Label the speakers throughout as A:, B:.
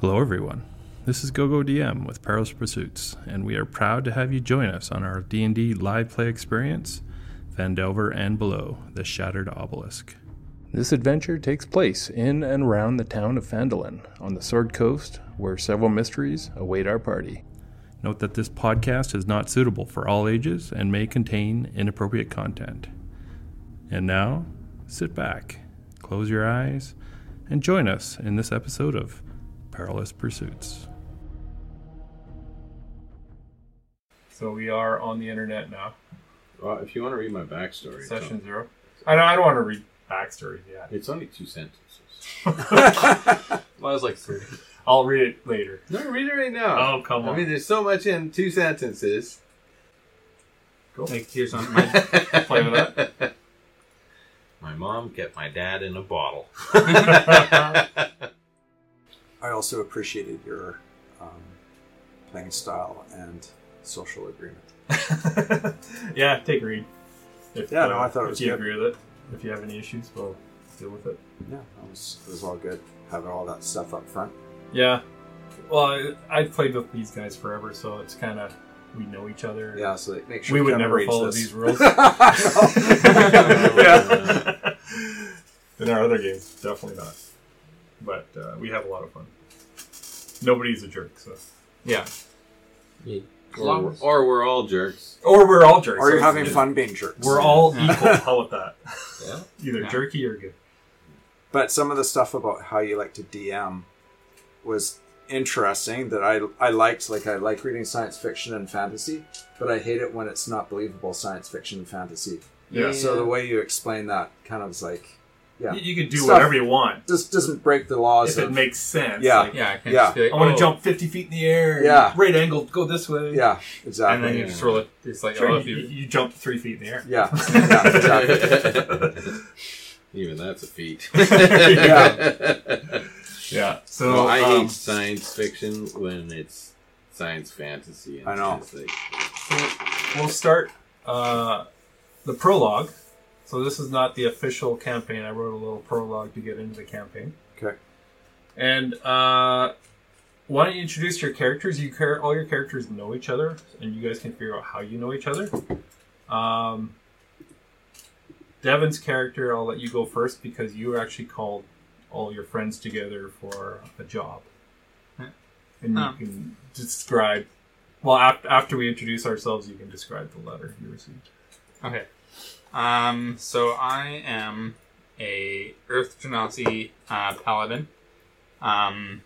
A: Hello, everyone. This is GoGo DM with Perilous Pursuits, and we are proud to have you join us on our D&D live play experience, Vandelver and Below, The Shattered Obelisk.
B: This adventure takes place in and around the town of Fandolin on the Sword Coast, where several mysteries await our party.
A: Note that this podcast is not suitable for all ages and may contain inappropriate content. And now, sit back, close your eyes, and join us in this episode of Perilous Pursuits. So we are on the internet now.
C: Well, if you want to read my backstory, it's,
A: Session
C: on,
A: zero. I don't, I don't want to read backstory yet.
C: it's only two sentences.
D: Well, it was like three.
A: I'll read it later.
C: No, read it right now.
A: Oh, come
C: I
A: on.
C: mean, there's so much in two sentences.
D: Like, here's on my.
A: Play with that.
C: My mom kept my dad in a bottle.
E: I also appreciated your um, playing style and social agreement.
A: yeah, take a read. If, uh,
E: Yeah, no, I thought it
A: if
E: was
A: you
E: good.
A: agree with it, if you have any issues, we'll deal with it.
E: Yeah, it was, it was all good. Having all that stuff up front.
A: Yeah. Well, I, I've played with these guys forever, so it's kind of we know each other.
E: Yeah, so like, make sure
A: We would
E: Kevin
A: never
E: reads
A: follow
E: this.
A: these rules.
E: No.
A: yeah. In our other games, definitely not. But uh, we have a lot of fun. Nobody's a jerk, so yeah.
C: Or, we're- or we're all jerks.
A: Or we're all jerks.
E: Are you
A: so
E: having
A: it's-
E: fun being jerks?
A: We're all equal. How about that?
C: Yeah.
A: Either
D: Yeah.
A: jerky or good.
E: But some of the stuff about how you like to DM was interesting that I I liked like I like reading science fiction and fantasy, but I hate it when it's not believable science fiction and fantasy.
A: Yeah.
E: So the way you explain that kind of was like yeah.
A: You, you can do
E: Stuff-
A: whatever you want
E: Just doesn't break the laws
A: if it
E: of
A: makes sense.
E: Yeah.
A: Like,
D: Yeah, I can't
E: Yeah.
D: just be like,
A: I want to
D: oh.
A: jump 50 feet in the air. and
E: Yeah.
A: Right angle, go this way.
E: Yeah,
D: And
E: exactly.
D: then you just roll it. It's like,
A: Sure,
D: oh, if
A: you,
D: you.
A: you jump three feet in the air.
E: yeah. yeah, exactly.
C: Even that's a feat.
A: Yeah. So
C: Well, I
A: um,
C: hate science fiction when it's science fantasy. And
E: I know.
C: it's like-
A: we'll start uh, the prologue. So this is not the official campaign. I wrote a little prologue to get into the campaign.
E: Okay.
A: And uh, why don't you introduce your characters? You care all your characters know each other, and you guys can figure out how you know each other. Um, Devin's character, I'll let you go first because you actually called all your friends together for a job, and you
D: Um.
A: can describe. Well, after, after we introduce ourselves, you can describe the letter you received.
D: Okay. Um, so I am a Earth Genasi uh, paladin. Um,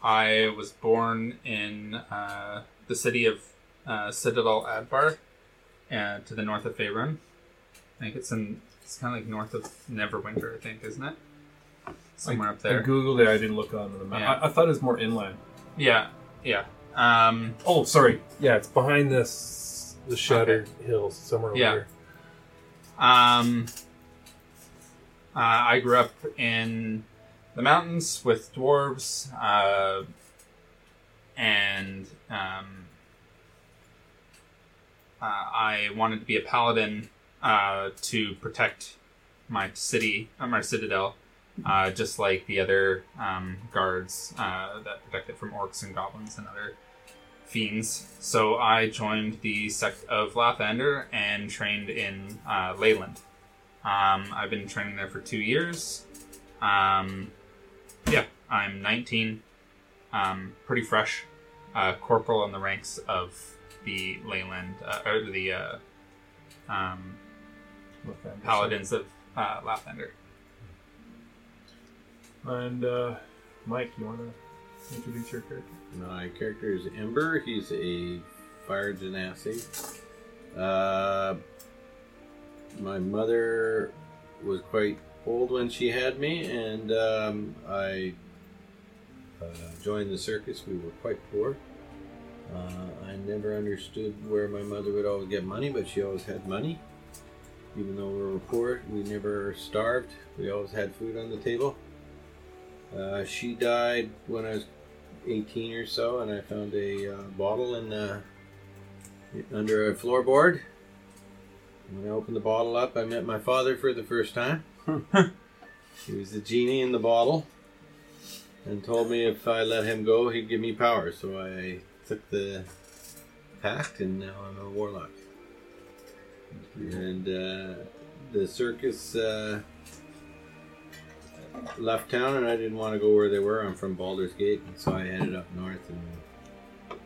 D: I was born in uh, the city of uh, Citadel Adbar, uh, to the north of Faerun. I think it's in it's kind of like north of Neverwinter, I think, isn't it? Somewhere up
A: I
D: there.
A: googled it. I didn't look on the map.
D: Yeah.
A: I, I thought it was more inland.
D: Yeah, yeah. Um,
A: Oh, sorry.
F: Yeah, it's behind this the shattered hills somewhere
D: Yeah.
F: over here.
D: Um, uh, I grew up in the mountains with dwarves, uh, and um, uh, I wanted to be a paladin uh, to protect my city, uh, my citadel, uh, just like the other um, guards uh, that protect it from orcs and goblins and other fiends. So I joined the sect of Lathander and trained in uh, Leyland. Um, I've been training there for two years. Um, yeah, I'm 19, um, pretty fresh, uh, corporal in the ranks of the Leyland, uh, or the uh, um, paladins of uh, Lathander.
A: And uh, Mike, you want to introduce your character?
C: My character is Ember. He's a fire genasi. Uh, my mother was quite old when she had me, and um, I uh, joined the circus. We were quite poor. Uh, I never understood where my mother would always get money, but she always had money. Even though we were poor, we never starved. We always had food on the table. Uh, she died when I was 18 or so, and I found a uh, bottle in uh, under a floorboard. When I opened the bottle up, I met my father for the first time. he was the genie in the bottle, and told me if I let him go, he'd give me power. So I took the pact, and now I'm a warlock. And uh, the circus uh, left town, and I didn't want to go where they were. I'm from Baldur's Gate, and so I headed up north, and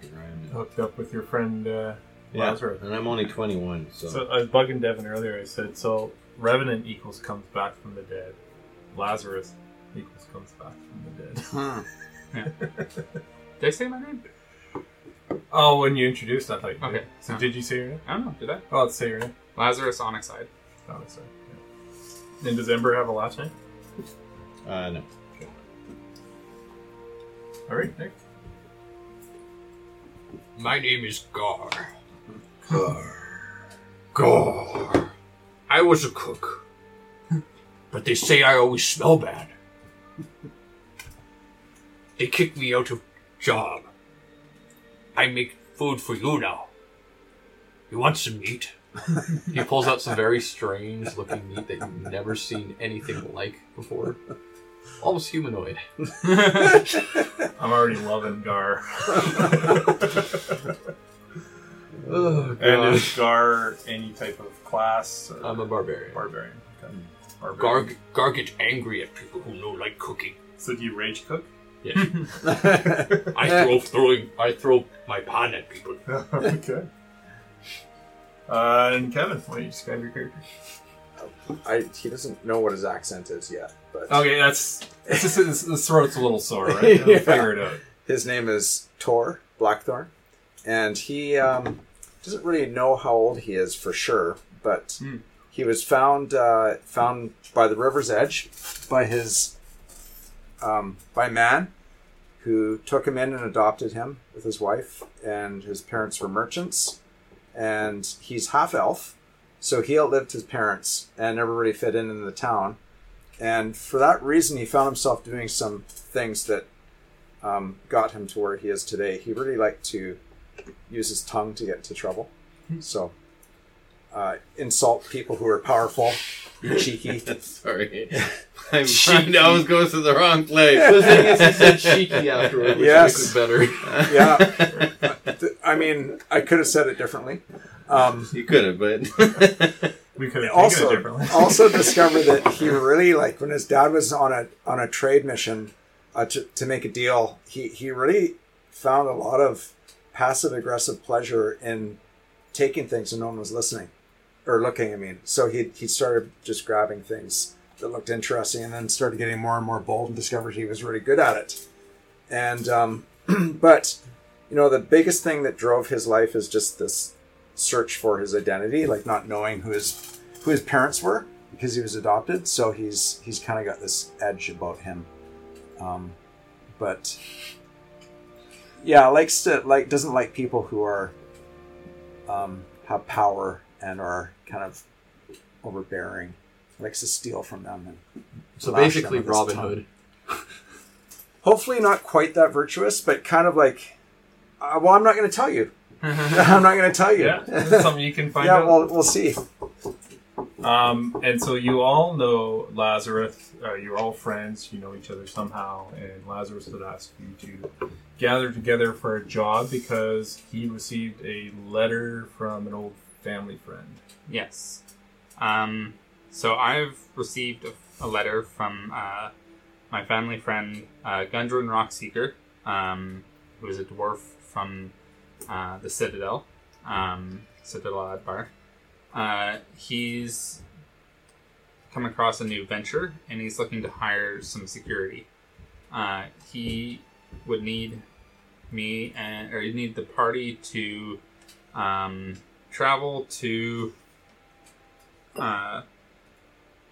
C: here I am now.
A: Hooked up with your friend uh,
C: Yeah,
A: Lazarus.
C: and I'm only 21, so,
A: So I was bugging Devin earlier. I said, so Revenant equals comes back from the dead. Lazarus equals comes back from the dead.
E: Hmm.
D: Did I say my name?
A: Oh, when you introduced, I thought you did.
D: Okay.
A: So did you say your name?
D: I don't know. Did I?
A: Oh, let's say your name.
D: Lazarus Onyxide.
A: Oh, that's right. Yeah. And does Ember have a last name?
C: uh, no.
A: All right, Nick.
G: My name is Gar. Gar. Gar. I was a cook. But they say I always smell bad. They kicked me out of job. I make food for you now. You want some meat?
H: He pulls out some very strange looking meat that you've never seen anything like before. Almost humanoid.
A: I'm already loving Gar.
H: Oh,
A: And is Gar any type of class? Or
H: I'm a barbarian.
A: barbarian. Okay.
G: Gar,
A: Barbarian.
G: Gar gets angry at people who don't like cooking.
A: So do you rage cook?
G: Yes. I throw throwing I throw my pan at people.
A: okay. Uh, and Kevin, why don't you describe your character?
E: I, he doesn't know what his accent is yet, but
A: Okay, that's it's just his, his throat's a little sore, right? He'll
E: Yeah.
A: figure it out.
E: His name is Tor Blackthorn, and he um, doesn't really know how old he is for sure, but
A: Hmm.
E: he was found uh, found by the river's edge by his um, by man who took him in and adopted him with his wife, and his parents were merchants, and he's half elf, so he outlived his parents and never really fit in in the town, and for that reason he found himself doing some things that um, got him to where he is today. He really liked to use his tongue to get into trouble. So, uh, insult people who are powerful, be cheeky.
C: Sorry. My mind always goes to the wrong place.
H: thing is, he said cheeky afterward, which
E: Yes.
H: makes it better.
E: yeah. Th- I mean, I could have said it differently. Um,
C: You could have, but
A: We could have taken it
E: also,
A: differently.
E: also discovered that he really like when his dad was on a on a trade mission uh, to, to make a deal. He he really found a lot of passive aggressive pleasure in taking things and no one was listening or looking. I mean, so he he started just grabbing things that looked interesting and then started getting more and more bold and discovered he was really good at it. And um, but you know the biggest thing that drove his life is just this search for his identity, like not knowing who his who his parents were because he was adopted. So he's he's kind of got this edge about him. Um, but yeah, likes to like doesn't like people who are um, have power and are kind of overbearing. Likes to steal from them. And
H: So
E: lash them
H: basically,
E: with his
H: Robin
E: tongue.
H: Hood.
E: Hopefully, not quite that virtuous, but kind of like. Uh, well, I'm not going to tell you. I'm not going to tell you.
A: yeah, that's something you can find
E: yeah,
A: out.
E: we'll, we'll see.
A: Um, and so you all know Lazarus. Uh, you're all friends. You know each other somehow. And Lazarus had asked you to gather together for a job because he received a letter from an old family friend.
D: Yes. Um, so I've received a, a letter from uh, my family friend uh, Gundren Rockseeker, um, who is a dwarf from uh, the Citadel, um, Citadel Adbar. Uh, he's come across a new venture and he's looking to hire some security. Uh, he would need me and or he'd need the party to um, travel to uh,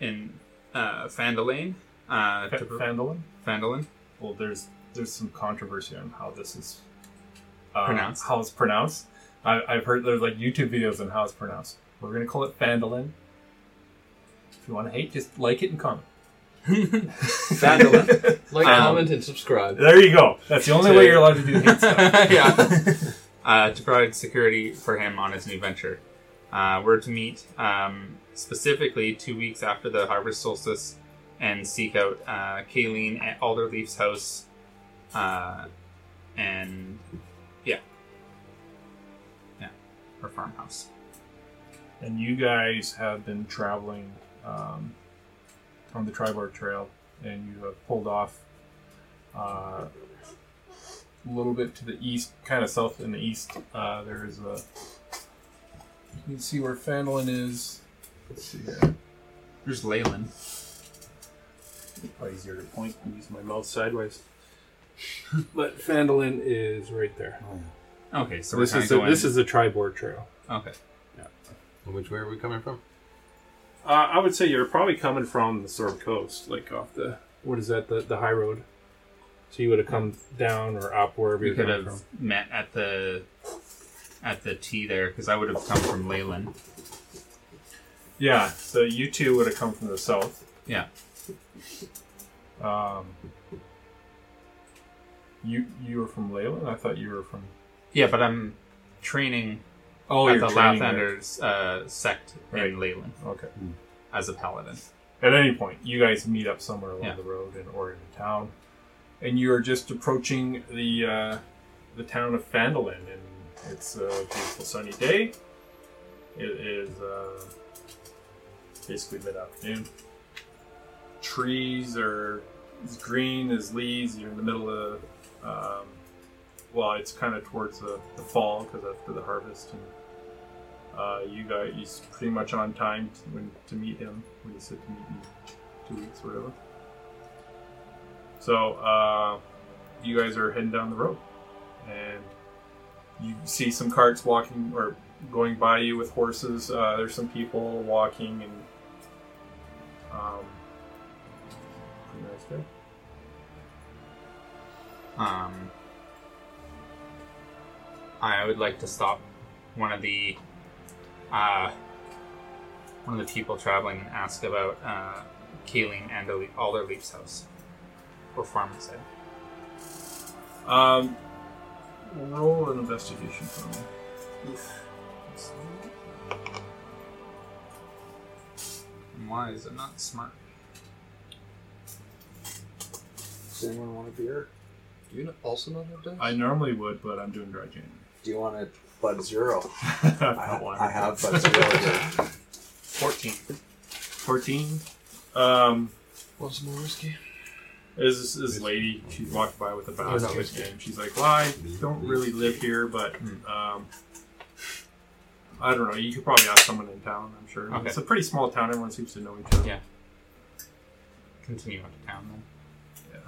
D: in uh, Fandolin. Uh,
A: Fa-
D: to pro-
A: Fandolin.
D: Fandolin.
A: Well, there's there's some controversy on how this is uh,
D: Pronounced.
A: How it's pronounced. I, I've heard there's like YouTube videos on how it's pronounced. We're gonna call it Fandolin. If you want to hate, just like it and comment.
E: Fandolin.
H: Like,
D: Um,
H: comment, and subscribe.
A: There you go. That's the only way you're allowed to do hate stuff.
D: yeah. Uh, to provide security for him on his new venture. Uh, we're to meet um, specifically two weeks after the harvest solstice and seek out uh, Kayleen at Alderleaf's house. Uh, and yeah. Yeah. Her farmhouse.
A: And you guys have been traveling um, on the Tribar Trail, and you have pulled off uh, a little bit to the east, kind of south in the east. Uh, there is a. You can see where Fandolin is. Let's see here.
D: There's Leyland.
A: Probably easier to point and use my mouth sideways.
F: But Fandolin is right there.
D: Okay, so
F: this
D: we're kinda
F: is a,
D: going-
F: this is the Tribord Trail.
D: okay.
H: Which way are we coming from?
F: Uh, I would say you're probably coming from the Sword Coast, like off the what is that the the high road. So you would have come down or up wherever
D: We
F: you're
D: could
F: coming
D: have
F: from.
D: met at the at the tea there because I would have come from Leyland.
A: Yeah, so you two would have come from the south.
D: Yeah.
A: Um, you you were from Leyland? I thought you were from.
D: Yeah, but I'm training
A: Oh,
D: at the
A: training
D: Lathanders uh, sect
A: Right.
D: in Leyland
A: there. Okay.
D: as a paladin.
A: At any point, you guys meet up somewhere along
D: Yeah.
A: the road in or in town, and you are just approaching the uh, the town of Fandolin, and it's a beautiful sunny day. It is uh, basically mid afternoon. Trees are as green as leaves. You're in the middle of um, well, it's kind of towards the, the fall because after the harvest and uh, you guys, he's pretty much on time to, when, to meet him. When he said to meet in two weeks or whatever. So, uh, you guys are heading down the road. And you see some carts walking or going by you with horses. Uh, there's some people walking and. Um, pretty nice day.
D: Um, I would like to stop one of the uh, one of the people traveling and ask about uh, Kaling and Ale- Alderleaf's house or farm side.
A: Um, roll an investigation for me.
D: And why is it not smart?
E: Does anyone want a beer?
H: Do you also not have dice?
A: I normally would, but I'm doing dry January.
E: Do you want a Bud Zero?
A: I
E: I,
A: don't want
E: I
A: it.
E: have Bud Zero here.
A: 14. 14. Um,
H: Want some more whiskey?
A: is this, this lady, she walked by with a
H: Oh,
A: basket,
H: no.
A: and she's like, well, I don't really live here, but
H: Hmm.
A: um, I don't know. You could probably ask someone in town, I'm sure.
D: Okay.
A: It's a pretty small town. Everyone seems to know each other.
D: Yeah. Continue on to town then.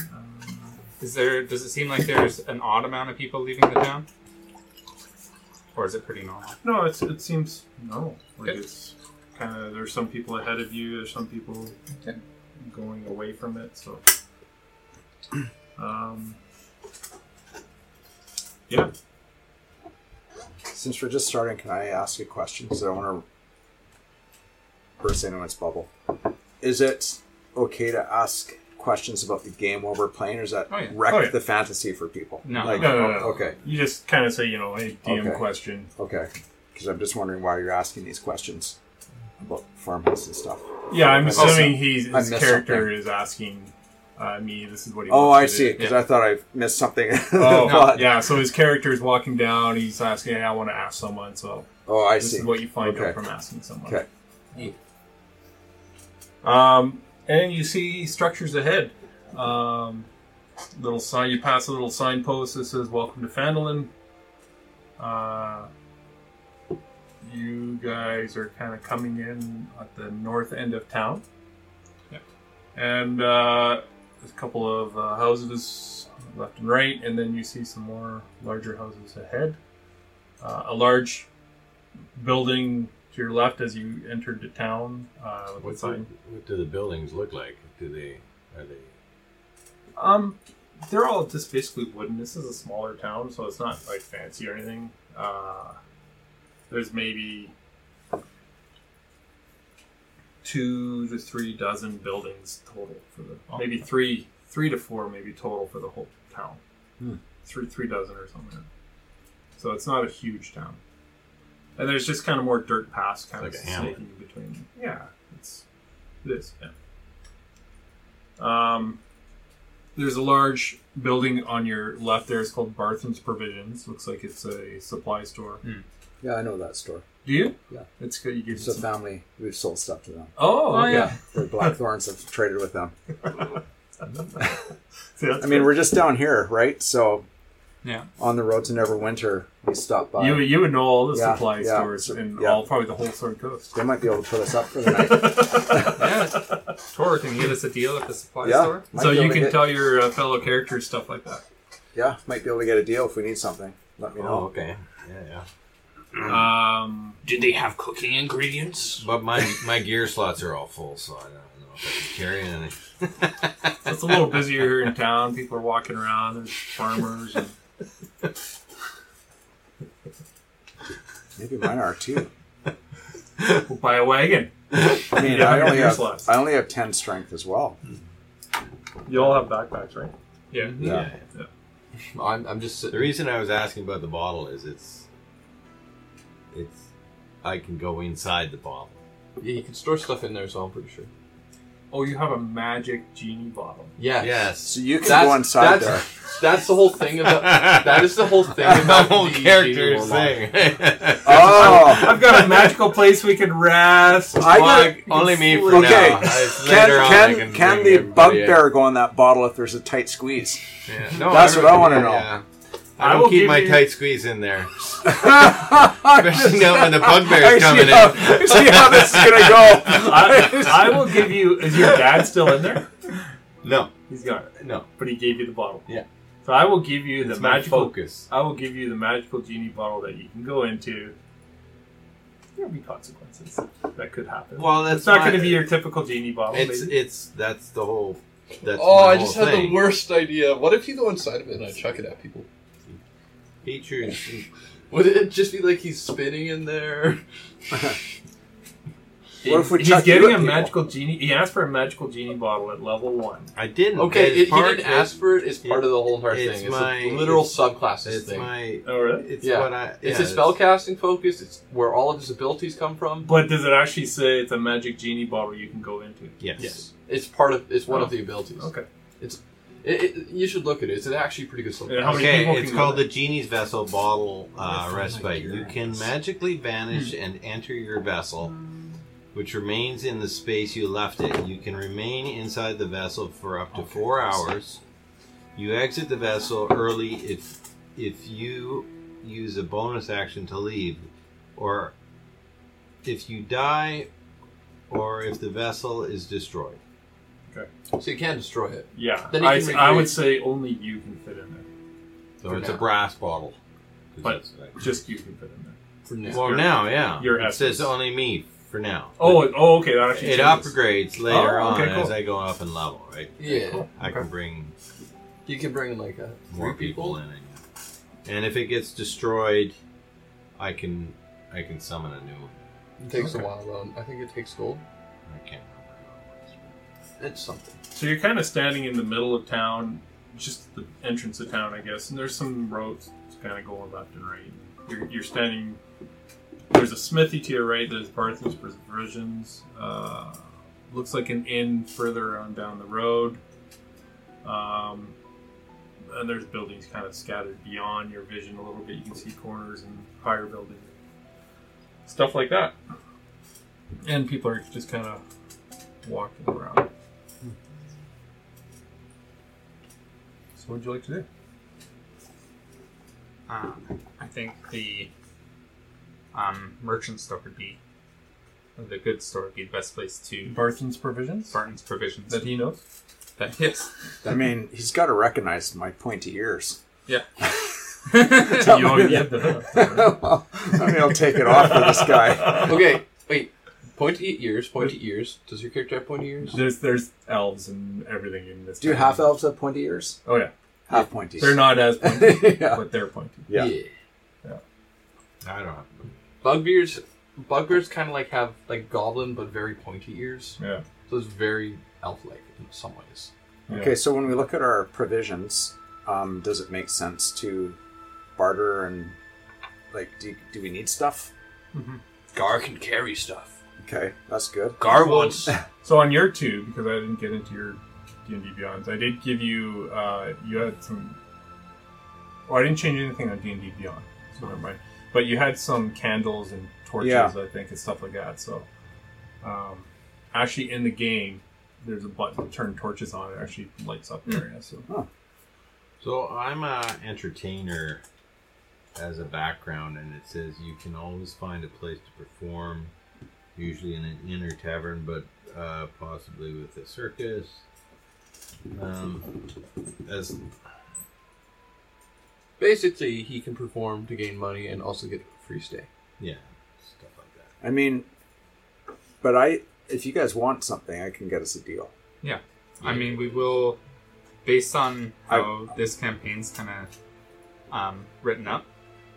A: Um,
D: Uh, Is there? Does it seem like there's an odd amount of people leaving the town, or is it pretty normal?
A: no, it's, it seems normal. Like
D: Okay.
A: it's kind of, there's some people ahead of you, there's some people
D: Okay.
A: going away from it, so. Um, yeah.
E: Since we're just starting, can I ask a question? Because I don't want to burst anyone's bubble. Is it okay to ask questions about the game while we're playing, or is that
D: Oh, yeah.
E: wreck
A: Oh, yeah.
E: the fantasy for people?
D: No.
E: Like,
A: No, no, no.
E: Okay,
A: You just kind of say, you know, hey, DM
E: Okay.
A: question.
E: okay. Because I'm just wondering why you're asking these questions about farmhouse and stuff.
A: Yeah, I'm
E: Also,
A: assuming he's,
E: I
A: his
E: missed
A: character
E: something.
A: is asking uh, me. This is what he.
E: Oh, I
A: wants to
E: see.
A: do.
E: Because
D: Yeah.
E: I thought I missed something.
A: Oh,
E: But-
A: yeah. So his character is walking down. He's asking, hey, "I want to ask someone." So
E: Oh, I
A: this
E: see.
A: is what you find
E: Okay.
A: out from asking someone.
E: Okay.
A: Um, and you see structures ahead. Um, little sign. You pass a little signpost that says "Welcome to Fandolin." Uh, you guys are kind of coming in at the north end of town. And uh, there's a couple of uh, houses left and right, and then you see some more larger houses ahead. Uh, a large building to your left as you entered the town uh, with a
H: What's
A: sign.
H: do, what do the buildings look like? Do they are they
A: Um, they're all just basically wooden. This is a smaller town, so it's not like fancy or anything. Uh, there's maybe two to three dozen buildings total for the
H: Oh.
A: maybe three three to four maybe total for the whole town.
H: Hmm.
A: Three three dozen or something. So it's not a huge town. And there's just kind of more dirt paths kind
H: It's
A: of
H: like a hamlet.
A: snaking in between. Yeah,
F: distance.
A: It is, yeah. Um, there's a large building on your left there. It's called Bartham's Provisions. Looks like it's a supply store.
E: Yeah, I know that store.
A: Do you?
E: Yeah.
A: It's good. You give
E: It's a
A: some...
E: family. We've sold stuff to them.
A: Oh, yeah.
E: The Blackthorns have traded with them.
A: See, that's
E: I mean,
A: good.
E: we're just down here, right? So
D: Yeah.
E: on the road to Neverwinter, we stopped by.
A: you you would know all the
E: Yeah,
A: supply
E: yeah.
A: stores and
E: Yeah.
A: all probably the whole Sword Coast.
E: they might be able to put us up for the night.
D: yeah. Tor, can you give us a deal at the supply
E: yeah,
D: store?
E: might
A: so
E: be able
A: you
E: to
A: can
E: get-
A: tell your uh, fellow characters stuff like that.
E: Yeah, might be able to get a deal if we need something. Let me
C: Oh,
E: know.
C: okay. Yeah, yeah.
A: Um,
G: Did they have cooking ingredients?
C: But my my gear slots are all full, so I don't know if I can carry any.
A: it's a little busier here in town. People are walking around. There's farmers. And...
E: Maybe mine are too.
A: We'll buy a wagon.
E: I mean,
A: Yeah,
E: I only
A: yours
E: have
A: less.
E: I only have ten strength as well.
A: You all have backpacks, right? Yeah.
E: Yeah.
H: I'm, I'm just
C: The
H: sitting.
C: reason I was asking about the bottle is it's it's I can go inside the bottle.
H: Yeah, you can store stuff in there, so I'm pretty sure.
A: Oh, you have a magic genie bottle.
H: Yes.
E: So you can
H: That's,
E: go inside
H: that's,
E: there.
H: that's the whole thing about. that is the whole thing
C: My
H: about
C: whole
H: the
C: character
H: Genie
C: is
H: Warlock.
C: saying.
E: Oh,
A: I've got a magical place we can rest.
E: I got.
C: Fuck, only me for
E: Okay.
C: now. It's later on I
E: Can can, can
C: bring
E: the
C: everybody in.
E: bugbear go in that bottle if there's a tight squeeze?
H: Yeah. No,
E: That's what I wanna know.
H: Yeah.
A: I
C: I
A: will
C: will keep
A: give
C: my
A: you-
C: tight squeeze in there, especially
E: Especially
C: now when the bugbear
E: I
C: is
E: see
C: coming
E: how,
C: in.
E: I see how this is gonna go.
A: I, I will give you. Is your dad still in there?
C: No,
A: He's got it,
C: no,
A: but he gave you the bottle.
C: Yeah.
A: So I will give you the
C: it's my
A: magical.
C: focus.
A: I will give you the magical genie bottle that you can go into. There will be consequences that could happen.
C: Well, that's
A: it's not
C: my-
A: going to be your typical genie bottle.
C: It's
A: maybe.
C: it's that's the whole. That's the
H: Oh, I
C: whole
H: just had
C: thing.
H: the worst idea. What if you go inside of it and I chuck it at people?
C: features.
H: Would it just be like he's spinning in there?
E: What if we
A: He's
E: chuck you
A: getting
E: at
A: a
E: people?
A: magical genie. He asked for a magical genie bottle at level one.
C: I didn't.
H: Okay,
C: It's
H: it, he
C: part-
H: didn't ask for it. It's part of the whole entire
C: it's
H: thing. It's
C: my-
H: a literal
C: it's-
H: subclasses
C: It's
H: thing.
C: my.
A: Oh, really?
C: It's
H: Yeah.
C: what I.
H: It's
C: yeah,
H: his spellcasting focus. It's where all of his abilities come from.
A: But does it actually say it's a magic genie bottle you can go into?
C: Yes.
H: It's part of. It's one
A: Oh.
H: of the abilities.
A: Okay.
H: It, it, you should look at it. It's an actually pretty good subclass.
A: Yeah, how many
C: okay,
A: people
C: it's
A: can
C: called
A: go
C: the Genie's Vessel Bottle uh,
H: Yes,
C: Respite.
H: like your
C: You can
H: ass.
C: magically vanish
A: Hmm.
C: and enter your vessel, which remains in the space you left it. You can remain inside the vessel for up to four hours. You exit the vessel early if if you use a bonus action to leave, or if you die, or if the vessel is destroyed.
H: So you can destroy it.
A: Yeah.
H: Then he
A: I,
H: can
A: I would
H: recreate-
A: say only you can fit in there.
C: So
H: For
C: it's a
H: now.
C: brass bottle.
A: But- Just you can fit in there.
H: For now.
C: well, now, yeah,
A: your
C: it says
A: essence.
C: only me for now.
A: Oh, oh okay. That actually
C: It
A: changes.
C: upgrades later
A: Oh, okay,
C: on
A: cool.
C: as I go up in level, right?
H: yeah,
C: I can bring
H: you can bring like a
C: more people in it. And if it gets destroyed, I can I can summon a new one.
H: It takes
A: Okay.
H: a while though. I think it takes gold.
C: I can't remember how it
H: It's something.
A: So you're kind of standing in the middle of town, just the entrance of town, I guess. And there's some roads kind of going left and right. You're, you're standing. There's a smithy to your right. There's Bartham's Provisions. Uh, looks like an inn further on down the road. Um, and there's buildings kind of scattered beyond your vision a little bit. You can see corners and higher buildings, stuff like that. And people are just kind of walking around. So what would you like to do?
D: Um, I think the um, merchant store would be, or the goods store would be the best place to
A: Barthen's provisions
D: Barton's provisions.
A: that he knows.
D: That- yes.
E: I mean, he's got to recognize my pointy ears.
A: You already have the
E: well, I mean, I'll take it off for this guy.
H: Okay, wait. Pointy ears. Pointy ears. Does your character have pointy ears?
A: There's there's elves and everything in this.
E: Do you
A: town.
E: half elves have pointy ears?
A: Oh yeah,
E: Half pointy.
A: they're not as pointy,
E: yeah.
A: but they're pointy.
E: Yeah.
C: was. I don't have
H: Bugbears. Bugbears kind of like have like goblin, but very pointy ears.
A: Yeah.
H: So it's very elf-like in some ways.
E: Okay, so when we look at our provisions, um, does it make sense to barter and like, do, do we need stuff?
H: Gar can carry stuff.
E: Okay, that's good.
G: Gar wants.
A: So on your two, because I didn't get into your D and D Beyonds, I did give you uh, you had some. Well, I didn't change anything on D and D Beyond, so never mind. But you had some candles and torches,
E: Yeah.
A: I think, and stuff like that. So um, actually, in the game, there's a button to turn torches on. It actually lights up the area. So
C: So I'm a entertainer as a background, and it says you can always find a place to perform, usually in an inner tavern, but uh, possibly with a circus. Um, as
H: Basically, he can perform to gain money and also get a free stay.
C: yeah, stuff like that.
E: I mean, but I, if you guys want something, I can get us a deal.
D: I mean, we will, based on
E: I-
D: how this campaign's kind of um, written up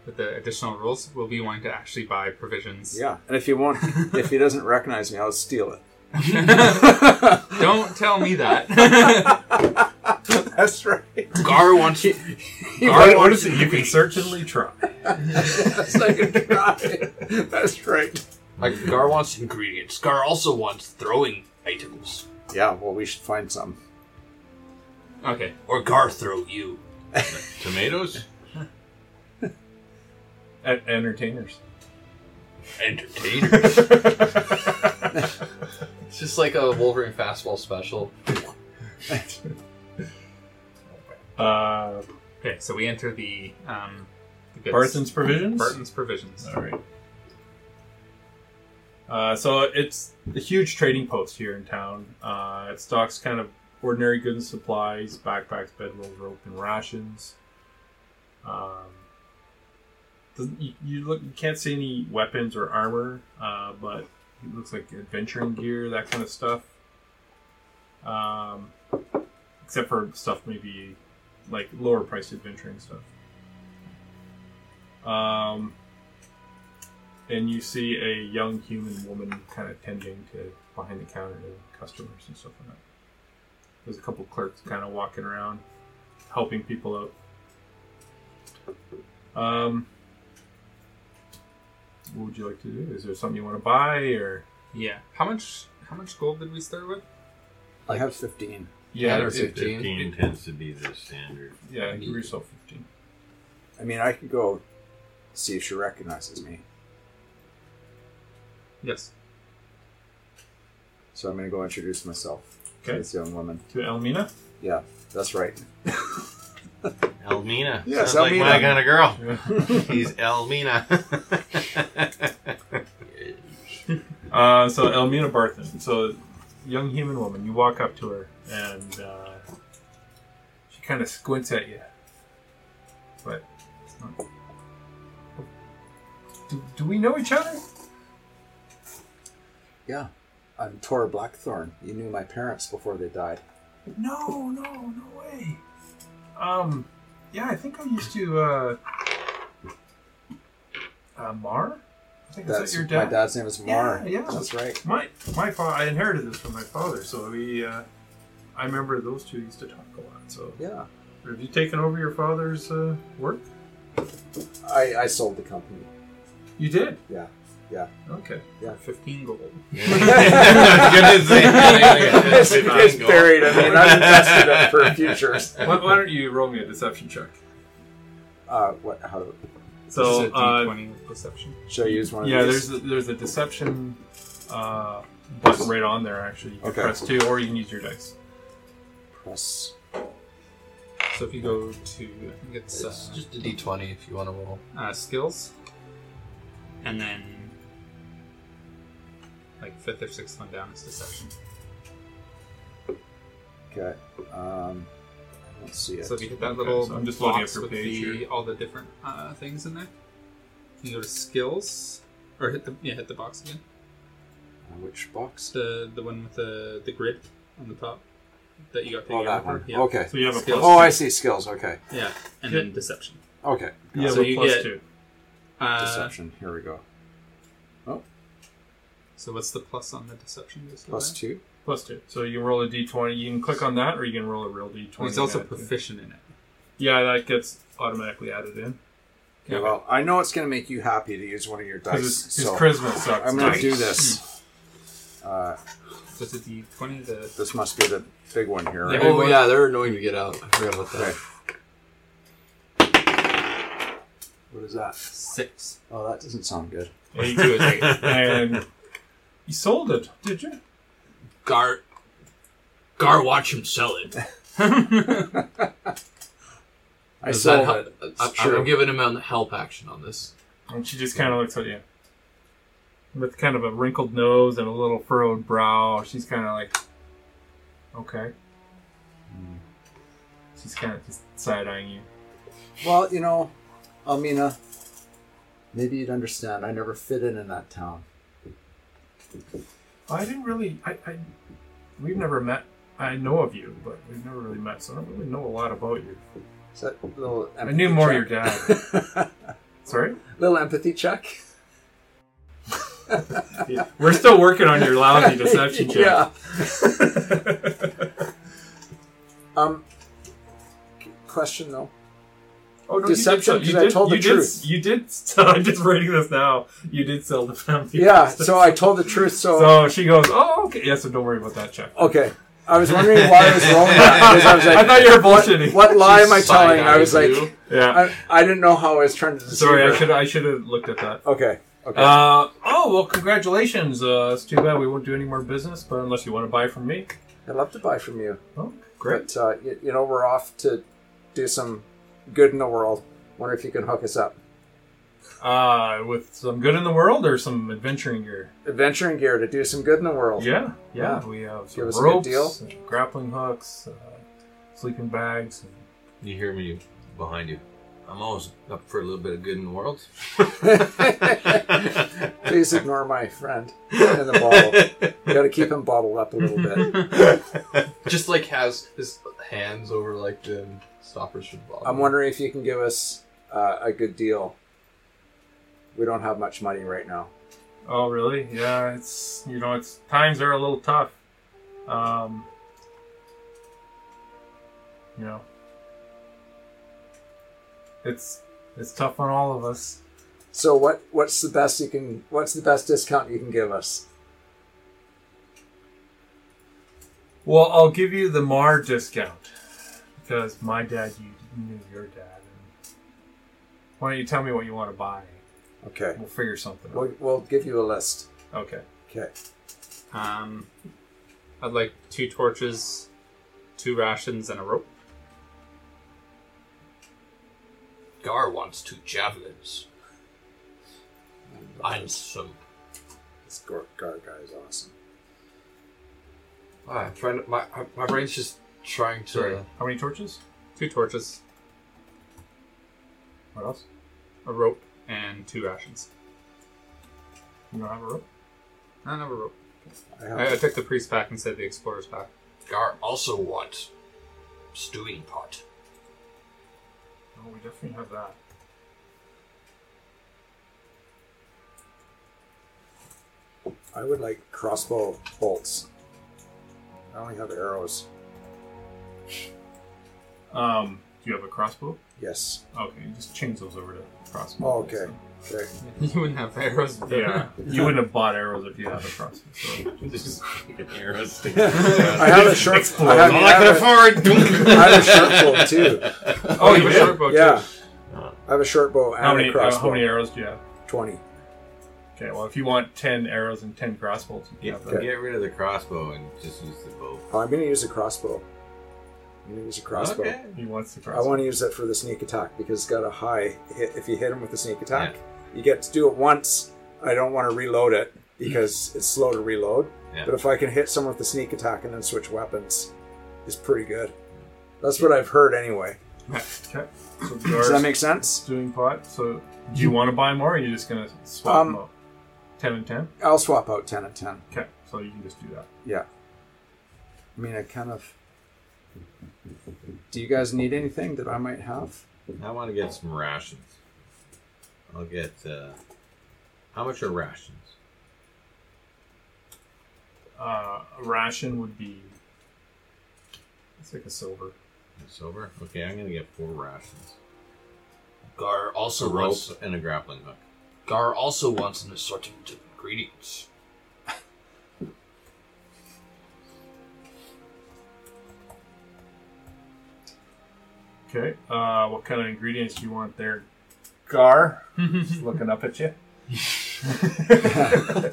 D: with the additional rules, we'll be wanting to actually buy provisions.
E: Yeah, and if you want, if he doesn't recognize me, I'll steal it.
D: Don't tell me that.
E: That's right.
G: Gar wants.
A: Alright, what is it? You can certainly try.
E: That's not good try. That's right.
G: Like Gar wants ingredients. Gar also wants throwing items,
E: Yeah, well, we should find some.
D: okay.
G: or Gar throw you.
C: Tomatoes?
A: At e-, entertainers.
G: Entertainer.
H: It's just like a Wolverine fastball special.
A: Uh,
D: Okay. So we enter the um, the goods.
A: Barthen's provisions.
D: Barton's provisions.
A: All right. Uh, so it's a huge trading post here in town. Uh, it stocks kind of ordinary goods and supplies, backpacks, bedrolls, rope, and rations. Um, doesn't- you, you look, you can't see any weapons or armor, uh, but it looks like adventuring gear, that kind of stuff. Um, except for stuff maybe like lower priced adventuring stuff. Um, and you see a young human woman kind of tending to behind the counter to customers and stuff like that. There's a couple clerks kind of walking around, helping people out. Um, what would you like to do? Is there something you want to buy, or
D: Yeah. How much? How much gold did we start with?
E: I have fifteen.
H: Yeah, or
A: it-
H: 15.
C: 15 tends to be the standard.
A: yeah, give yourself fifteen.
E: I mean, I could go see if she recognizes me.
D: Yes.
E: So I'm gonna go introduce myself to
A: Okay.
E: this young woman.
A: To Elmina.
E: Yeah, that's right.
C: Elmina.
E: Yes,
C: Sounds
E: Elmina.
C: like my kind of girl. He's Elmina.
A: Uh, so Elmina Barthen. So young human woman. You walk up to her and uh, she kind of squints at you. But it's not- do, do we know each other?
E: Yeah, I'm Tora Blackthorn. You knew my parents before they died.
A: No, no, no way. Um, yeah, I think I used to. Uh, uh, Mar. I think is
E: That's
A: that your dad.
E: my dad's name is Mar.
A: Yeah, yeah.
E: that's right.
A: My my father. I inherited this from my father, so we. Uh, I remember those two used to talk a lot. So
E: Yeah,
A: Have you taken over your father's uh, work?
E: I, I sold the company.
A: You did.
E: Yeah, yeah.
A: Okay.
E: Yeah.
A: Fifteen gold.
E: it's, it's buried. I mean, I've invested it for futures.
A: why, why don't you roll me a deception check?
E: Uh, what? How do?
A: So
D: This is a
A: uh,
D: D20 with deception.
E: Should I use one of
A: yeah,
E: these?
A: there's a, there's a deception uh, button right on there. Actually, you can
E: Okay.
A: press two, or you can use your dice.
E: press.
D: So if you go to, I think it's uh,
H: It's just a d20 if you want to roll.
D: uh, skills, and then like fifth or sixth one down is deception.
E: Okay. Um, I don't see it.
D: So if you hit that
A: Okay,
D: little
A: so I'm just loading up
D: box
A: your
D: with
A: page
D: the,
A: here.
D: all the different uh, things in there, you go to skills or hit the yeah hit the box again.
E: Uh, Which box?
D: The the one with the the grid on the top that you got.
E: Oh,
D: taken
E: that
D: over.
E: one.
D: Yeah.
E: Okay.
A: So you have a
D: Skills.
A: plus
E: Oh, I see skills. Okay.
D: Yeah, and
A: Yeah.
D: then deception.
E: Okay.
A: two. You have
D: So
A: a
D: you
A: plus
D: get-
A: two.
D: Uh,
E: Deception. Here we go.
D: So what's the plus on the deception? Just go
E: Plus
D: there?
E: two.
A: Plus two. So you roll a d20. You can click on that, or you can roll a real d20.
D: He's also
A: and add two.
D: proficient in it.
A: Yeah, that gets automatically added in
E: Okay. Well, I know it's going to make you happy to use one of your dice.
A: because his
E: so
A: charisma sucks.
E: I'm going
A: Nice.
E: to do this. Uh,
D: So it's a d20 to.
E: this must be the big one here, right?
D: Yeah.
H: Oh yeah, they're annoying to get out. I forgot about that.
E: Okay. What is that?
D: Six.
E: Oh, that doesn't sound good.
D: What you do is like,
A: and you sold it, did you?
G: Gar, Gar, watch him sell it.
E: I
H: Does that
E: sold
H: help?
E: it.
H: I,
E: It's
H: I'm
E: true.
H: giving him a help action on this.
A: And she just kind of looks at you with kind of a wrinkled nose and a little furrowed brow. She's kind of like, okay. Hmm. She's kind of just side eyeing you.
E: Well, you know, Almina, maybe you'd understand. I never fit in in that town.
A: I didn't really. I, I we've never met. I know of you, but we've never really met, so I don't really know a lot about you.
E: Is that a little
A: I
E: empathy
A: knew more your
E: check?
A: dad. Sorry,
E: little empathy check.
A: we're still working on your lousy deception check.
E: yeah. um, question though.
A: Oh no,
E: Deception,
A: You did,
E: 'cause I told the
A: you
E: truth.
A: Did, you did. Sell, I'm just reading this now. You did sell the family.
E: Yeah,
A: business.
E: so I told the truth. So,
A: So she goes, "Oh, okay. Yeah, so don't worry about that check."
E: okay, I was wondering why I was wrong. because I was like,
A: I thought you were bullshitting.
E: what lie am I
H: Side
E: telling? I
H: eye
E: was
H: view.
E: like,
A: Yeah.
E: I, I didn't know how I was trying to. Deceive
A: Sorry, I
E: her.
A: should I should have looked at that.
E: Okay. Okay.
A: Uh, oh well, congratulations. Uh, it's too bad we won't do any more business, but unless you want to buy from me,
E: I'd love to buy from you.
A: oh, great.
E: But, uh, you, you know, we're off to do some good in the world. Wonder if you can hook us up.
A: Uh, with some good in the world or some adventuring gear.
E: Adventuring gear to do some good in the world.
A: Yeah, yeah. We have some
E: Give us a good
A: ropes,
E: deal.
A: and grappling hooks, uh, sleeping bags. And
C: You hear me behind you. I'm always up for a little bit of good in the world.
E: Please ignore my friend in the bottle. You gotta keep him bottled up a little bit.
H: Just like has his hands over like the stoppers for the bottle.
E: I'm wondering if you can give us uh, a good deal. We don't have much money right now.
A: Oh, really? Yeah, it's you know, it's times are a little tough. Um, you know, it's it's tough on all of us.
E: So what? What's the best you can? What's the best discount you can give us?
A: Well, I'll give you the Mar discount because my dad you knew your dad. And why don't you tell me what you want to buy?
E: Okay,
A: We'll figure something. out.
E: we'll, we'll give you a list.
A: Okay.
E: Okay.
D: um, I'd like two torches, two rations, and a rope.
G: Gar wants two javelins. And some.
E: This Gar Gar guy is awesome.
H: Ah, I'm trying to, my my brain's just trying to.
D: Sorry. How many torches? Two torches,
A: What else?
D: a rope, and two rations.
A: You don't have a rope?
D: I don't have a rope.
E: I
D: I, I
E: have,
D: took the priest pack instead of the explorer's pack.
G: Gar also wants stewing pot.
A: No, Oh, we definitely have that.
E: I would like crossbow bolts. I only have arrows.
A: Um, do you have a crossbow?
E: Yes.
A: Okay, you just change those over to crossbow.
E: Oh, okay. Okay.
D: you wouldn't have arrows. but-
A: Yeah, you wouldn't have bought arrows if you had a crossbow. So.
C: Just fucking arrows.
E: I have a shirt. I have, I have a- I have a short bow too.
A: oh, you
D: did?
A: have a
E: Yeah. I have a short bow and
A: How many,
E: a
A: uh,
E: crossbow.
A: how many arrows do you have?
E: Twenty.
A: Okay, well, if you want 10 arrows and 10 crossbows, you
C: Yeah,
A: can have
E: Okay.
A: that.
C: Get rid of the crossbow and just use the bow.
E: Oh, I'm going to use a crossbow. I'm going to use a crossbow.
C: Okay.
A: He wants the
E: I
A: crossbow.
E: want to use it for the sneak attack because it's got a high hit. If you hit him with a sneak attack, you get to do it once. I don't want to reload it because it's slow to reload.
C: Yeah.
E: But if I can hit someone with a sneak attack and then switch weapons, it's pretty good. That's what I've heard anyway.
A: Okay. So
E: Does that
A: Gar's
E: make sense?
A: doing pot. So do you want to buy more or are you just going to swap
E: Um,
A: them out? 10 and 10?
E: I'll swap out 10 and 10.
A: Okay, so you can just do that.
E: Yeah. I mean, I kind of. Do you guys need anything that I might have?
C: I want to get some rations. I'll get. Uh, how much are rations?
A: Uh, a ration would be. It's like a silver.
C: It's over. Okay, I'm gonna get four rations.
G: Gar
C: A
G: also
C: rope
G: wants
C: and a grappling hook.
G: Gar also wants an assortment of ingredients.
A: Okay. Uh, what kind of ingredients do you want there? Gar. Just looking up at you.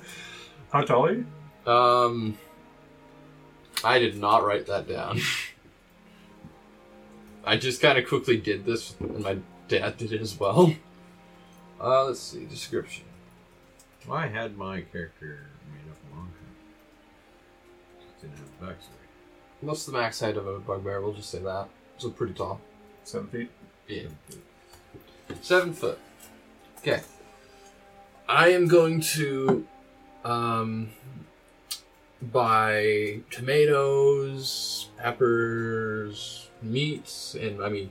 A: How tall are you?
I: Um, I did not write that down. I just kind of quickly did this, and my dad did it as well. Uh, let's see description.
C: Well, I had my character made up a long time. Just didn't have a backstory.
I: What's the max height of a bugbear? We'll just say that. So pretty tall.
A: Seven feet.
I: Yeah. Seven foot. Okay. I am going to um, buy tomatoes, peppers, meats, and I mean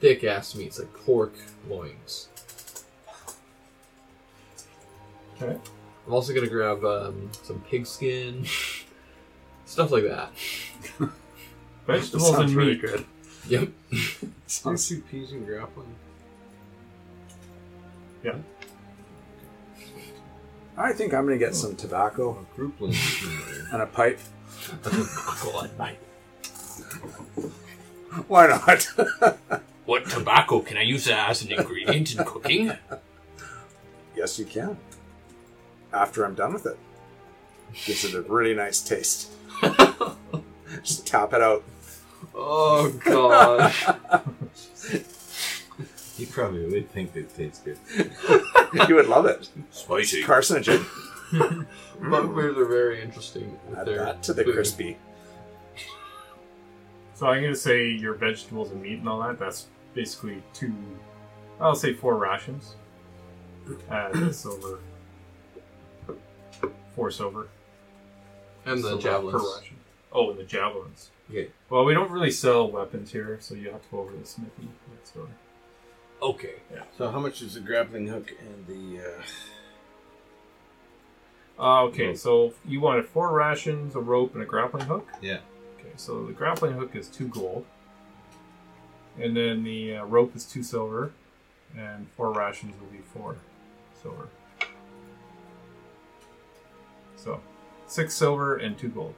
I: thick ass meats like pork loins.
A: Okay.
I: I'm also gonna grab um, some pig skin, stuff like that.
A: Vegetables and meat.
J: good.
I: Yep.
E: Sounds
C: Two peas and grappling.
E: I think I'm gonna get some tobacco
C: A groupling. is
E: and a pipe.
K: Buckle at night.
E: Why not?
K: What tobacco can I use that as an ingredient in cooking?
E: yes, you can. After I'm done with it, gives it a really nice taste. Just tap it out.
I: Oh god.
C: in there. You probably would think that tastes good.
E: You would love it.
K: Spicy.
E: Carcinogen.
I: Bugbears are very interesting with
E: Add
I: their
E: that to the
I: food.
E: crispy.
A: So I'm going to say your vegetables and meat and all that. That's basically two, I'll say four rations. Uh, the silver, four silver.
I: and the
A: silver
I: javelins.
A: Per ration. Oh, and the javelins.
I: Yeah.
A: Well, we don't really sell weapons here, so you have to go over to the smithy next door.
K: Okay.
C: So, how much is the grappling hook and the. Uh,
A: Uh, okay, so you wanted four rations, a rope, and a grappling hook.
C: Yeah.
A: Okay, so the grappling hook is two gold, and then the uh, rope is two silver, and four rations will be four silver. So, six silver and two gold.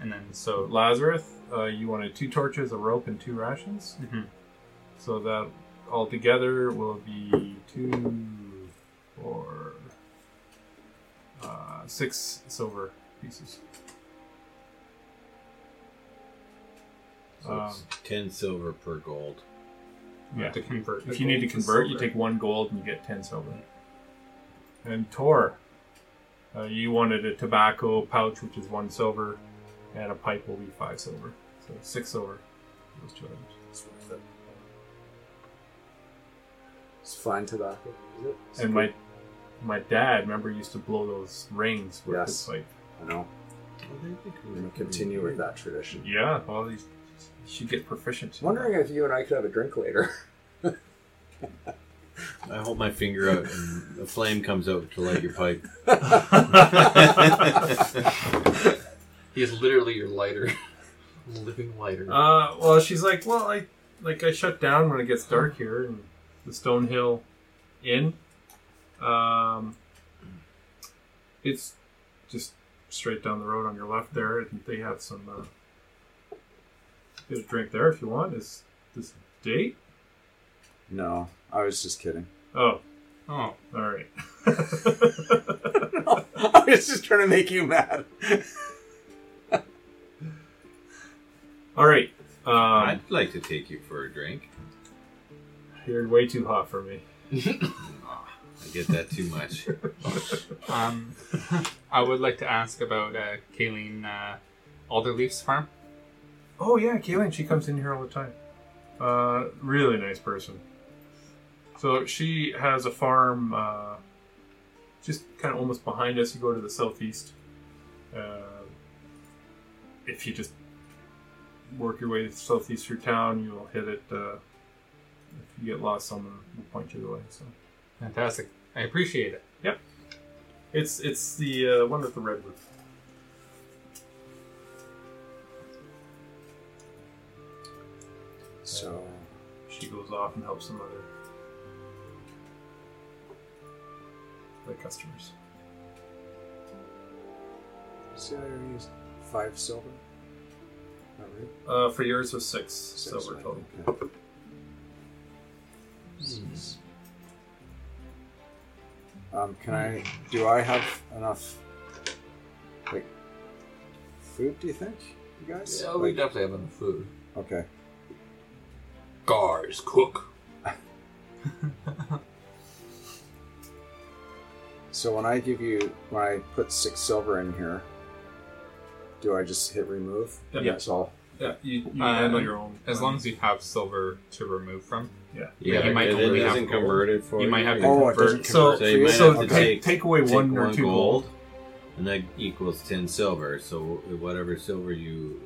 D: And then so
A: So Lazarus, uh, you wanted two torches, a rope, and two rations.
D: Mhm.
A: So that altogether will be two, four, uh, six silver pieces.
C: so it's 10 silver per gold.
D: you have to convert.
A: If you need to convert, you take one gold and you get ten silver. And Tor, uh, you wanted a tobacco pouch, which is one silver, and a pipe will be five silver. So six silver. Those two items.
E: It's worth it. It's fine tobacco. Is it? It's
A: and
E: good.
A: my my dad, remember, used to blow those rings with
E: Yes.
A: his pipe.
E: I know. We're gonna continue with that tradition.
A: Yeah, well, you should get proficient.
E: I'm wondering if you and I could have a drink later.
C: I hold my finger out and a flame comes out to light your pipe.
I: He is literally your lighter. Living lighter.
A: Uh, well, she's like, well, I like I shut down when it gets dark here in the Stonehill Inn. Um, it's just straight down the road on your left there, and they have some uh, get a drink there if you want. Is this date?
E: No, I was just kidding.
A: Oh,
D: Oh,
A: all right.
E: I was just trying to make you mad.
A: all right. Um,
C: I'd like to take you for a drink.
A: you're way too hot for me.
C: I get that too much.
D: um, I would like to ask about uh, Kayleen uh, Alderleaf's farm.
A: Oh yeah, Kaylin, she comes in here all the time. Uh, really nice person. So she has a farm, uh, just kind of almost behind us. You go to the southeast. Uh, if you just work your way southeast through town, you'll hit it. Uh, if you get lost, someone will point you the way. So
D: Fantastic. I appreciate it.
A: it's it's the uh, one with the redwood.
E: So,
A: She goes off and helps some other the customers.
E: see, I used five silver.
A: Uh, for yours was six,
E: Six,
A: silver
E: right,
A: total.
E: okay. Um, can I? Do I have enough? Like food? Do you think, you guys?
I: Yeah, we
E: Like,
I: definitely have enough food.
E: okay.
I: Gars, cook.
E: So when I give you, when I put six silver in here, do I just hit remove?
A: Yeah.
E: And That's all.
A: Yeah, you, you
D: Uh,
A: handle your own.
D: As long as you have silver to remove from,
C: Yeah,
D: you might
C: it
D: only have
C: isn't
D: gold.
C: converted for
D: You might have to
E: Oh, it
D: convert.
E: doesn't
A: So-
C: So
E: convert. for
C: you
E: you?
C: might
A: so
C: have to
A: take,
C: take,
A: take away
C: take
A: one or two gold.
C: and that equals ten silver. So whatever silver you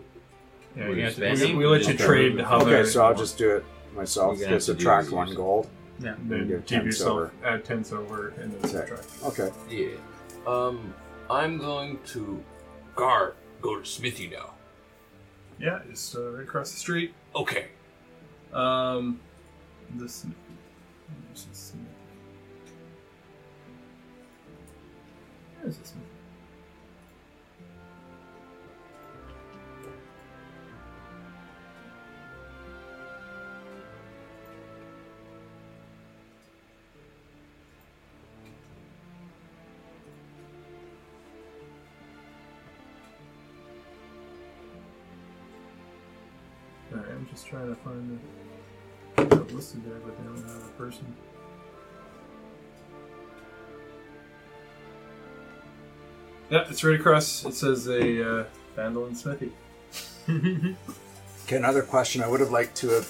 A: Yeah,
C: We're
A: you have to-
C: expanding.
A: we, we let you
C: Okay.
A: trade
C: Okay,
A: how
E: okay,
A: many-
E: so I'll just do it myself.
C: You're gonna
E: Get
C: have to do
E: subtract
C: these
E: one
C: yourself.
E: gold.
D: Yeah.
A: Then
E: Give
A: give,
E: 10
A: yourself
E: silver.
A: add ten silver and then
E: Okay.
A: subtract.
E: Okay.
I: Yeah. Um, I'm going to Gar go to Smithy now.
A: Yeah, it's uh, right across the street.
I: Okay.
A: Um, this. this is- Where is this? Alright, I'm just trying to find the they're listed there, but they don't have a person. Yeah, it's right across. It says a uh, Vandal and Smithy.
E: Okay, another question. I would have liked to have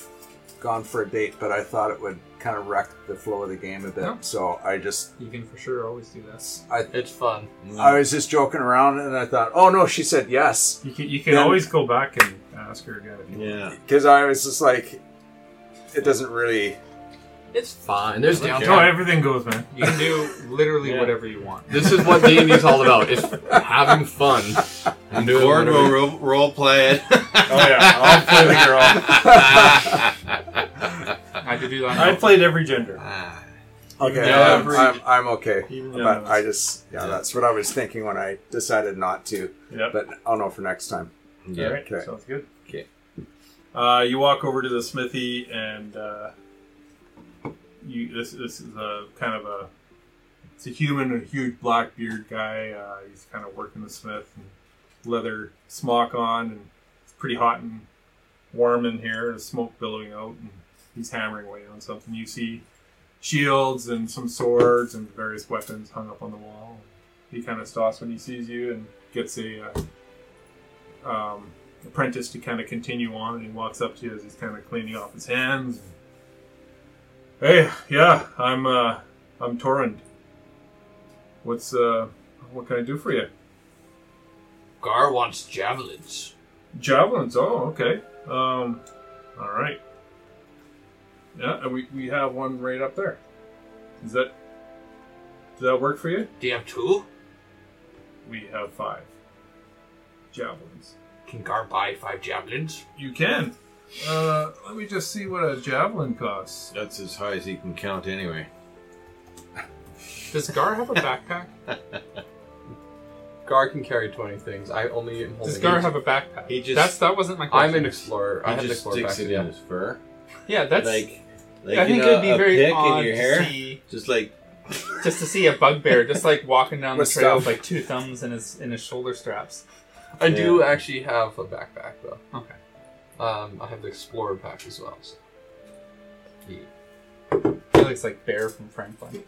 E: gone for a date, but I thought it would kind of wreck the flow of the game a bit.
D: No.
E: So I just,
D: You can for sure always do this.
I: It's fun.
E: I was just joking around, and I thought, oh no, she said yes,
A: You can you can
E: Then-
A: always go back and ask her again. If you
C: yeah.
E: because I was just like, it doesn't really.
I: It's fine. There's
A: want.
I: downtime.
A: No, Oh, everything goes, man.
D: You can do literally whatever you want.
I: This is what D and D's all about. It's having fun. And doing
C: Gord
I: whatever-
C: will role, role play it. oh
E: yeah, I'll play the
D: I had to do that.
A: I played every gender.
C: Ah,
E: Okay,
A: though
E: I'm,
A: every-
E: I'm, I'm okay,
A: Even though
E: but
A: it's-
E: I just, yeah, that's what I was thinking when I decided not to.
A: Yep.
E: But I'll know for next time.
C: yeah.
A: All right,
E: Okay.
A: sounds good.
C: 'Kay.
A: Uh, you walk over to the smithy, and uh, you this this is a kind of a it's a human, a huge black beard guy. Uh, he's kind of working the smith, and leather smock on, and it's pretty hot and warm in here, and smoke billowing out, and he's hammering away on something. You see shields and some swords and various weapons hung up on the wall. He kind of stops when he sees you and gets a. Uh, um, apprentice to kind of continue on, and he walks up to you as he's kind of cleaning off his hands. Hey, yeah, I'm uh, I'm Torrend. What's uh, what can I do for you?
L: Gar wants javelins.
A: Javelins. Oh, okay. Um, all right. Yeah, and we we have one right up there. Is that does that work for you?
L: Do you have two?
A: We have five javelins.
L: Can Gar buy five javelins?
A: You can. Uh, let me just see what a javelin costs.
C: That's as high as he can count anyway.
D: Does Gar have a backpack?
I: Gar can carry twenty things. I only am holding.
D: Does Gar
I: eight.
D: have a backpack?
C: He just-
D: that's that wasn't my question.
I: I'm an explorer. I
C: He
I: have
C: just
I: explorer
C: sticks
I: back
C: it in his fur.
D: yeah, that's.
C: like, like
D: I
C: you
D: think
C: know,
D: it'd be
C: a
D: very
C: pick
D: odd
C: in your hair.
D: to see
C: Just like
D: just to see a bugbear just like walking down the
E: With
D: trail
E: stuff.
D: with like two thumbs in his in his shoulder straps.
I: I do actually have a backpack though.
D: Okay.
I: Um, I have the explorer pack as well. So.
D: He looks like Bear from Franklin.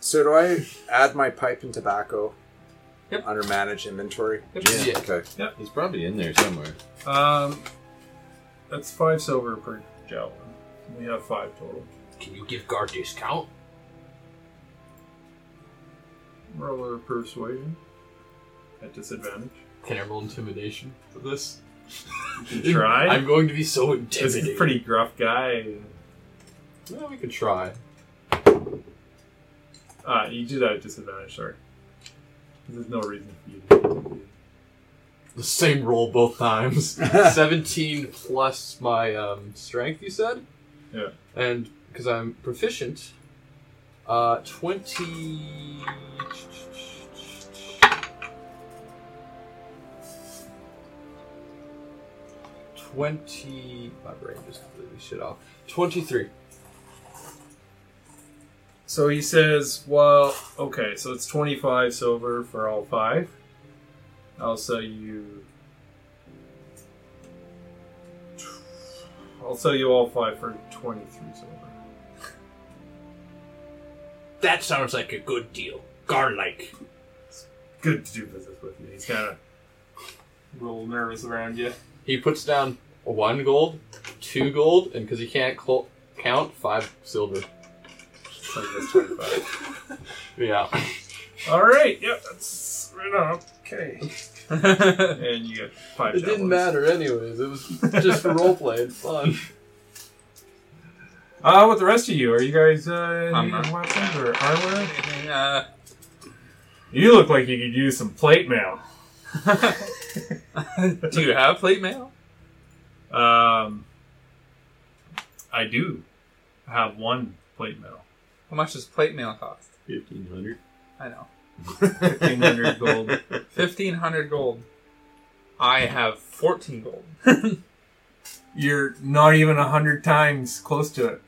E: So do I add my pipe and tobacco
D: Yep.
E: under manage inventory?
C: Yeah.
I: Yeah.
E: Okay.
C: he's probably in there somewhere.
A: Um, that's five silver per javelin. We have five total.
L: Can you give Gar discount?
A: Roll a persuasion at disadvantage.
I: Can I roll intimidation for this?
A: You can try.
I: I'm going to be so
A: this is a
I: intimidated.
A: pretty gruff guy.
I: Well, we could try.
A: Uh, you do that at disadvantage. Sorry. There's no reason for you to.
I: The same roll both times. 17 plus my um, strength, you said?
A: Yeah.
I: And because I'm proficient, uh, 20.
H: Twenty. My brain just completely shit off. Twenty-three.
A: So he says, well, okay, so it's 25 silver for all five. I'll sell you. I'll sell you all five for 23 silver.
G: That sounds like a good deal. Gar-like.
A: Good to do business with me. He's kind of a little nervous around you.
H: He puts down one gold, two gold, and because he can't cl- count, five silver.
A: So he gets 25.
H: Yeah.
A: all right, yep, that's right on. Okay. and you get five
H: It didn't
A: javelins.
H: matter anyways. It was just for roleplay and fun.
A: Uh, with the rest of you, are you guys uh,
D: I'm
A: needing
D: not.
A: weapons or armor?
D: Uh,
A: You look like you could use some plate mail.
D: do you have plate mail?
A: Um, I do have one plate mail.
D: How much does plate mail cost?
C: Fifteen hundred.
D: I know.
A: 1500 gold.
D: 1500 gold. I have 14 gold.
A: You're not even a hundred times close to it.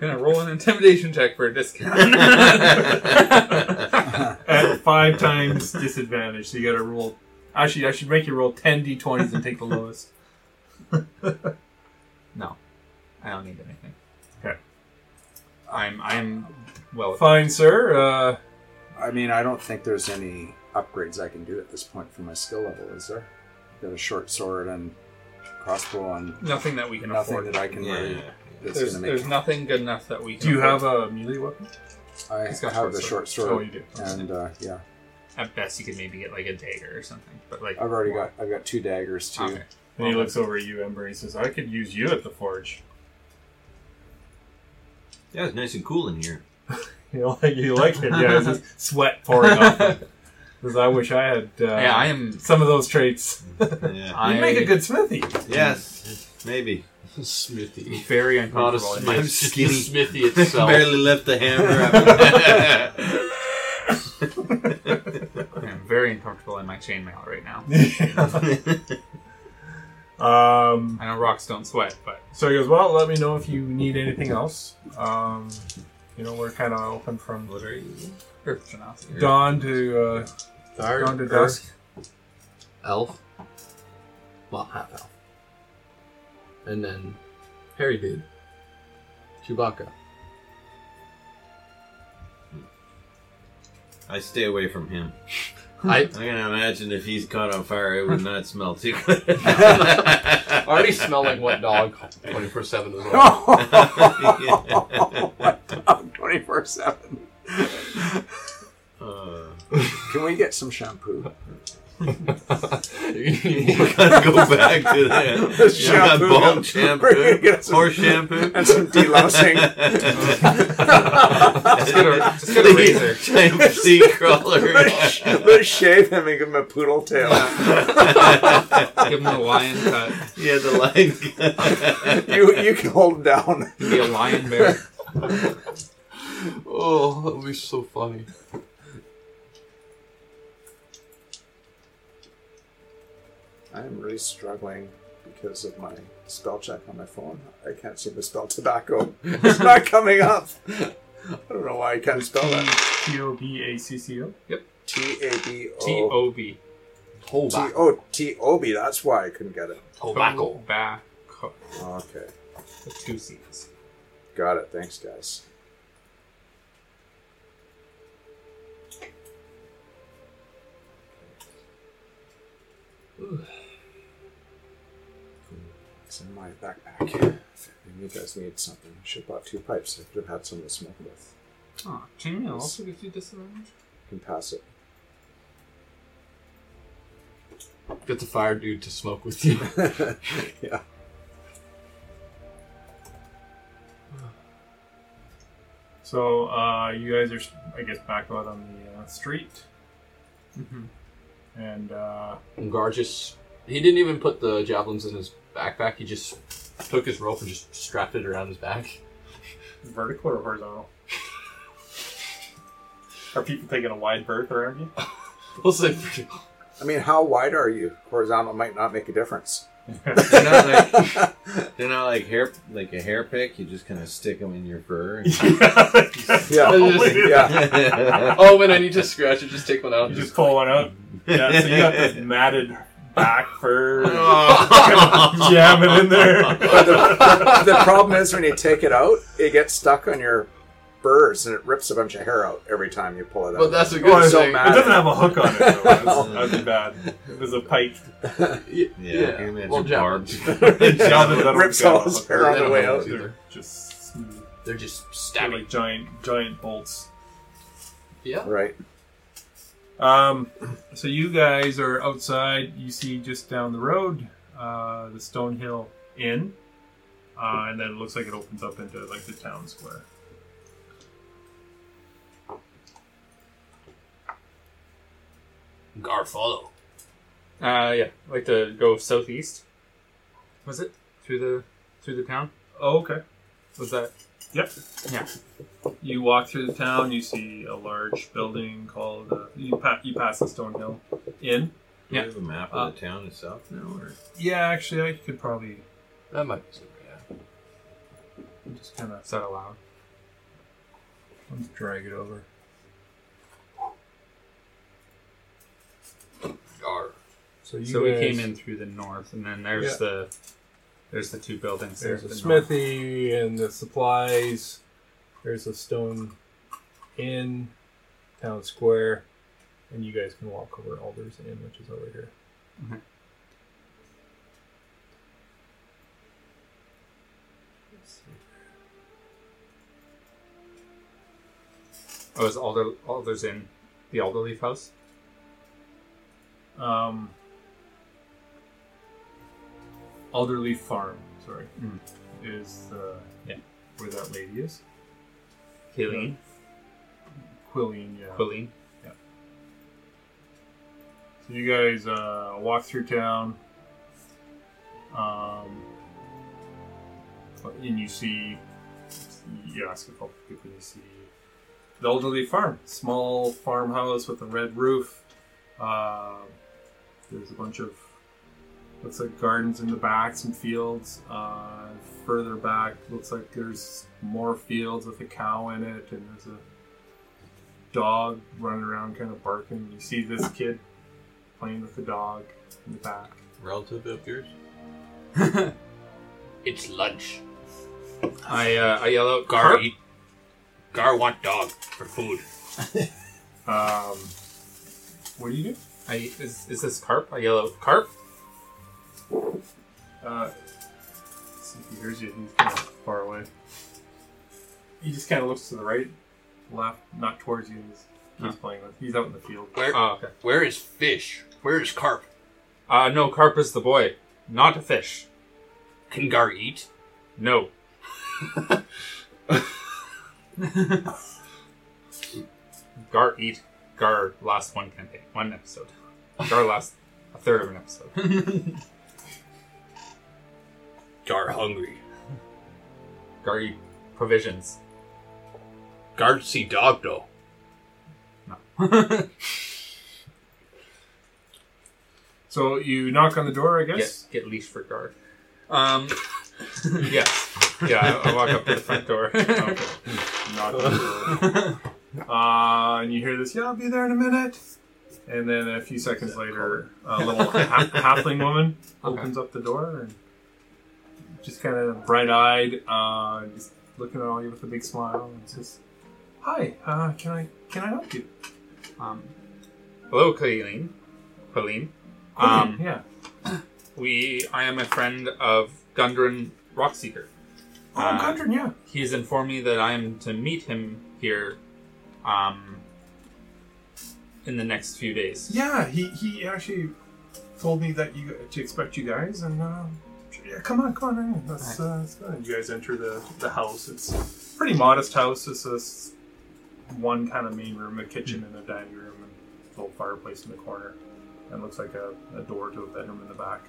D: Gonna roll an intimidation check for a discount.
A: At five times disadvantage, so you gotta roll. Actually, I should make you roll 10 d20s and take the lowest.
D: no, I don't need anything.
A: Okay.
D: I'm I'm well.
A: Fine, sir. Uh,
E: I mean, I don't think there's any upgrades I can do at this point for my skill level, is there? Got a short sword and crossbow and
D: Nothing that we can
E: nothing
D: afford.
E: that I can really. That's
D: there's,
E: gonna
D: there's
E: make.
D: nothing good enough that we. Can
A: do you
D: afford.
A: have a melee weapon?
E: I
D: He's got
E: have
D: short
E: the short
D: sword.
E: sword,
A: Oh, you do.
E: and uh, yeah,
D: At best, you could maybe get like a dagger or something, but like
E: I've already got I've got two daggers too.
D: Okay.
A: And he looks over at you, Ember, and he says, I could use you at the forge.
C: Yeah, it's nice and cool in here.
A: You know, like, you like it. Yeah, it's just sweat pouring off. Because I wish I had uh,
D: yeah, I am.
A: some of those traits.
C: Yeah.
D: I
A: You make a good smithy.
C: yes, maybe.
H: Smithy.
D: very
H: Not a
D: uncomfortable. in
H: smith.
D: this.
H: Just the
C: skinny.
H: smithy itself.
C: Barely left the hammer.
D: I'm very uncomfortable in my chainmail right now.
A: um,
D: I know rocks don't sweat, but
A: so he goes, Well, let me know if you need anything else. Um, you know, we're kind of open from
D: what are you? Earth's enough.
A: dawn to uh, dawn to dusk.
H: elf. Well, half elf. And then Harry dude. Chewbacca.
C: I stay away from him.
A: Hmm.
H: I
C: I can imagine if he's caught on fire, it would not smell too good.
H: already smell like wet dog twenty four seven as well.
E: Oh, twenty four seven.
C: Uh,
E: Can we get some shampoo?
H: You
C: you
H: need more.
C: gotta go back to that. You got
E: Shampoo.
C: bald
E: We're gonna
C: shampoo,
E: get some-
C: horse shampoo.
E: and some delousing.
D: Just get a, just get a razor.
C: Giant sea crawler.
E: Let's shave him and give him a poodle tail.
D: Give him a lion cut.
C: yeah, the line.
E: You you can hold him down.
D: Be a lion bear.
H: Oh, that would be so funny.
E: I'm really struggling because of my spell check on my phone. I can't seem to spell tobacco. It's not coming up. I don't know why I can't spell that.
A: T O B A C C O.
E: T A B
D: T
E: O
D: O B.
E: T O T O B. That's why I couldn't get it.
A: Oh.
H: Tobacco.
D: Tobacco.
E: Okay,
D: With two C's.
E: got it. Thanks, guys. It's in my backpack. If You guys need something. I should have bought two pipes. I could have had some to smoke with.
D: Oh, chainmail also gives you disadvantage.
E: Can pass it.
H: Get the fire dude to smoke with you.
E: yeah.
A: So uh, you guys are, I guess, back out on the uh, street.
D: Mm-hmm.
A: And uh,
H: And Gar just he didn't even put the javelins in his backpack, he just took his rope and just strapped it around his back.
A: vertical or horizontal? Are people taking a wide berth around you?
H: We'll say
E: I mean, how wide are you? Horizontal might not make a difference.
C: They're not like they're not like hair like a hair pick. You just kind of stick them in your fur.
E: Yeah. yeah.
C: yeah.
H: oh, when I need to scratch it, just take one out.
A: You
H: and
A: just pull one out. Yeah, so you got this matted back fur
D: Oh,
A: jamming in there.
E: But the, the problem is when you take it out, it gets stuck on your burrs and it rips a bunch of hair out every time you pull it out.
H: But that's a
A: Oh,
H: good
A: it's
E: so
H: thing.
E: mad.
A: It doesn't have a hook on it, though. That's- That'd be bad. It was a pike.
H: Yeah,
C: Yeah, can you imagine
H: Well,
C: barbs?
H: Japanese.
A: jabbing that
E: rips
A: old
E: all
A: guy
E: his
A: off.
E: hair on
H: They
E: the
H: don't
E: way
H: have
E: out.
H: those either.
A: They're just smooth.
H: They're just
A: They're
H: stabbing.
A: like giant, giant bolts.
H: Yeah.
E: Right.
A: Um, so you guys are outside. You see just down the road uh, the Stonehill Inn, uh, and then it looks like it opens up into like the town square.
G: Gar follow.
D: Uh, yeah, I'd like to go southeast. Was it through the through the town?
A: Oh, okay.
D: Was that
A: Yep.
D: Yeah.
A: You walk through the town. You see a large building called. Uh, you, pa- you pass the Stonehill Inn.
C: Do you have a map
A: Uh,
C: of the town itself now, or
A: Yeah, actually, I could probably
H: That might be something, yeah.
A: just kind of
D: said aloud?
A: drag it over.
H: Gar.
F: So, you
D: So we
F: guys-
D: came in through the north, and then there's
F: Yeah.
D: the there's the two buildings.
F: There's a
D: the north.
F: smithy and the supplies. There's a stone inn, town square, and you guys can walk over Alders Inn, which is over here.
D: Oh, is Alder Alder's in the Alderleaf house?
A: Um, Alderley Farm, sorry,
D: Mm.
A: is the
D: Yeah.
A: where that lady is.
D: Kayleen,
A: Quillian, yeah.
D: Quilleen.
A: So you guys uh, walk through town, um, and you see, you ask a couple people, you see the elderly farm, small farmhouse with a red roof. Uh, there's a bunch of looks like gardens in the back, some fields. Uh, further back, looks like there's more fields with a cow in it, and there's a dog running around, kind of barking. You see this kid playing with the dog in the back.
C: relative of yours?
G: It's lunch.
D: I uh, I yell out
G: Gar
D: Gar.
G: eat. Gar want dog for food.
A: Um, what do you do?
D: I, is, is this carp? I yell out carp.
A: Uh, see if he hears you. He's kind of far away. He just kind of looks to the right, left, not towards you. He's, he's playing with. He's out in the field.
G: Where
D: Oh, okay.
G: where is fish? Where is carp?
D: Uh, no, carp is the boy, not a fish.
G: Can Gar eat?
D: No. Gar eat Gar last one campaign, one episode. Gar last a third of an episode.
G: Gar hungry.
D: Gar eat provisions.
G: Gar see dog though.
A: So you knock on the door, I
D: Get
A: guess.
D: get leash for Gar. Um. yes. Yeah. I, I walk up to the front door.
A: Okay. knock on the door. Uh, and you hear this, yeah, I'll be there in a minute. And then a few seconds later, a little ha- halfling woman
D: Okay.
A: opens up the door and just kind of bright eyed, uh, just looking at all you with a big smile and says, "Hi, uh, can I can I help you?"
D: Um. Hello, Colleen. Colleen. Um.
A: yeah,
D: We. I am a friend of Gundren Rockseeker.
A: oh,
D: uh,
A: Gundren, yeah,
D: He's informed me that I am to meet him here, um, in the next few days.
A: yeah. He he actually told me that you to expect you guys and. Uh, yeah, come on, come on, in. Let's, uh, let's go. And you guys enter the, the house. It's a pretty modest house. It's this one kind of main room, a kitchen and a dining room, and a little fireplace in the corner. And looks like a, a door to a bedroom in the back.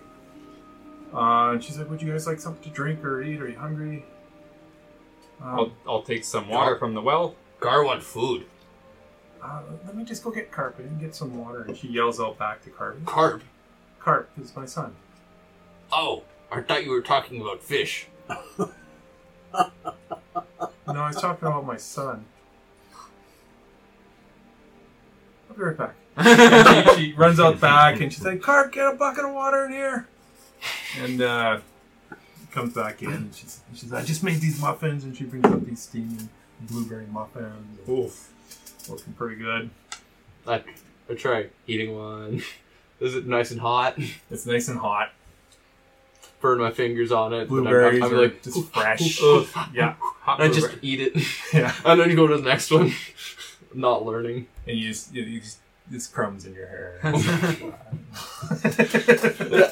A: Uh, and she's like, Would you guys like something to drink or eat? Are you hungry?
D: I'll,
A: Um,
D: I'll take some water from the well.
G: Gar want food.
A: uh, let me just go get Carp. I didn't get some water. And she yells out back to Carp.
G: Carp.
A: Carp is my son.
G: Oh, I thought you were talking about fish.
A: No, I was talking about my son. I'll be right back. And she, she runs out back and she's like, Carp, get a bucket of water in here. And uh, comes back in. She's, she's like, I just made these muffins. And she brings up these steaming blueberry muffins. Oof. Looking pretty good.
H: I, I try eating one. Is it nice and hot?
A: It's nice and hot.
H: Burn my fingers on it. but I'm-
A: Blueberries
H: I'm,
A: are
H: like,
A: just fresh. yeah.
D: Hot
H: I
D: I
H: just eat it.
A: Yeah.
H: and then go to the next one. Not learning.
A: And you just, you, you just, it's crumbs in your
H: It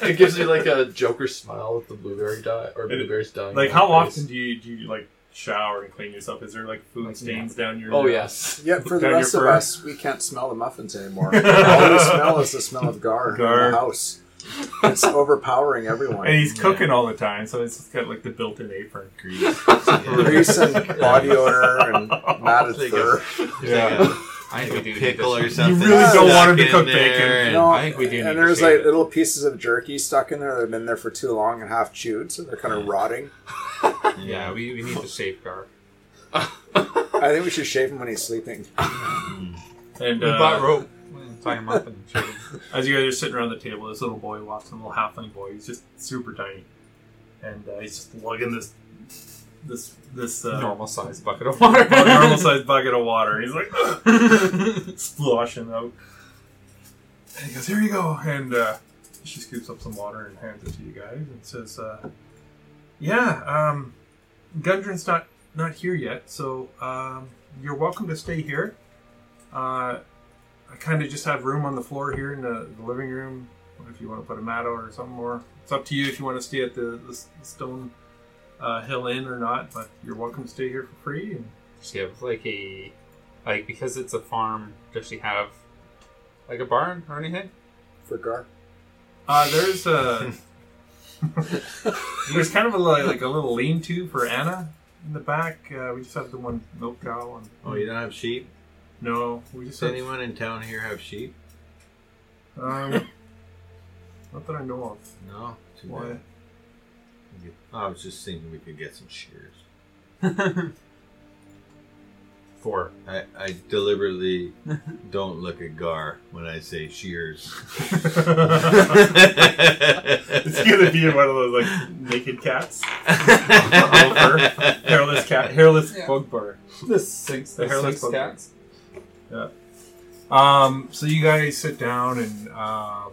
A: hair.
H: gives you like a Joker smile with the blueberry dye or blueberries dying.
A: like,
H: on
A: how
H: your
A: often
H: face.
A: do you, do you, like, shower and clean yourself? Is there, like, food stains down your
H: Oh yes.
E: Yeah, for the
A: Down your
E: rest of
A: fur.
E: us, we can't smell the muffins anymore. All we smell is the smell of gar, in
A: Gar.
E: the house. It's overpowering
A: And
E: everyone.
A: he's cooking all the time, so it's just got like the built-in apron grease.
E: Grease and body odor and matted
C: Think
E: fur.
A: yeah,
D: think we do need
C: pickle
D: this.
C: or something.
A: really
E: don't
A: want him to
C: stuck in
A: cook
C: there,
A: bacon.
C: and-
E: No,
D: I think we do need
E: and
D: to
E: there's
D: shave
E: like
D: it.
E: little pieces of jerky stuck in there that have been there for too long and half chewed, so they're kind of rotting.
D: Yeah, we, we need to shave Gar.
E: I think we should shave him when he's sleeping.
A: and
D: We bought
A: uh,
D: rope. Tie him up and shave him.
A: as you guys are sitting around the table, this little boy walks in, little halfling boy. He's just super tiny, and uh, he's just lugging this this this uh,
D: normal size bucket of water.
A: normal sized bucket of water. He's like splashing out. And he goes, "Here you go," and uh, she scoops up some water and hands it to you guys and says, uh, "Yeah, um, Gundren's not not here yet, so um, you're welcome to stay here. Uh, I kind of just have room on the floor here in the, the living room. If you want to put a mat out or something more, it's up to you if you want to stay at the, the s- Stone uh, Hill Inn or not. But you're welcome to stay here for free." And
D: Does she have like a like because it's a farm? Does she have like a barn or anything?
E: For gar.
A: Uh, there's a there's kind of a li- like a little lean-to for Anna in the back. Uh, we just have the one milk cow. And,
C: Oh, you don't have sheep?
A: No, we just
C: Does
A: have,
C: anyone in town here have sheep?
A: um, not that I know of.
C: No. Too
A: Why?
C: bad. You- I was just thinking we could get some shears.
D: Four.
C: I, I deliberately don't look at Gar when I say shears.
A: It's gonna be one of those like naked cats, Over. hairless cat, hairless bugbear.
D: This sinks
A: the hairless
D: sinks
A: bugbear.
D: cats.
A: Um, so you guys sit down, and um,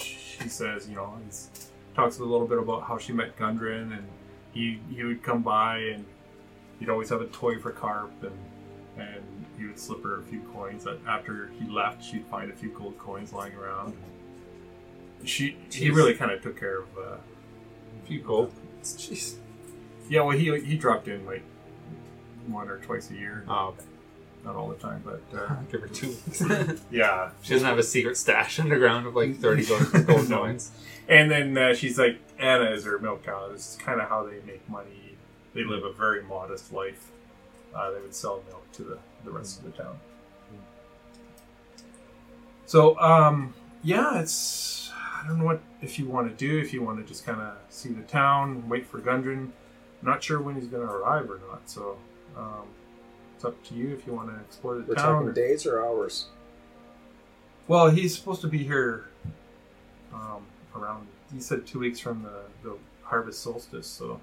A: she says, you know, he's, talks a little bit about how she met Gundren, and he he would come by, and he'd always have a toy for Carp, and and he would slip her a few coins. That after he left, she'd find a few gold coins lying around. She he
D: Jeez.
A: really kind of took care of. Uh,
D: A few gold. Jeez.
A: yeah, well, he he dropped in like one or twice a year,
D: Oh, okay.
A: not all the time, but uh,
D: give her two.
A: yeah.
D: she doesn't have a secret stash underground of like thirty gold, gold
A: No.
D: coins.
A: And then uh, she's like, Anna is her milk cow. This is kind of how they make money. They live a very modest life. Uh, they would sell milk to the, the rest of the town. So, um, yeah, it's. I don't know what if you want to do. If you want to just kind of see the town, wait for Gundren. Not sure when he's going to arrive or not. So, um, it's up to you if you want to explore the
E: We're
A: town.
E: talking
A: or-
E: days or hours?
A: well, he's supposed to be here um, around. He said two weeks from the, the harvest solstice, so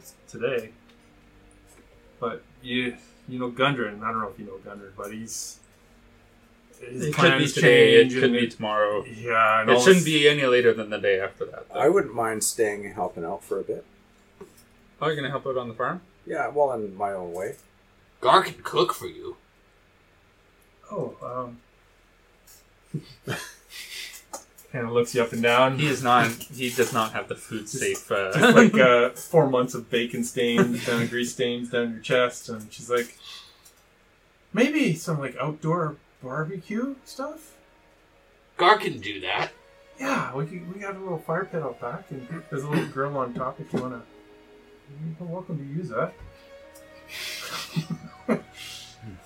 A: it's today. But you you know Gundren. I don't know if you know Gundren, but he's his
D: It could be
A: plans
D: today. It
A: change
D: could
A: and
D: be tomorrow.
A: yeah. And all
D: It shouldn't
A: this-
D: be any later than the day after that. though.
E: I wouldn't mind staying and helping out for a bit.
D: Oh, you're gonna help out on the farm?
E: Yeah, well, in my own way.
G: Gar can cook for you.
A: Oh, um, kind of looks you up and down.
D: He is not. He does not have the food safe. Uh,
A: Just like uh, four months of bacon stains down grease stains down your chest and she's like maybe some like outdoor barbecue stuff
G: Gar can do that.
A: yeah we could, we got a little fire pit out back and there's a little grill on top if you want to you're welcome to use that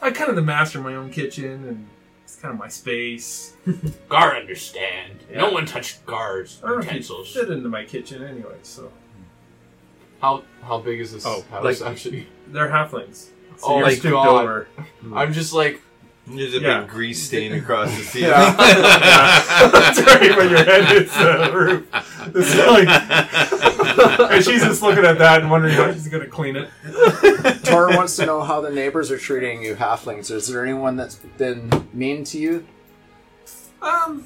A: i kind of the master of my own kitchen and it's kind of my space.
G: Gar understand.
A: Yeah.
G: No one touched Gar's
A: I don't know if
G: utensils.
A: fit into my kitchen anyway, so.
H: How how big is this
A: Oh,
H: house
A: like-
H: actually?
A: They're halflings. So
H: Oh
A: you're
H: my
A: stooped
H: God.
A: over.
H: I'm just like
C: There's a
A: Yeah.
C: big grease stain across the ceiling.
E: Yeah.
A: Sorry when your head hits the roof. It's like, and she's just looking at that and wondering how she's gonna clean it.
E: Tor wants to know how the neighbors are treating you, halflings. Is there anyone that's been mean to you?
A: Um,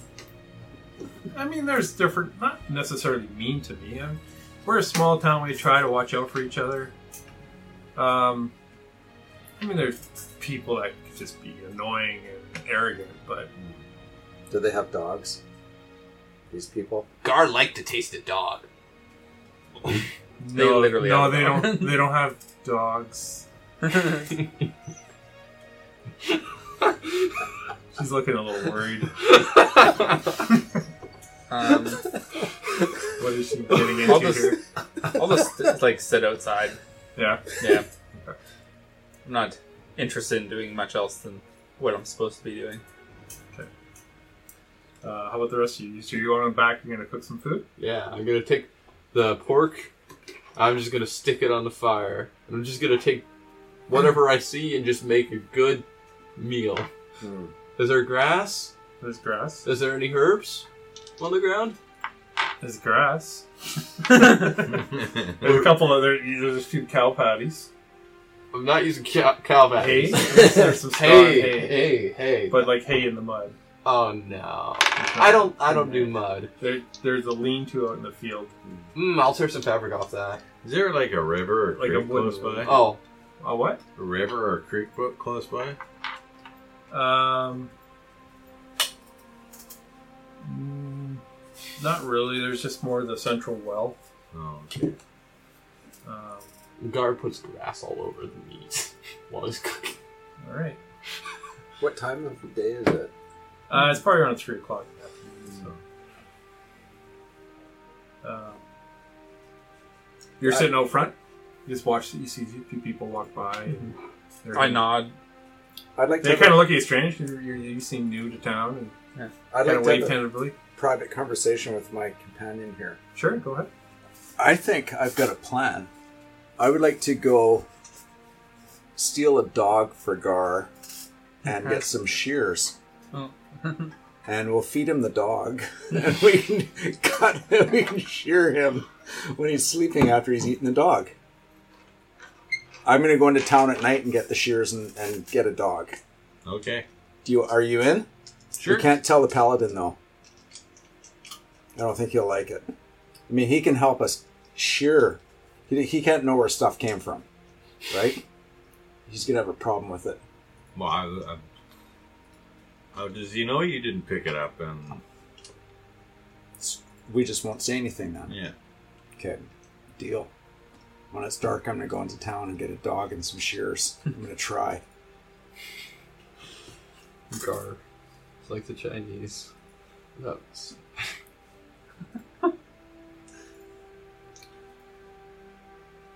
A: I mean, there's different, not necessarily mean to me. Um we're a small town. We try to watch out for each other. Um, I mean, there's people that could just be annoying and arrogant, but
E: Do they have dogs? These people.
G: Gar liked to taste a dog.
A: they no, literally no, they don't. They don't have dogs. She's looking a little worried.
D: Um,
A: What is she getting
D: I'll
A: into
D: just-
A: here?
D: I'll just like sit outside.
A: Yeah.
D: Yeah. I'm not interested in doing much else than what I'm supposed to be doing.
A: Uh, how about the rest of you? So you want them back? You're gonna cook some food?
H: yeah. I'm gonna take the pork. I'm just gonna stick it on the fire. And I'm just gonna take whatever I see and just make a good meal.
E: Hmm.
H: Is there grass?
A: There's grass.
H: Is there any herbs on the ground?
A: There's grass. there's a couple other. There's a few cow patties.
H: I'm not using cow, cow
A: Hay.
H: patties.
A: There's some straw
H: hey,
A: and
H: hey,
A: hay,
H: hey,
A: but like hay in the mud.
H: oh no, I don't, I don't do mud.
A: There, there's a lean-to out in the field,
H: Mm, I'll tear some fabric off that.
C: Is there like a river or
A: like a
C: creek
A: wooden
C: close by?
H: Oh,
A: A what?
C: A river or a creek bo- close by?
A: Um. mm, Not really. There's just more of the central well.
C: Oh, okay.
A: Um,
H: Gar puts grass all over the meat while he's cooking.
A: all right.
E: What time of the day is it?
A: Uh, it's probably around three o'clock in the afternoon. So, um, you're
E: I-
A: sitting out front. You just watch. You see a few people walk by. And
E: Mm-hmm.
A: they're-
D: I nod.
E: I'd like to.
A: They kind of look at you strange. You're, you're, you seem new to town and kind
E: I'd like
A: of
E: to
A: wave
E: have a
A: tentatively.
E: private conversation with my companion here.
A: Sure, go ahead.
E: I think I've got a plan. I would like to go steal a dog for Gar and get some shears.
D: Oh.
E: and we'll feed him the dog. and we can cut him, we can shear him when he's sleeping after he's eaten the dog. I'm going to go into town at night and get the shears and, and get a dog.
C: Okay.
E: Do you are you in?
D: Sure.
E: You can't tell the paladin though. I don't think he'll like it. I mean, he can help us. Sure, he, he can't know where stuff came from, right? He's gonna have a problem with it.
C: Well, I, I, how does he know you didn't pick it up? And
E: We just won't say anything then.
C: yeah,
E: Okay, deal. When it's dark, I'm gonna go into town and get a dog and some shears. I'm gonna try.
H: Gar. It's like the Chinese. That's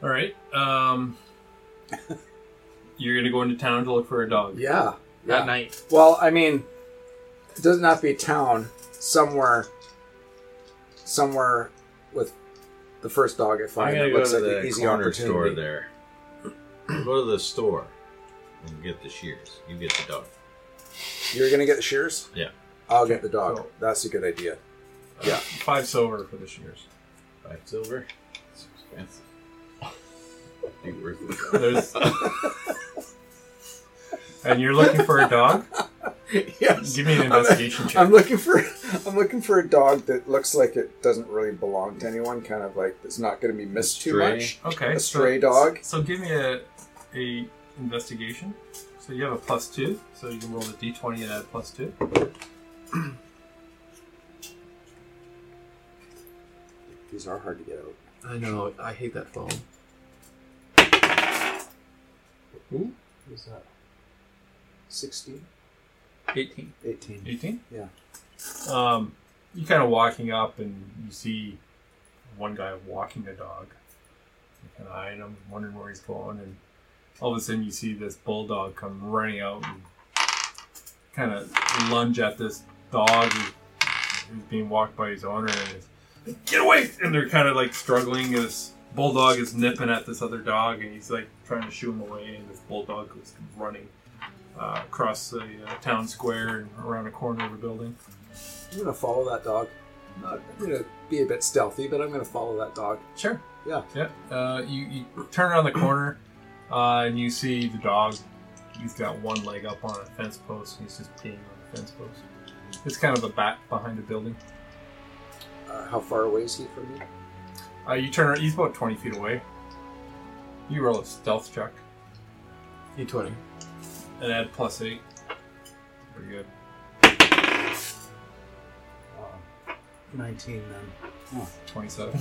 A: All right. Um, you're gonna go into town to look for a dog.
E: Yeah.
D: That night.
E: Well, I mean, it doesn't have to be a town. Somewhere, somewhere with the first dog I
C: I'm
E: find
C: gonna
E: that
C: go
E: looks
C: to
E: like an
C: the
E: easy
C: corner
E: opportunity.
C: store there. go to the store and get the shears. You get the dog.
E: You're gonna get the shears.
C: Yeah.
E: I'll get the dog.
A: Cool.
E: That's a good idea.
A: Five silver for the shears.
C: Five silver. It's expensive. Ain't worth it.
A: There's. and you're looking for a dog.
E: yes.
A: Give me an investigation check.
E: I'm looking for I'm looking for a dog that looks like it doesn't really belong to anyone. Kind of like it's not gonna be missed too
C: Stray.
E: much.
A: Okay.
E: A
A: so-
E: stray dog.
A: So give me a a investigation. So you have a plus two, so you can roll the d20 and add plus two.
E: These are hard to get out.
H: I know, I hate that phone.
E: What's that? 16?
D: 18.
E: 18.
A: 18.
E: Yeah.
A: Um, you kind of walking up and you see one guy walking a dog. You kind of eyeing him, wondering where he's going, and all of a sudden you see this bulldog come running out and kind of lunge at this dog who- who's being walked by his owner and is, get away! And they're kind of like struggling. And this bulldog is nipping at this other dog and he's like trying to shoo him away. And this bulldog goes running uh, across the uh, town square and around a corner of a building.
E: I'm gonna follow that dog. Not- I'm gonna be a bit stealthy, but I'm gonna follow that dog.
A: Sure.
E: Yeah.
A: Yeah. Uh, you, you turn around the corner, uh, and you see the dog. He's got one leg up on a fence post, and he's just peeing on the fence post. It's kind of a back behind a building.
E: Uh, how far away is he from me?
A: Uh, you turn. around- He's about twenty feet away. You roll a stealth check
E: E twenty.
A: and add plus eight. Pretty good.
M: 19 then.
A: Twenty-seven.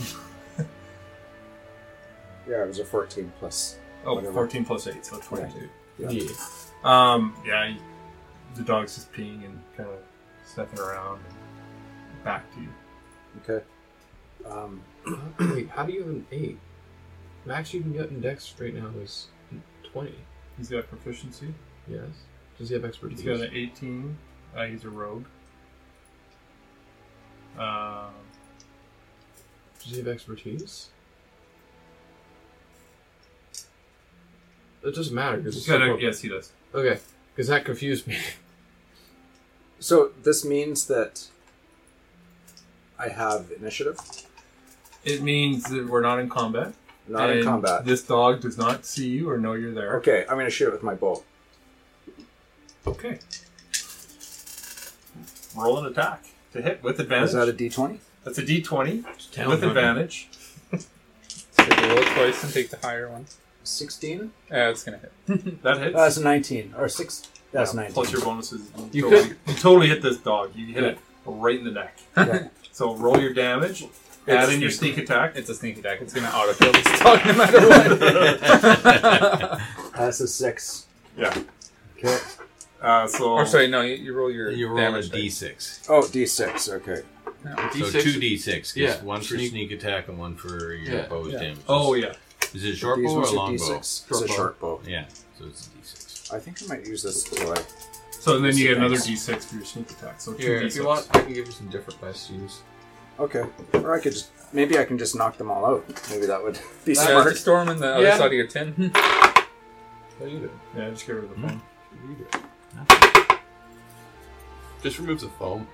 E: Yeah, it was a fourteen plus.
A: Oh,
E: Whatever.
A: 14 plus eight, so twenty-two.
E: Yeah.
A: Um. Yeah. he- the dog's just peeing and kind of stepping around. And back to you.
E: Okay. Um,
H: Wait, how do you have an eight? Max you can get in Dex right now is twenty.
A: He's got proficiency.
H: Yes. Does he have
A: He's
H: expertise?
A: got an 18. Uh, he's a rogue. Um,
H: Does he have expertise? It doesn't matter because
A: he's
H: it's
A: got
H: still
A: a,
H: broken.
A: yes, he does.
H: Okay, because that confused me.
E: so this means that I have initiative,
A: It means that we're not in combat.
E: not in
A: and
E: combat.
A: This dog does not see you or know you're there.
E: okay, I'm gonna shoot it with my bow.
A: Okay. Roll an attack to hit with advantage.
E: Is that a D twenty?
A: That's a D20
G: Town
A: with
G: hunting.
A: advantage.
D: So you roll twice and take the higher one.
E: Sixteen.
D: Uh, it's gonna hit.
A: That hits.
M: That's 19. Or 6. That's
A: Yeah,
M: 19.
A: Plus your bonuses.
H: You
A: You, totally, you totally hit this dog. You hit it right in the neck.
E: Yeah.
A: so roll your damage. add in your sneak attack.
D: It's a sneak attack. It's gonna auto kill this dog no matter what.
M: That's a 6.
E: Okay.
A: Uh, so
D: or sorry, no, you, you roll your
G: You roll a
D: damage. dice.
G: d6.
E: Oh, D six. Okay.
G: So
H: D6
G: two d6.
H: Yeah.
G: Yeah. One for
H: Sneak-
G: sneak, attack and one for your
H: Yeah,
G: bow's
A: yeah.
G: damage.
A: Oh yeah.
G: Is it a short bow
E: These
G: or
E: ones
G: a
E: are
G: long
E: D6.
G: bow?
E: It's a
H: bow.
E: short bow.
G: Yeah. So it's a d6.
E: I think I might use this till I
A: So then you get another d6 for your sneak attack. So two
H: Here,
A: d6.
H: if you want, I can give you some different dice to use.
E: Okay. Or I could just maybe I can just knock them all out. Maybe that would be
D: Uh,
E: smart.
D: just throw 'em in the
H: Yeah.
D: other side of your tin.
H: How you doing?
A: Yeah, just get rid of the phone.
H: Just remove the foam.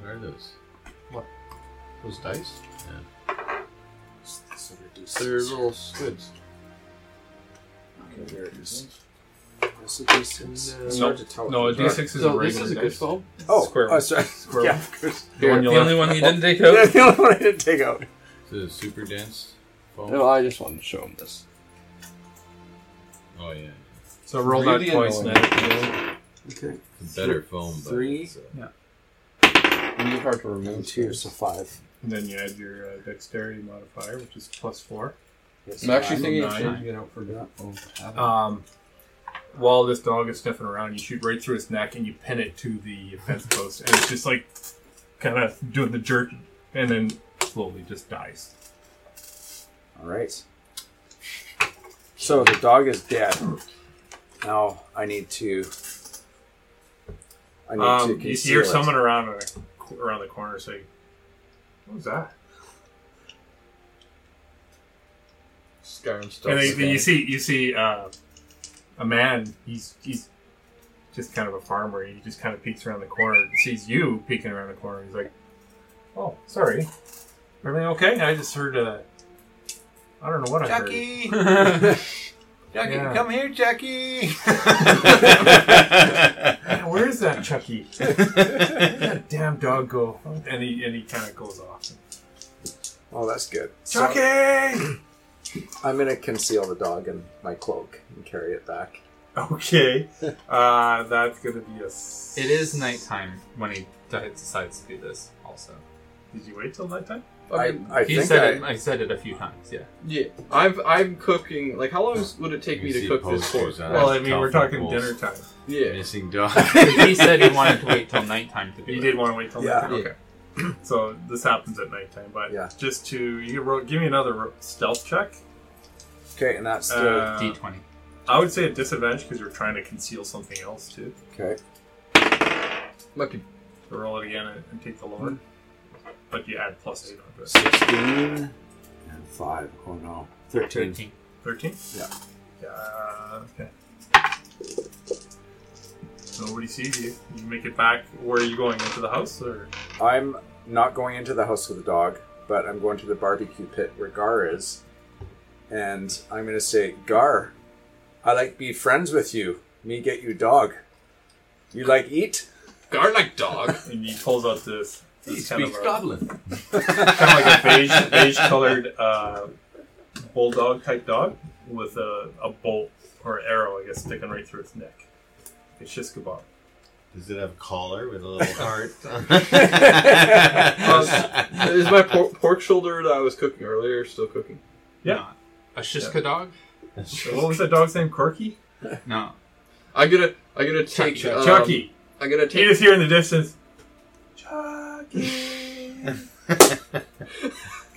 G: What are those?
H: Those dice.
E: So we do
H: They're
E: six.
H: little squids.
E: Okay, here it is. That's a D6. It's hard to tell.
A: No, a d6 is a
H: So this
A: regular
H: is a good
A: dice.
H: foam.
E: Oh,
D: Square
E: oh,
D: one.
E: sorry.
A: Square
E: yeah,
A: one.
E: of course.
A: The one you
D: the only
A: left.
D: one you didn't take
E: Yeah,
D: out.
E: the only one I didn't take out.
G: It's a super dense foam.
I: No, I just wanted to show him this.
G: Oh yeah.
A: So roll that
I: Really
A: twice
I: annoying.
A: now.
E: Okay.
G: It's a better foam, but
E: Three.
G: it's, uh,
I: It's hard to remove.
E: Two, so five.
A: And then you add your uh, dexterity modifier, which is plus four.
E: Yes,
I: I'm actually
E: nine.
I: thinking of
A: nine.
I: changing it out for that. Oh, have it.
A: Um, while this dog is sniffing around, you shoot right through its neck and you pin it to the fence post, and it's just like kind of doing the jerk, and then slowly just dies.
E: All right. So the dog is dead. Now I need to. I need to
A: Um, you
E: conceal
A: hear
E: it.
A: someone around the- around the corner say, "What was that?"
H: Skyrim stuff.
A: And then, then you see you see uh, a man. He's he's just kind of a farmer. He just kind of peeks around the corner, sees you peeking around the corner. He's like, "Oh, sorry, everything okay?" I just heard a. I don't know what
C: Jackie!
A: I heard.
C: Jackie,
A: Yeah.
C: come here, Jackie!
A: Yeah, where is that Chucky? Where did that damn dog go? And he and he kind of goes off.
E: Oh, that's good. So
A: Chucky!
E: I'm gonna conceal the dog in my cloak and carry it back.
A: Okay, uh, that's gonna be a. s-
D: It is nighttime when he d- decides to do this. Also,
A: Did you wait till nighttime?
E: I, I
D: he
E: think
D: said
E: I,
D: it. I said it a few times. Yeah.
H: Yeah, I've I'm cooking. Like, how long would it take
G: You
H: me
G: see
H: to cook this
G: posters
H: for?
G: on
A: Well, I
G: it.
A: mean, we're
G: Tough
A: talking
G: apples.
A: dinner time.
H: Yeah,
G: Missing dog.
D: he said he wanted to wait till nighttime to do
A: You
D: it.
A: did want to wait till
E: Yeah.
A: nighttime. Okay. so this happens at nighttime, but
E: Yeah.
A: just to you wrote, give me another ro- stealth check.
E: Okay, and that's the
A: Uh,
D: D twenty.
A: I would say a disadvantage because you're trying to conceal something else too.
E: Okay.
I: Lucky.
A: So roll it again and, and take the lower. But you add plus eight onto it.
E: 16 and 5. Oh no. 13.
A: Thirteen.
E: Yeah.
A: Yeah. Okay. Nobody sees you. You make it back. Where are you going into the house or?
E: I'm not going into the house with the dog, but I'm going to the barbecue pit where Gar is. And I'm going to say, Gar, I like be friends with you. Me get you dog. You like eat?
H: Gar like dog.
A: And he pulls out this. this
G: He
A: kind of
G: speaks
A: a-
G: goblin.
A: kind of like a beige beige colored uh, bulldog type dog with a, a bolt or arrow, I guess, sticking right through its neck. It's shish kebab.
C: Does it have a collar with a little heart?
H: Uh, is my por- pork shoulder that I was cooking earlier still cooking?
A: Yeah.
D: A Shishka dog?
A: So what was that dog's name? Corky?
D: No.
H: I'm gonna I'm gonna take
D: Chucky.
H: um,
A: Chucky.
H: I'm gonna
A: He
H: take
A: is here in the distance.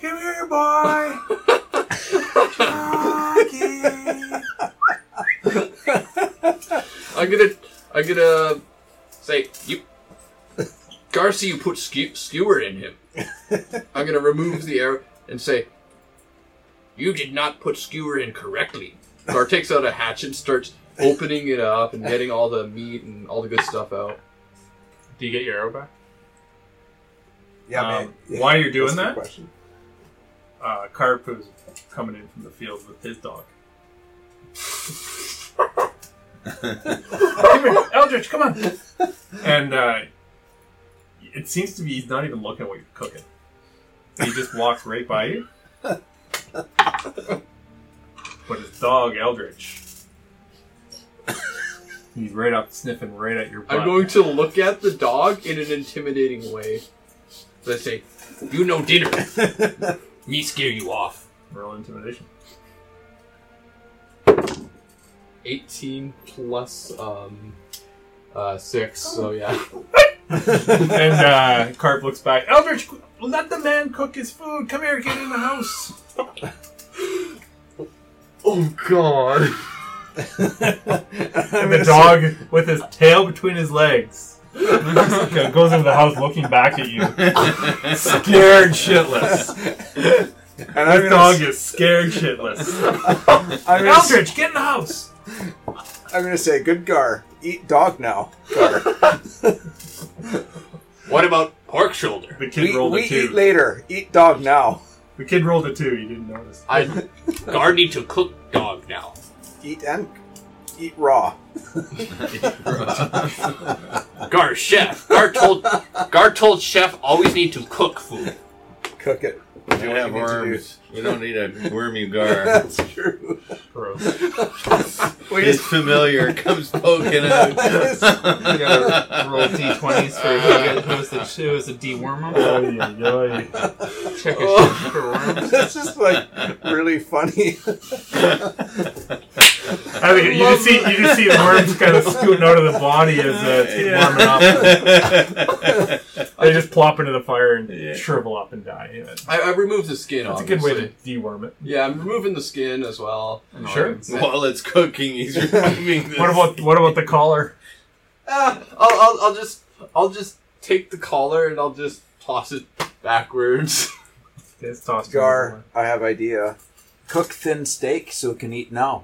E: Come here, boy!
H: I'm gonna I'm gonna say you Garcia you put skew, skewer in him. I'm gonna remove the arrow and say you did not put skewer in correctly. Gar takes out a hatchet and starts opening it up and getting all the meat and all the good stuff out.
D: Do you get your arrow back?
E: Yeah,
A: Um,
E: man.
A: while you're
E: That's
A: doing
E: the
A: that,
E: question.
A: uh, Carp is coming in from the field with his dog. come here, Eldritch, come on! And uh, it seems to be he's not even looking at what you're cooking. He just walks right by you. But his dog, Eldritch, he's right up sniffing right at your butt.
H: I'm going to look at the dog in an intimidating way. Let's say,
G: You know dinner. Me scare you off.
A: Roll intimidation.
H: 18 plus um, uh, 6, so yeah.
A: and uh, Carp looks back. Eldritch, let the man cook his food. Come here, get in the house.
H: Oh god.
A: And the dog with his tail between his legs goes into the house looking back at you, scared shitless.
E: And I'm
A: The
E: gonna,
A: dog is scared shitless.
E: I'm, gonna, s-
A: Eldritch, get in the house.
E: I'm gonna say, good Gar, eat dog now. Gar.
G: What about pork shoulder?
A: The kid
E: we
A: rolled
E: we
A: a two.
E: eat later. Eat dog now.
A: the kid rolled a two. You didn't notice.
G: I guard need to cook dog now.
E: Eat and eat raw.
G: Gar chef. Gar told Gar told chef always need to cook food.
E: Cook it.
C: we
E: what
C: have
E: you need to
C: worms. We don't need a wormy gar.
E: true.
A: Gross.
C: His familiar comes poking
D: You gotta roll d20s for who get- who was the, who was the deworm them?
A: Oy, oy, oy.
D: Check a shit for
I: Oh.
D: worms.
E: That's just like really funny.
A: I mean, you just see you just see worms kind of scooting out of the body as uh, it's warming up.
C: out.
A: They just plop into the fire and
C: Yeah.
A: shrivel up and die. Yeah.
H: I, I removed the skin
A: That's
H: off.
A: a good way to deworm it.
H: Yeah, I'm removing the skin as well.
D: And
A: Sure.
D: organs.
C: While it's cooking, he's removing this.
A: What about what about the collar?
H: Ah, I'll, I'll, I'll just I'll just take the collar and I'll just toss it backwards.
A: It's tossed in the
E: Gar, I have idea. Cook thin steak so it can eat now.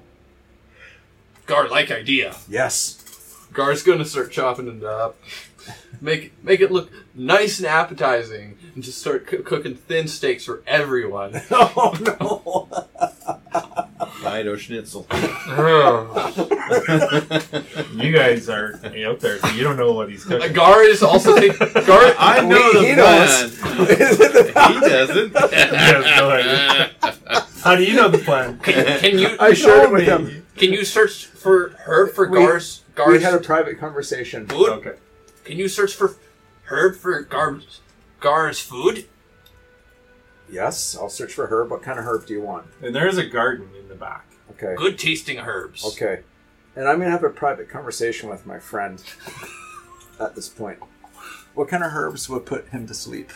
G: Gar like idea.
E: Yes.
H: Gar's gonna start chopping it up. Make make it look nice and appetizing, and just start coo- cooking thin steaks for everyone.
E: Oh no.
C: Fido Schnitzel?
A: You guys are out there, so you don't know what he's
H: Uh,
A: cooking.
H: Gar is also take, Gar
C: I know
E: Wait,
C: the
E: he
C: plan.
E: knows. Is it the-
C: he doesn't.
A: has no idea. How do you know the plan?
G: Can, can you
E: I shared it with him.
G: can you search for her for
E: We-
G: Gar's
E: We
G: Gar's
E: had a private conversation.
G: food?
A: Okay.
G: Can you search for her for Gar's Gar's food?
E: Yes, I'll search for herb. What kind of herb do you want?
A: And there is a garden in the back.
E: Okay.
G: Good tasting herbs.
E: Okay. And I'm gonna have a private conversation with my friend at this point. What kind of herbs would put him to sleep?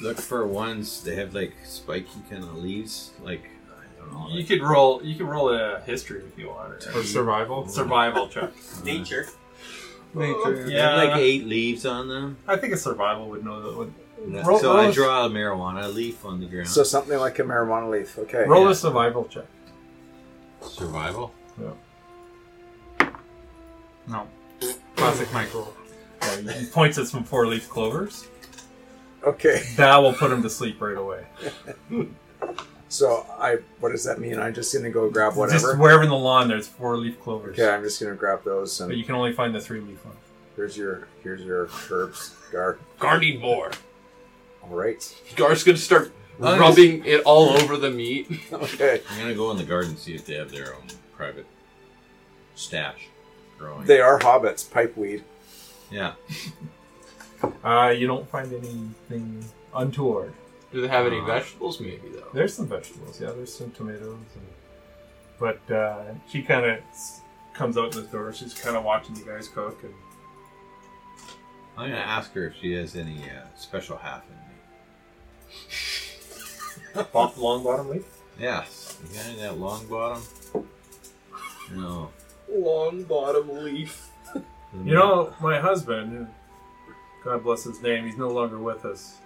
C: Look for ones they have like spiky kind of leaves, like I don't know.
A: You
C: like-
A: could roll. You could roll a history if you want, or
D: For survival?
A: survival check.
N: Nature.
A: Nature.
C: uh, They have,
A: Yeah,
C: like eight leaves on them.
A: I think a survival would know that. Would, Roll-
C: so
A: roll
C: I
A: a-
C: draw a marijuana leaf on the ground.
E: So something like a marijuana leaf. Okay.
A: roll a survival check.
C: Survival.
D: No. Classic micro.
A: Yeah, he points at some four leaf clovers.
E: Okay.
A: That will put him to sleep right away.
E: So I. What does that mean? I'm just gonna go grab
A: Just
E: whatever.
A: wherever in the lawn there's four leaf clovers.
E: Okay, I'm just gonna grab those
A: But
E: and
A: you can only find the three leaf one.
E: here's your here's your herbs, Gar.
G: Guarding more.
E: All right.
H: Gar's gonna start
C: I'm
H: rubbing it all over the meat.
E: Okay.
C: I'm gonna go in the garden and see if they have their own private stash growing.
E: They are hobbits. Pipeweed.
C: Yeah.
A: Uh, you don't find anything untoward.
H: Do they have any
C: Uh,
H: vegetables? Maybe though.
A: There's some vegetables, yeah. There's some tomatoes, and, but uh, she kind of comes out in the door. She's kind of watching you guys cook, and
C: I'm gonna ask her if she has any uh, special half in me.
A: long bottom leaf.
C: Yes. You got any of that long bottom? No. Mm-hmm.
H: Long bottom leaf.
A: You know, my husband, God bless his name, he's no longer with us.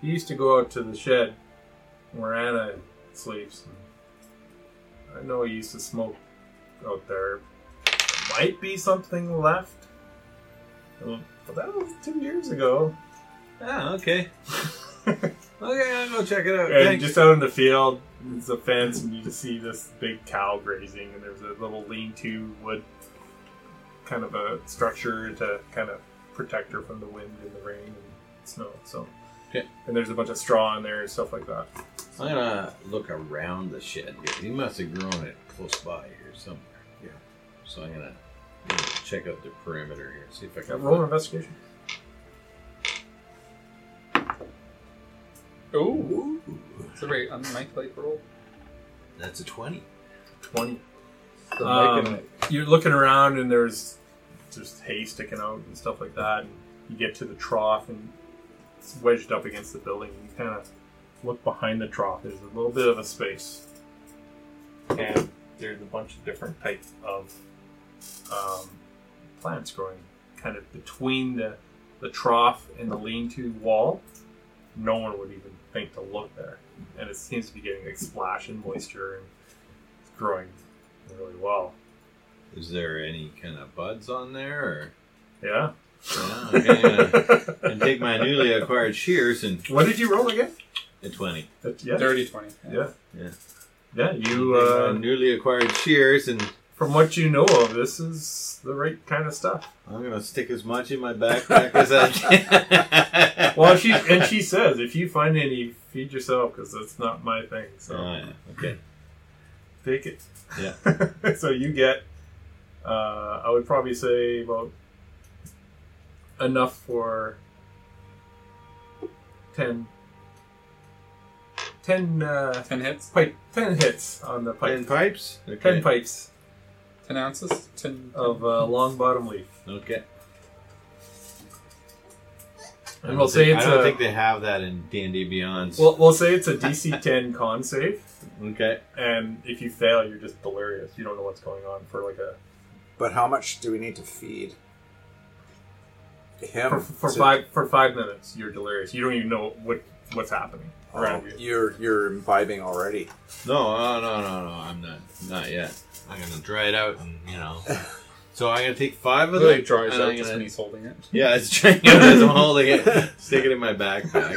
A: He used to go out to the shed where Anna sleeps. I know he used to smoke out there. Might be something left. Well, that was two years ago.
C: Ah, okay. okay, I'll go check it out.
A: And
C: Thanks.
A: just out in the field, there's a fence, and you just see this big cow grazing, and there's a little lean-to wood kind of a structure to kind of protect her from the wind and the rain and snow. So,
C: Okay.
A: and there's a bunch of straw in there and stuff like that.
C: I'm gonna look around the shed. here. He must have grown it close by here somewhere.
E: Yeah.
C: So I'm gonna, I'm gonna check out the perimeter here, see if I
A: Yeah,
C: can.
A: roll an investigation.
D: Ooh. It's a very unlikely roll.
C: That's a twenty.
A: Twenty. Um, you're looking around, and there's just hay sticking out and stuff like that. And you get to the trough, and it's wedged up against the building. You kind of look behind the trough. There's a little bit of a space, and there's a bunch of different types of um, plants growing, kind of between the the trough and the lean-to wall. No one would even think to look there, and it seems to be getting like splash and moisture, and it's growing really well.
C: Is there any kind of buds on there? Or?
A: Yeah.
C: Yeah, okay, I'm gonna- and take my newly acquired shears and
A: What did you roll again?
C: a twenty.
A: That- Yeah.
D: Dirty 20.
A: Yeah.
C: Yeah.
A: Yeah, you,
C: Take my
A: uh,
C: newly acquired shears and
A: from what you know of, this is the right kind of stuff.
C: I'm gonna stick as much in my backpack as I can.
A: Well, she and she says, if you find any, feed yourself because that's not my thing. So
C: Oh, yeah. Okay.
A: take it.
C: Yeah.
A: so you get, uh, I would probably say about enough for 10, 10, uh,
D: 10 hits?
A: pipe, 10 hits on the pipe.
C: Ten
A: 10,
C: pipes. Okay.
A: pipes
D: 10 ounces? 10.
A: of uh, long bottom leaf.
C: Okay. I
A: And
C: don't
A: we'll say
C: think-
A: it's
C: I don't
A: a
C: think they have that in D and D Beyond.
A: we'll, we'll say it's a DC 10 con save,
C: okay.
A: and if you fail, you're just delirious. You don't know what's going on for like a
E: But how much do we need to feed him
A: for, for
E: to-
A: five for five minutes. You're delirious. You don't even know what what's happening
E: Oh,
A: around you.
E: you're you're imbibing already.
C: No, uh, no, no, no. I'm not. Not yet. I'm gonna dry it out, and you know. So I'm gonna take five of them.
D: Really dries
C: and
D: out
C: I'm
D: just
C: gonna-
D: when he's holding it.
C: Yeah, it's drying out as I'm holding it. Stick it in my backpack.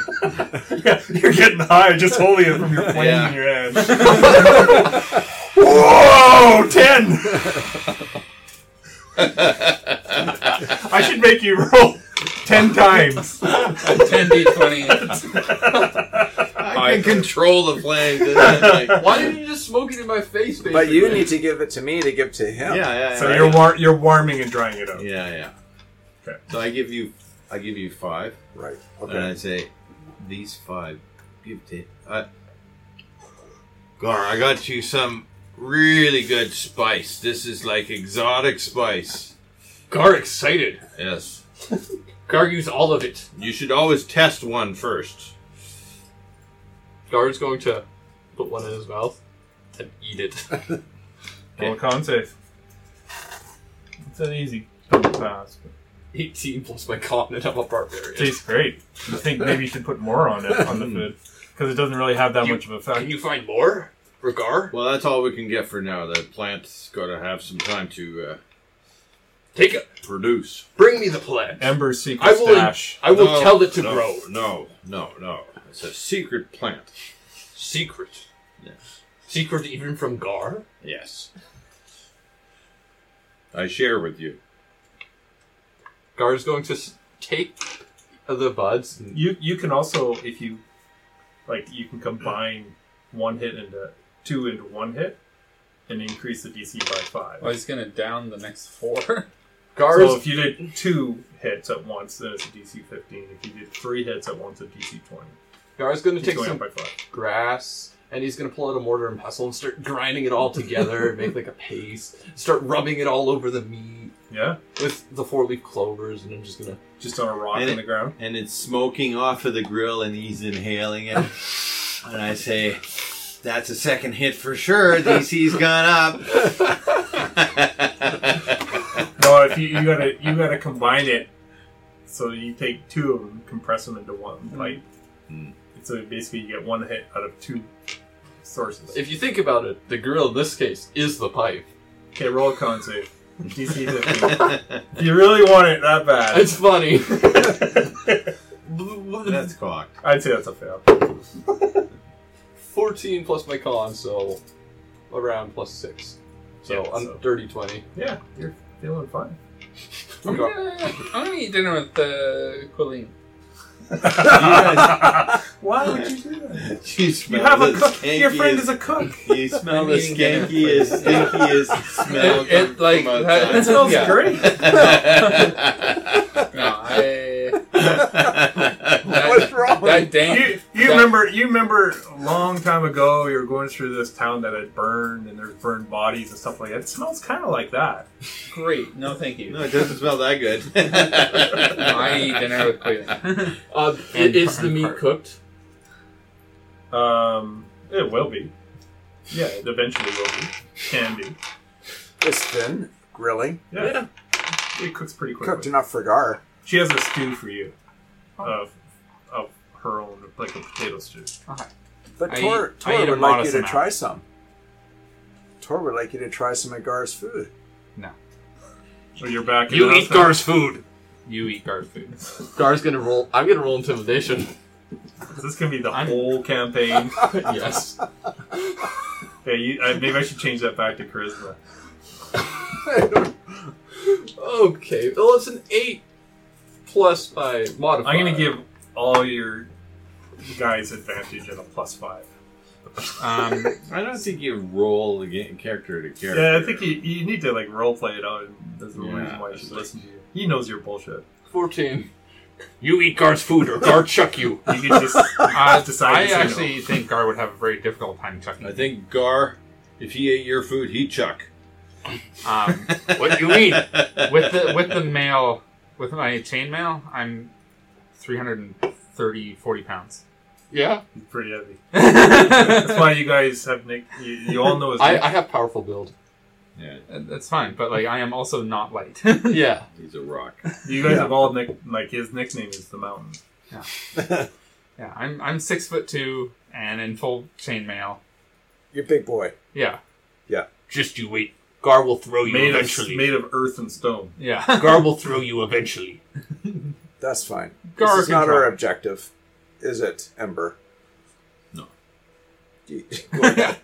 A: Yeah, you're getting high just holding it from your plane
C: Yeah.
A: in your hand.
E: Whoa, ten.
A: I should make you roll ten times.
D: 10 d20.
C: I can control the flames. isn't it? Like,
H: Why did you just smoke it in my face? Basically?
E: But you need to give it to me to give to
C: yeah,
E: him.
C: yeah. yeah
A: So you're war- you're warming and drying it up.
C: Yeah, yeah.
A: Okay.
C: So I give you, I give you five,
E: Right.
D: Uh,
C: and I
E: Okay.
C: say, these five, give to. I, Gar, I got you some really good spice. This is like exotic spice.
G: Gar excited.
C: Yes.
G: Gar use all of it.
C: You should always test one first.
I: Guard's going to put one in his mouth and eat it.
A: Roll a con save. It's an easy double pass. but
I: 18 plus my con, and I'm a barbarian.
A: tastes great. I think maybe you should put more on it on the
C: Hmm.
A: food because it doesn't really have that
I: You-
A: much of a
I: Uh, Can
A: fact.
I: you find more? Regar?
C: Well, that's all we can get for now. The plant's got to have some time to uh,
I: Take it.
C: produce.
I: Bring me the plant.
A: Ember's secret
I: I will.
A: stash.
I: I will
C: No,
I: tell it to
C: no,
I: grow.
C: No, no, no. It's a secret plant.
I: Secret.
C: Yes.
I: Secret even from Gar?
C: Yes. I share with you.
I: Gar's going to s- take the buds. And
A: You you can also if you like you can combine one hit into two into one hit and increase the DC by five.
D: Well, Oh, he's gonna down the next four.
I: Gar's
A: so if you did two hits at once, then it's a DC fifteen. If you did three hits at once, it's DC twenty.
I: Gar's going to
A: He's
I: take
A: going
I: some
A: up by five.
I: grass and he's going to pull out a mortar and pestle and start grinding it all together and make like a paste. Start rubbing it all over the meat
A: Yeah,
I: with the four leaf clovers, and I'm just going to.
A: just on a rock
C: And
A: in the
C: it-
A: ground.
C: And it's smoking off of the grill, and he's inhaling it. and I say, "That's a second hit for sure." DC's gone up.
A: No, if you, you gotta you gotta combine it, so you take two of them, compress them into one bite.
C: Mm.
A: So basically, you get one hit out of two sources.
I: If you think about it, the grill in this case is the pipe.
A: okay, roll a con save. DC fifteen. If you really want it that bad,
I: It's funny.
C: That's cocked.
A: I'd say that's a fail.
I: 14 plus my con, so around plus 6. So
A: Yeah,
I: I'm
A: so-
I: dirty 20.
A: Yeah, you're feeling fine. Oh,
D: I'm gonna, I'm gonna eat dinner with uh, Quilleen.
A: Why would you do that?
C: You,
A: You have a cook. Your friend is a cook.
C: You smell the
D: eating dinner
C: skankiest, stinkiest smell.
D: It- it, like,
C: from
D: that-
A: It smells
C: outside.
D: Yeah.
A: great.
D: No, I,
O: What's wrong?
D: that dank.
A: You, you remember you remember a long time ago you were going through this town that had burned and there's burned bodies and stuff like that. It smells kind of like that.
D: Great. No, thank you.
C: no, it doesn't smell that good.
D: I eat dinner with Quilleen.
I: Uh,
D: And
I: is the
D: part-
I: meat
D: part.
I: cooked?
A: Um, it will be. Yeah, it eventually will be. Can be.
E: It's thin, grilling,
A: Yeah. It cooks pretty quickly.
E: cooked enough for gar.
A: She has a stew for you, of of her own, like a potato stew.
E: But
D: I
E: Tor,
D: eat- I eat
E: Tor
D: a
E: would like you
D: modest
E: to
D: amount.
E: try some. Tor would like you to try some of Gar's food.
A: So you're back. in
P: You
A: the
P: eat
A: house now?
P: Gar's food.
D: You eat guard food.
I: Gar's gonna roll. I'm gonna roll intimidation.
A: This can be the
D: I'm-
A: whole campaign.
I: yes.
A: Yeah, you, I, maybe I should change that back to charisma.
I: Okay. Well, it's an eight plus my modifier.
A: I'm gonna give all your guys advantage and a plus five.
D: Um,
C: I don't think you roll the ga- character to character.
A: Yeah, I think you, you need to like roleplay it out. And there's a reason why you
C: it's
A: should
C: like-
A: listen to you. He knows your bullshit.
I: fourteen.
P: You eat Gar's food or Gar chuck you.
A: You can just,
D: I,
A: just decide.
D: I
A: to say no.
D: actually think Gar would have a very difficult time chucking.
C: I think Gar, if he ate your food, he'd chuck.
D: Um,
P: What do you mean?
D: with the with the mail with my chainmail, I'm 330 40 pounds.
I: Yeah.
A: He's pretty heavy. That's
D: That's
A: why you guys have Nick. You, you all know his.
I: I, I have powerful build.
C: Yeah,
D: fine, but like I am also not light.
I: Yeah.
C: he's a rock.
A: you guys have all Nick. Like his nickname is the Mountain.
D: yeah, I'm I'm six foot two and in full chainmail.
E: You're a big boy.
D: Yeah,
P: Just you wait. Gar will throw you
A: Made of
P: eventually.
A: made of earth and stone.
D: yeah.
P: Gar will throw you eventually.
E: That's fine.
D: Gar
E: this is
D: can
E: not
D: try.
E: our objective, is it, Ember?
C: No.
E: Do you-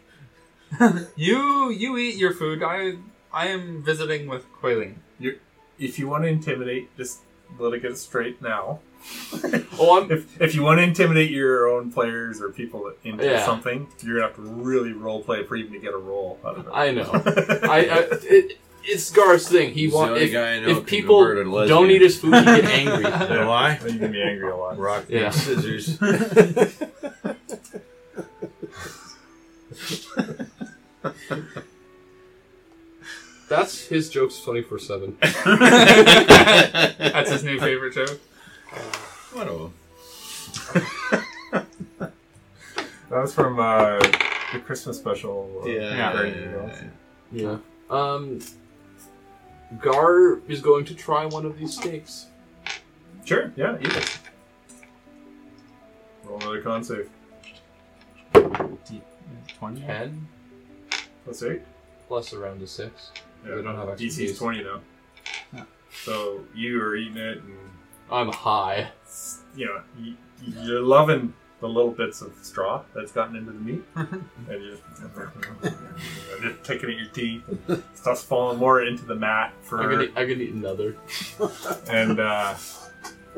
D: You you eat your food. I I am visiting with Quailing.
A: If you want to intimidate, just let it get straight now.
I: Oh, I'm.
A: If, if you want to intimidate your own players or people into
I: Yeah.
A: something, you're gonna have to really role play for even to get a roll out of it.
I: I know. I. I it, it's Gar's thing. He
C: He's the
I: wants.
C: only
I: If,
C: guy I know
I: if
C: can
I: people
C: convert a lesbian.
I: don't eat his food, he get angry.
A: Yeah.
C: why?
A: You can be angry a lot.
C: Rock,
I: Yeah.
C: paper, scissors.
I: That's his jokes twenty four seven.
D: That's his new favorite joke.
C: One of them.
A: That was from uh, the Christmas special. Uh,
C: Yeah,
A: Guardian
C: yeah,
A: of the Galaxy.
H: Yeah. Um, Gar is going to try one of these steaks.
A: Sure, yeah, eat it. Roll another con save.
D: Twenty.
H: Ten
A: Plus eight.
H: plus around a six.
A: Yeah, E
H: We don't have
A: DC
H: expertise.
A: is 20 though. So you are eating it and
H: I'm high.
A: you know, you, you're loving the little bits of straw that's gotten into the meat. and you're, you're just picking at your teeth. and Stuff's falling more into the mat for.
H: I could eat, I could eat another.
A: And uh,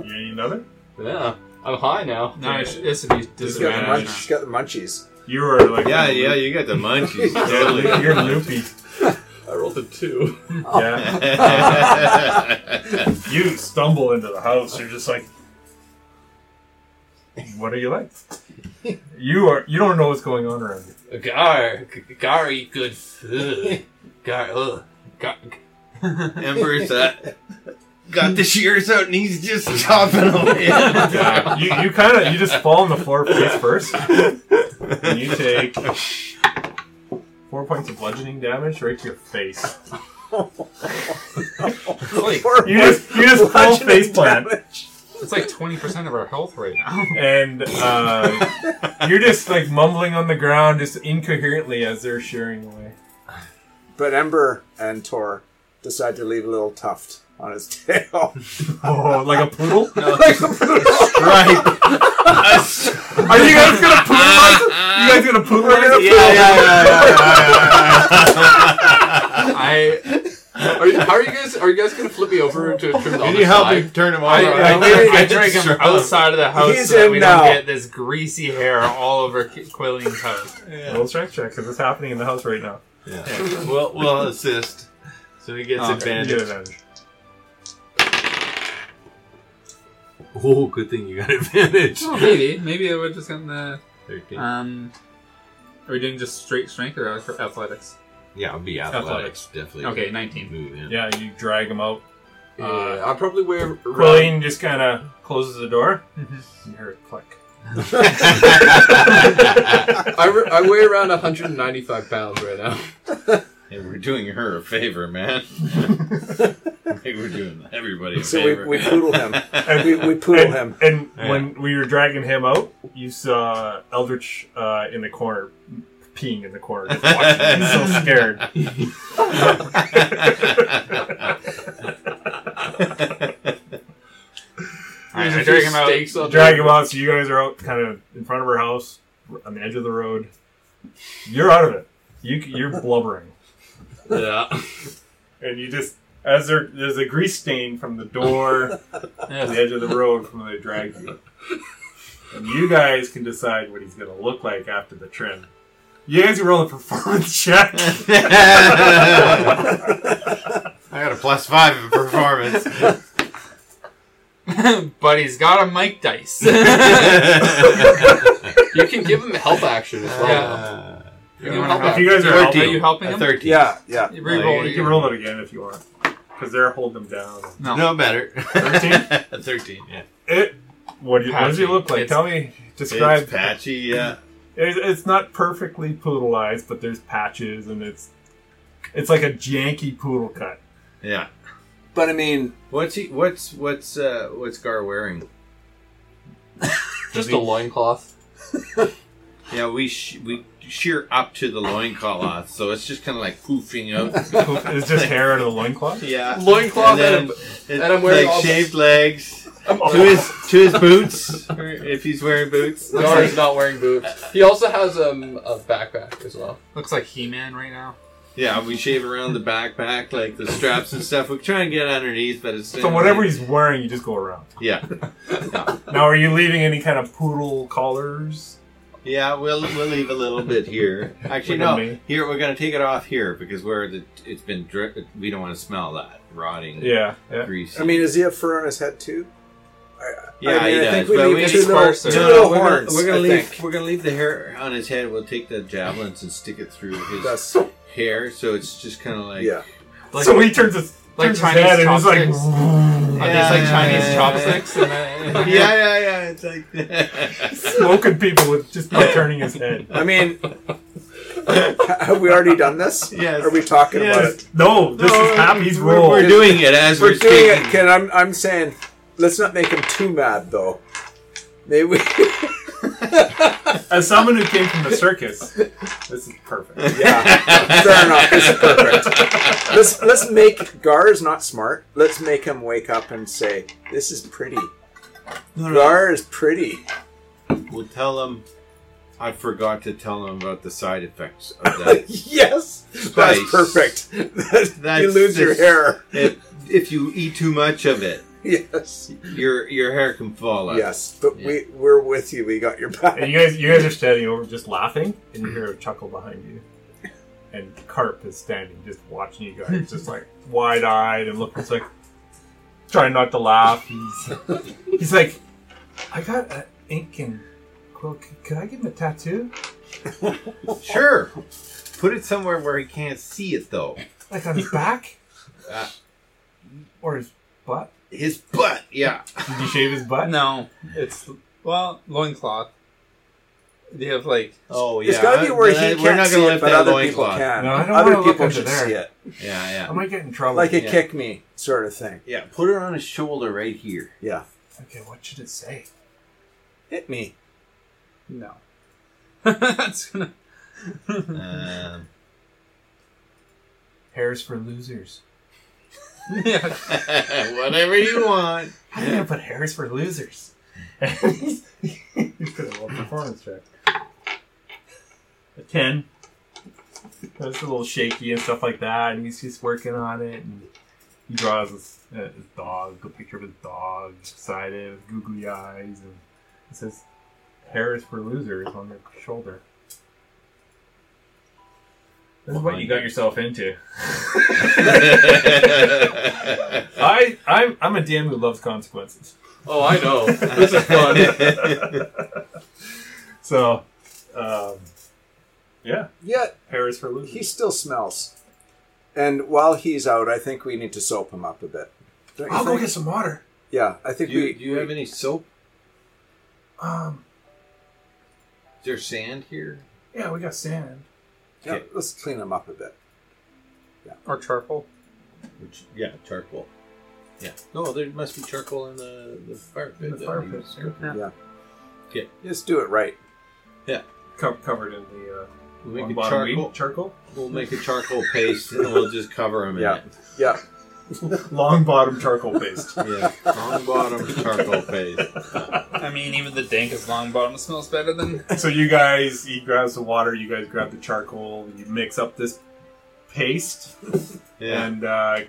A: you need another?
H: Yeah. I'm high now.
D: No, it's, it's a dis-
E: She's got, the munch-
D: disadvantage.
E: she's got the munchies.
A: You are like.
C: Yeah,
A: loop-
C: yeah, you got the munchies.
A: yeah,
C: totally.
A: like, You're loopy.
H: I rolled a two.
A: Yeah. you stumble into the house. You're just like, what are you like? You are. You don't know what's going on around you.
G: Gar, Gar eat good food. Gar, ugh. Gar,
C: Ember's uh, got the shears out and he's just chopping away.
A: You, you kind of you just fall on the floor face first, and you take four points of bludgeoning damage right to your face.
E: Four
A: You just you just fall
E: bludgeoning
A: face plant,
E: damage.
D: It's like twenty percent of our health right now.
A: and uh, you're just like mumbling on the ground, just incoherently as they're shearing away.
E: But Ember and Tor decide to leave a little tuft on his tail.
A: Oh, like a poodle.
E: like a poodle.
C: right.
A: Are you guys gonna poodleize him? You guys gonna poodleize him?
C: Yeah, yeah, yeah,
H: I. Are you, how are you guys? Are you guys gonna flip me over to turn the
C: Can you help me turn him
D: I,
C: over?
D: I,
E: Alright.
D: I drag him outside of the house
E: He's
D: so that
E: in
D: we
E: now.
D: don't get this greasy hair all over Qu- Quilling's house.
A: Roll strength check because it's happening in the house right now.
C: We'll, we'll assist. So he gets
D: Okay.
A: You
C: advantage.
A: get advantage.
G: Oh, good thing you got advantage.
D: Oh, maybe, maybe I would just gotten the.
G: 13.
C: Uh,
D: Um, are we doing just straight strength or ath- athletics?
G: yeah, I'll be
D: Athletics.
G: athletics. Definitely.
D: Okay, nineteen.
G: Move in.
A: Yeah, you drag him out.
H: Yeah, Uh, I probably wear. around-
A: Quillian just kind of closes the door. You hear a click.
H: I, re- I weigh around 195 pounds right now.
C: Hey, we're doing her a favor, man. I think we're doing everybody a
E: So we,
C: favor.
E: we poodle him. we, we poodle
A: and,
E: him.
A: and
C: Yeah.
A: when we were dragging him out, you saw Eldritch uh, in the corner, peeing in the corner, just watching. He's so scared.
D: Alright, I
H: There's a
D: drag
H: few
D: him out.
H: steaks on
A: Drag
H: there.
A: him out. So you guys are out, kind of in front of her house, on the edge of the road. You're out of it. You c- you're blubbering,
G: Yeah.
A: and you just as there there's a grease stain from the door to the edge of the road from where they dragged you. And you guys can decide what he's going to look like after the trim. You guys can roll a performance check.
C: I got a plus five in performance.
D: but he's got a mic dice.
H: You can give him help action as well.
D: Yeah.
H: You
D: You
H: can
D: wanna
H: help
D: help?
A: If you guys are
D: Are
A: helping-
D: you helping
C: A
D: him?
C: thirteen.
E: Yeah, yeah.
D: You re-roll
A: You
D: it.
A: can roll it again if you want, because they're holding them down.
D: No.
C: No better.
A: Thirteen?
C: Thirteen. Yeah.
A: It. What, do you, what does he
D: Patchy.
A: look like?
D: It's-
A: Tell me.
C: It's
A: Describe.
C: patchy. uh, Yeah.
A: It's, it's not perfectly poodleized, but there's patches, and it's it's like a janky poodle cut.
C: Yeah.
E: But I mean,
C: What's he? What's what's uh what's Gar wearing?
H: Just a loincloth.
C: Yeah, we sh- we shear up to the loincloth, so it's just kind of like poofing out.
A: It's just hair out of the loincloth.
C: Yeah.
H: Loincloth and,
C: and
H: and I'm wearing
C: like
H: all the-
C: shaved legs
H: I'm
C: to his to his boots if he's wearing boots.
H: Gar is not wearing boots. He also has um, a backpack as well.
D: Looks like He-Man right now.
C: Yeah, we shave around the backpack, like the straps and stuff. We try and get underneath, but it's
A: So whatever he's wearing, you just go around.
C: Yeah,
A: Now, are you leaving any kind of poodle collars?
C: yeah, we'll we'll leave a little bit here. Actually,
A: Look at
C: no,
A: me.
C: here we're gonna take it off here because where the it's been dri- we don't want to smell that rotting
A: Yeah, yeah.
C: grease.
E: I mean, is he have fur on his head too?
C: yeah,
E: I mean,
C: he
E: I
C: does,
E: think we
C: but
E: leave
C: we
E: two little-
C: sparser.
E: two
C: No,
E: little
C: we're gonna-
E: horns,
C: We're gonna
E: I
C: leave.
E: think.
C: We're gonna leave the hair on his head. We'll take the javelins and stick it through his
E: That's
C: hair, so it's just kind of like
E: yeah.
D: Like,
A: so he turns his,
D: like
A: turns his
D: Chinese
A: head and he's like,
D: chopsticks. these like Chinese chopsticks?
C: yeah, yeah, yeah. It's like
A: Smoking people with just by turning his head.
E: I mean, have we already done this?
C: Yes.
E: Are we talking about
A: Yes.
E: it?
A: No, this
C: No,
A: is Happy's
C: we're-
A: role.
C: we're doing it as we're,
E: We're doing it,
C: speaking.
E: Ken. I'm, I'm saying, let's not make him too mad, though. Maybe we.
A: As someone who came from the circus, this is perfect.
E: yeah. Fair enough. This is perfect. Let's, let's make. Gar is not smart. Let's make him wake up and say, this is pretty.
C: No, no,
E: Gar is pretty.
C: We'll tell him. I forgot to tell him about the side effects of that.
E: Yes!
C: Nice.
E: That's perfect.
C: That's
E: you lose your
C: just-
E: hair.
C: if, if you eat too much of it,
E: Yes.
C: your your hair can fall out.
E: Yes. But we, we're with you. We got your back.
A: And you guys, you guys are standing over, just laughing, and you hear a chuckle behind you. And Carp is standing, just watching you guys, just like wide eyed and looking it's like trying not to laugh. He's, he's like, I got an ink and quill. C- Could I give him a tattoo?
C: Sure. Put it somewhere where he can't see it though.
A: Like on his back
C: Uh,
A: or his butt?
C: his butt. Yeah.
A: Did you shave his butt?
D: No, it's well loincloth. They have like
C: Oh yeah.
E: It's got to be where
C: Uh,
E: he can't see it, but other people
C: loincloth.
E: can.
A: No, I don't wanna
E: other
A: look
E: people
A: under
E: should
A: there.
E: see it.
C: Yeah,
A: I
C: yeah.
A: might get in trouble.
E: Like a
C: Yeah.
E: kick me sort of thing.
C: Yeah, put it on his shoulder right here.
E: Yeah.
A: okay, what should it say?
E: Hit me.
D: no. That's gonna
C: Um,
A: Hairs for losers.
D: yeah.
C: whatever you want.
A: How do you put hairs for losers? he's gonna roll a performance check. A ten. That's a little shaky and stuff like that, and he's just working on it. And he draws his, uh, his dog, a picture of his dog beside it with googly eyes, and it says "Hairs for losers" on their shoulder. This is what you got yourself into. I I'm I'm a DM who loves consequences.
H: Oh, I know. This is fun.
A: So, um, yeah,
E: Yeah,
A: Paris for losers.
E: he still smells. And while he's out, I think we need to soap him up a bit. Don't you
A: I'll go
E: think?
A: get some water.
E: Yeah, I think
C: do, you,
E: we.
C: do you have any soap?
A: Um,
C: Is there sand here?
A: yeah, we got sand.
E: yeah, let's clean him up a bit.
D: or charcoal.
C: Which, yeah, charcoal. Yeah. No, there must be charcoal in the, the fire pit.
A: In the
C: that
A: fire
C: we
A: pit.
C: used here.
E: Just do it right.
A: Co- covered in the uh,
C: We'll
A: one
C: make, a
A: bottom weed.
C: charcoal,
A: charcoal,
C: we'll make a charcoal paste and we'll just cover him in
E: Yeah.
C: it.
E: Yeah,
A: long bottom charcoal paste.
C: Yeah. Long bottom charcoal paste.
D: I mean, even the dankest long bottom smells better than
A: so you guys, he grabs the water. You guys grab the charcoal. You mix up this paste,
C: Yeah.
A: and uh,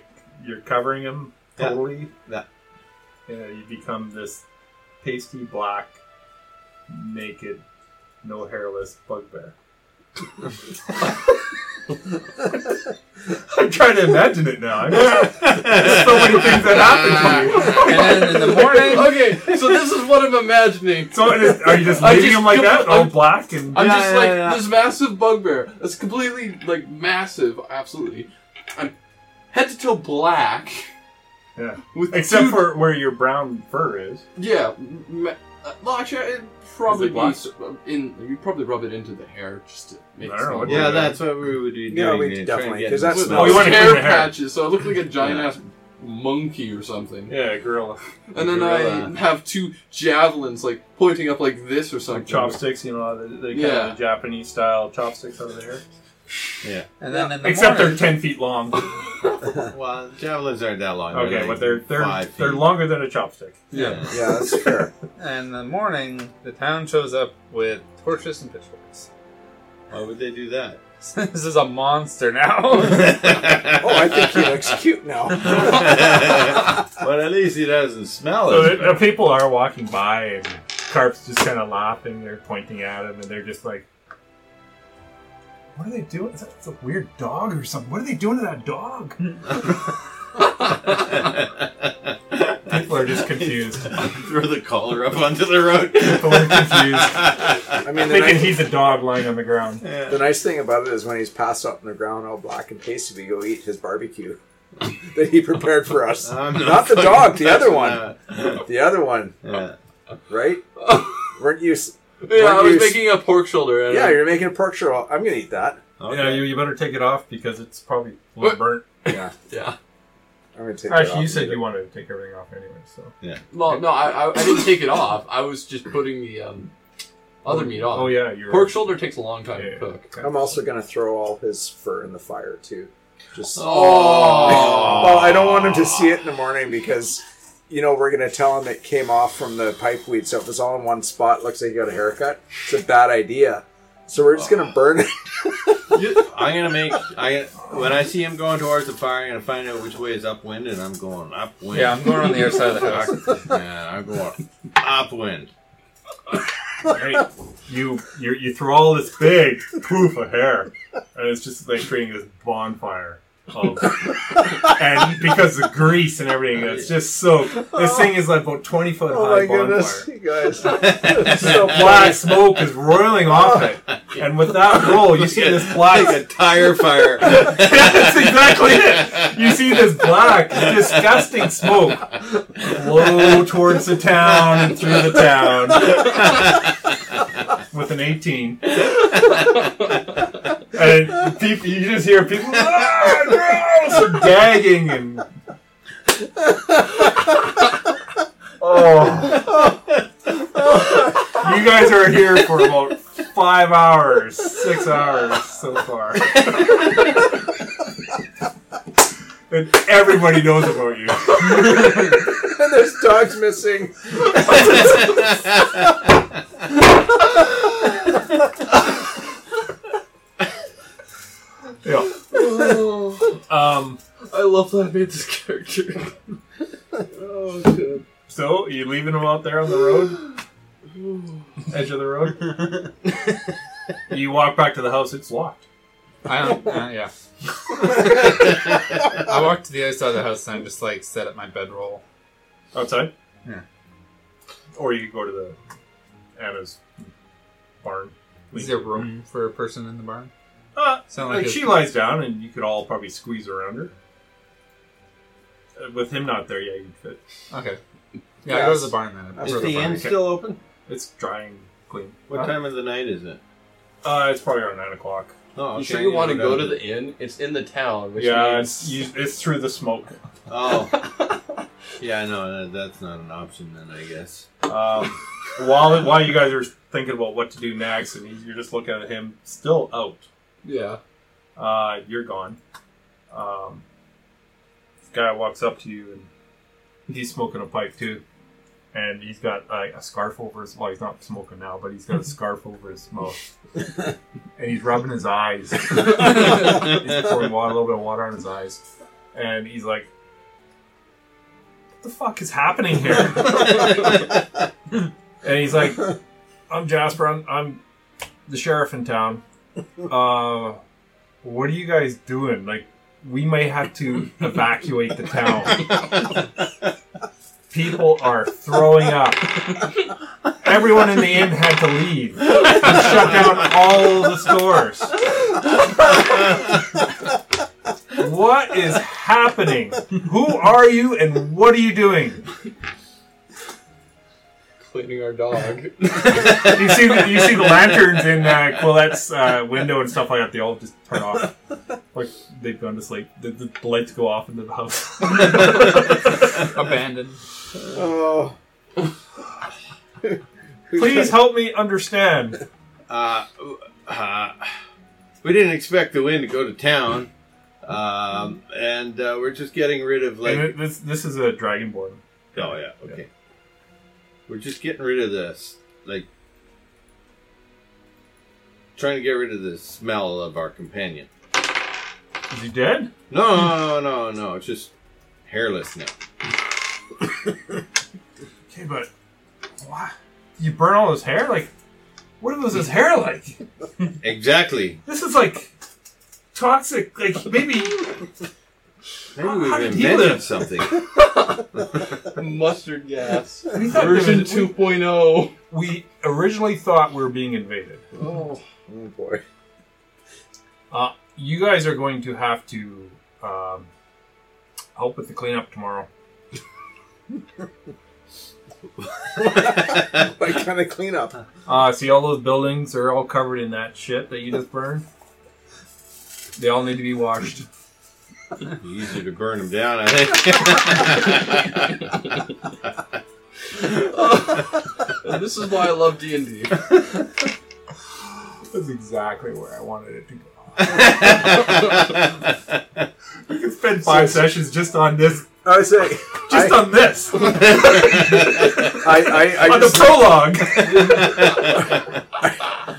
A: you're covering him
C: Yeah.
A: totally.
C: Yeah.
A: Yeah, you become this pasty black, naked, no hairless bugbear. I'm trying to imagine it now. I'm just, there's so many things that happen to you.
D: and then in the morning.
H: okay, so this is what I'm imagining.
A: So it is, are you just
H: I
A: leaving
H: just-
A: him like that, all
H: I'm-
A: black and?
H: I'm
C: Yeah,
H: just
C: yeah,
H: like
C: yeah.
H: this massive bugbear. That's completely like massive, absolutely. I'm head to toe black.
A: Yeah.
H: With
A: Except
H: two-
A: for where your brown fur is.
H: yeah. Ma- uh, well, actually, it probably
A: Is it black?
H: be s- in. You probably rub it into the hair just to make
A: I
H: it
A: don't know,
H: smell.
A: what
C: Yeah, that's what we would be doing.
E: Yeah, we
C: to try and
E: definitely-
C: get
E: 'cause
C: him
E: that's
C: smelled.
A: Oh, you
H: It's
A: want to
H: hair
A: clean the hair.
H: patches, so I look like a giant
C: Yeah.
H: ass monkey or something.
A: Yeah, gorilla.
H: And then
C: Gorilla.
H: I have two javelins like pointing up like this or something.
A: Like chopsticks, you know, the, the kind
H: Yeah.
A: of the Japanese style chopsticks over there.
D: And then in the
A: Except
D: morning,
A: they're ten feet long.
C: Well, javelins aren't that long.
A: Okay,
C: like
A: but they're they're
C: five
A: they're
C: feet.
A: longer than a chopstick.
H: Yeah.
E: yeah, that's fair.
D: and in the morning, the town shows up with torches and pitchforks.
C: Why would they do that?
D: this is a monster now.
E: Oh, I think he looks cute now.
C: but at least he doesn't smell
A: So the,
C: it.
A: the people are walking by, and Carp's just kind of laughing. They're pointing at him, and they're just like, "What are they doing? Is that- It's a weird dog or something. What are they doing to that dog?" People are just confused.
C: Throw the collar up onto the road.
A: People are confused,
E: I mean, the
A: thinking
E: nice,
A: he's a dog lying on the ground.
E: the nice thing about it is when he's passed out on the ground, all black and pasty, we go eat his barbecue. that he prepared for us.
C: I'm
E: not
C: not
E: the
C: fucking
E: dog, the other
C: touching
E: one.
C: that.
E: The other one.
C: Yeah.
E: Right? Weren't you. s-
A: Yeah, I
E: weren't
A: was
E: you s-
A: making a pork shoulder out of
E: Yeah,
A: it.
E: you're making a pork shoulder. I'm going to eat that.
A: Yeah, you, you better take it off because it's probably a little burnt.
E: Yeah.
A: yeah.
E: I'm going to take that
A: Actually, you
E: off.
A: said you wanted to take everything off anyway, so.
C: Yeah.
H: Well, no, I, I, I didn't take it off. I was just putting the um, other meat on.
E: Uh,
A: Oh, yeah, you're
H: pork
A: right.
H: shoulder takes a long time to cook.
E: I'm also going to throw all his fur in the fire, too. Just.
H: Oh.
E: well, I don't want him to see it in the morning because. You know, we're gonna tell him it came off from the pipe weed, so if it's all in one spot, looks like you got a haircut. It's a bad idea. So we're just
A: Oh.
E: gonna burn it.
C: I'm gonna make. I when I see him going towards the fire, I'm gonna find out which way is upwind, and I'm going upwind.
M: Yeah, I'm going on the other side of the house.
C: yeah, I'm going upwind.
A: Right. You, you you throw all this big poof of hair, and it's just like creating this bonfire. Of, and because the grease and everything, it's just so. This thing is like about twenty foot
E: Oh
A: high
E: my goodness,
A: bonfire.
E: you guys! It's so
A: Black
E: black.
A: smoke is roiling off it, and with that roll, you see this black
C: like a tire fire.
A: That's exactly it. You see this black, disgusting smoke blow towards the town and through the town with an 18. And people, you just hear people "Ah, gross!" gagging and oh. You guys are here for about five hours, six hours so far. and everybody knows about you.
E: and there's dogs missing.
A: Yeah. Um,
H: I love that I made this character.
E: oh, good.
A: So, you leaving them out there on the road? Edge of the road? you walk back to the house, it's locked.
D: I don't. Uh, yeah. I walked to the other side of the house and I just like set up my bedroll.
A: Outside?
D: Yeah.
A: Or you go to the Anna's barn.
D: Is there room for a person in the barn?
A: Uh,
D: Sound
A: like
D: like a-
A: she lies down, and you could all probably squeeze around her. Uh, with him not there, yeah, you'd fit.
D: Okay. Yeah, I go to the barn then.
C: Is
A: Or
C: the
A: barn,
C: inn
A: okay.
C: still open?
A: It's dry and clean.
C: What time of the night is it?
A: Uh, it's probably around nine o'clock.
C: Oh,
H: You
C: okay,
H: sure you want to
C: know
H: go
C: that.
H: to the inn? It's in the town, which
A: yeah,
H: means
A: it's you, it's through the smoke.
C: Oh, yeah. No, that, that's not an option then. I guess.
A: Um, while while you guys are thinking about what to do next, and you're just looking at him still out.
H: yeah.
A: Uh, you're gone. Um, this guy walks up to you, and he's smoking a pipe too, and he's got like a scarf over his. Well, he's not smoking now, but he's got a scarf over his mouth, and he's rubbing his eyes. he's pouring water, a little bit of water on his eyes, and he's like, "What the fuck is happening here?" and he's like, "I'm Jasper. I'm, I'm the sheriff in town. Uh, what are you guys doing? Like, we may have to evacuate the town. People are throwing up. Everyone in the inn had to leave. We shut down all the stores. What is happening? Who are you and what are you doing?
H: cleaning our dog.
A: you see the, you see the lanterns in uh, Quillette's uh, window and stuff like that. They all just turn off, like they've gone to sleep. The, the, the lights go off into the house.
D: Abandoned.
E: Oh,
A: Please help me understand.
C: Uh, uh, we didn't expect the wind to go to town, um, and uh, we're just getting rid of like.
A: And it- this this is a dragonborn.
C: Oh yeah, okay. We're just getting rid of this, like trying to get rid of the smell of our companion.
A: Is he dead?
C: No, no, no, no. It's just hairless now.
A: Okay, but why you burn all his hair? Like, what was his hair like?
C: Exactly.
A: This is like toxic. Like maybe
C: Maybe
A: How-
C: we've
A: how did he
C: invented
A: live?
C: something.
H: Mustard gas.
A: we thought
H: Version oh.
A: two.
H: 2.0.
A: We originally thought we were being invaded.
E: oh
H: Oh.
E: boy.
A: Uh, you guys are going to have to um, help with the cleanup tomorrow.
E: what kind of cleanup?
A: Uh, see, all those buildings are all covered in that shit that you just burned. They all need to be washed.
C: Easier to burn them down, I think.
H: And this is why I love D and D.
A: That's exactly where I wanted it to go. we could spend five sessions just on this.
E: I say,
A: Just
E: I-
A: on this.
E: I, I, I
A: on
E: just-
A: the prologue.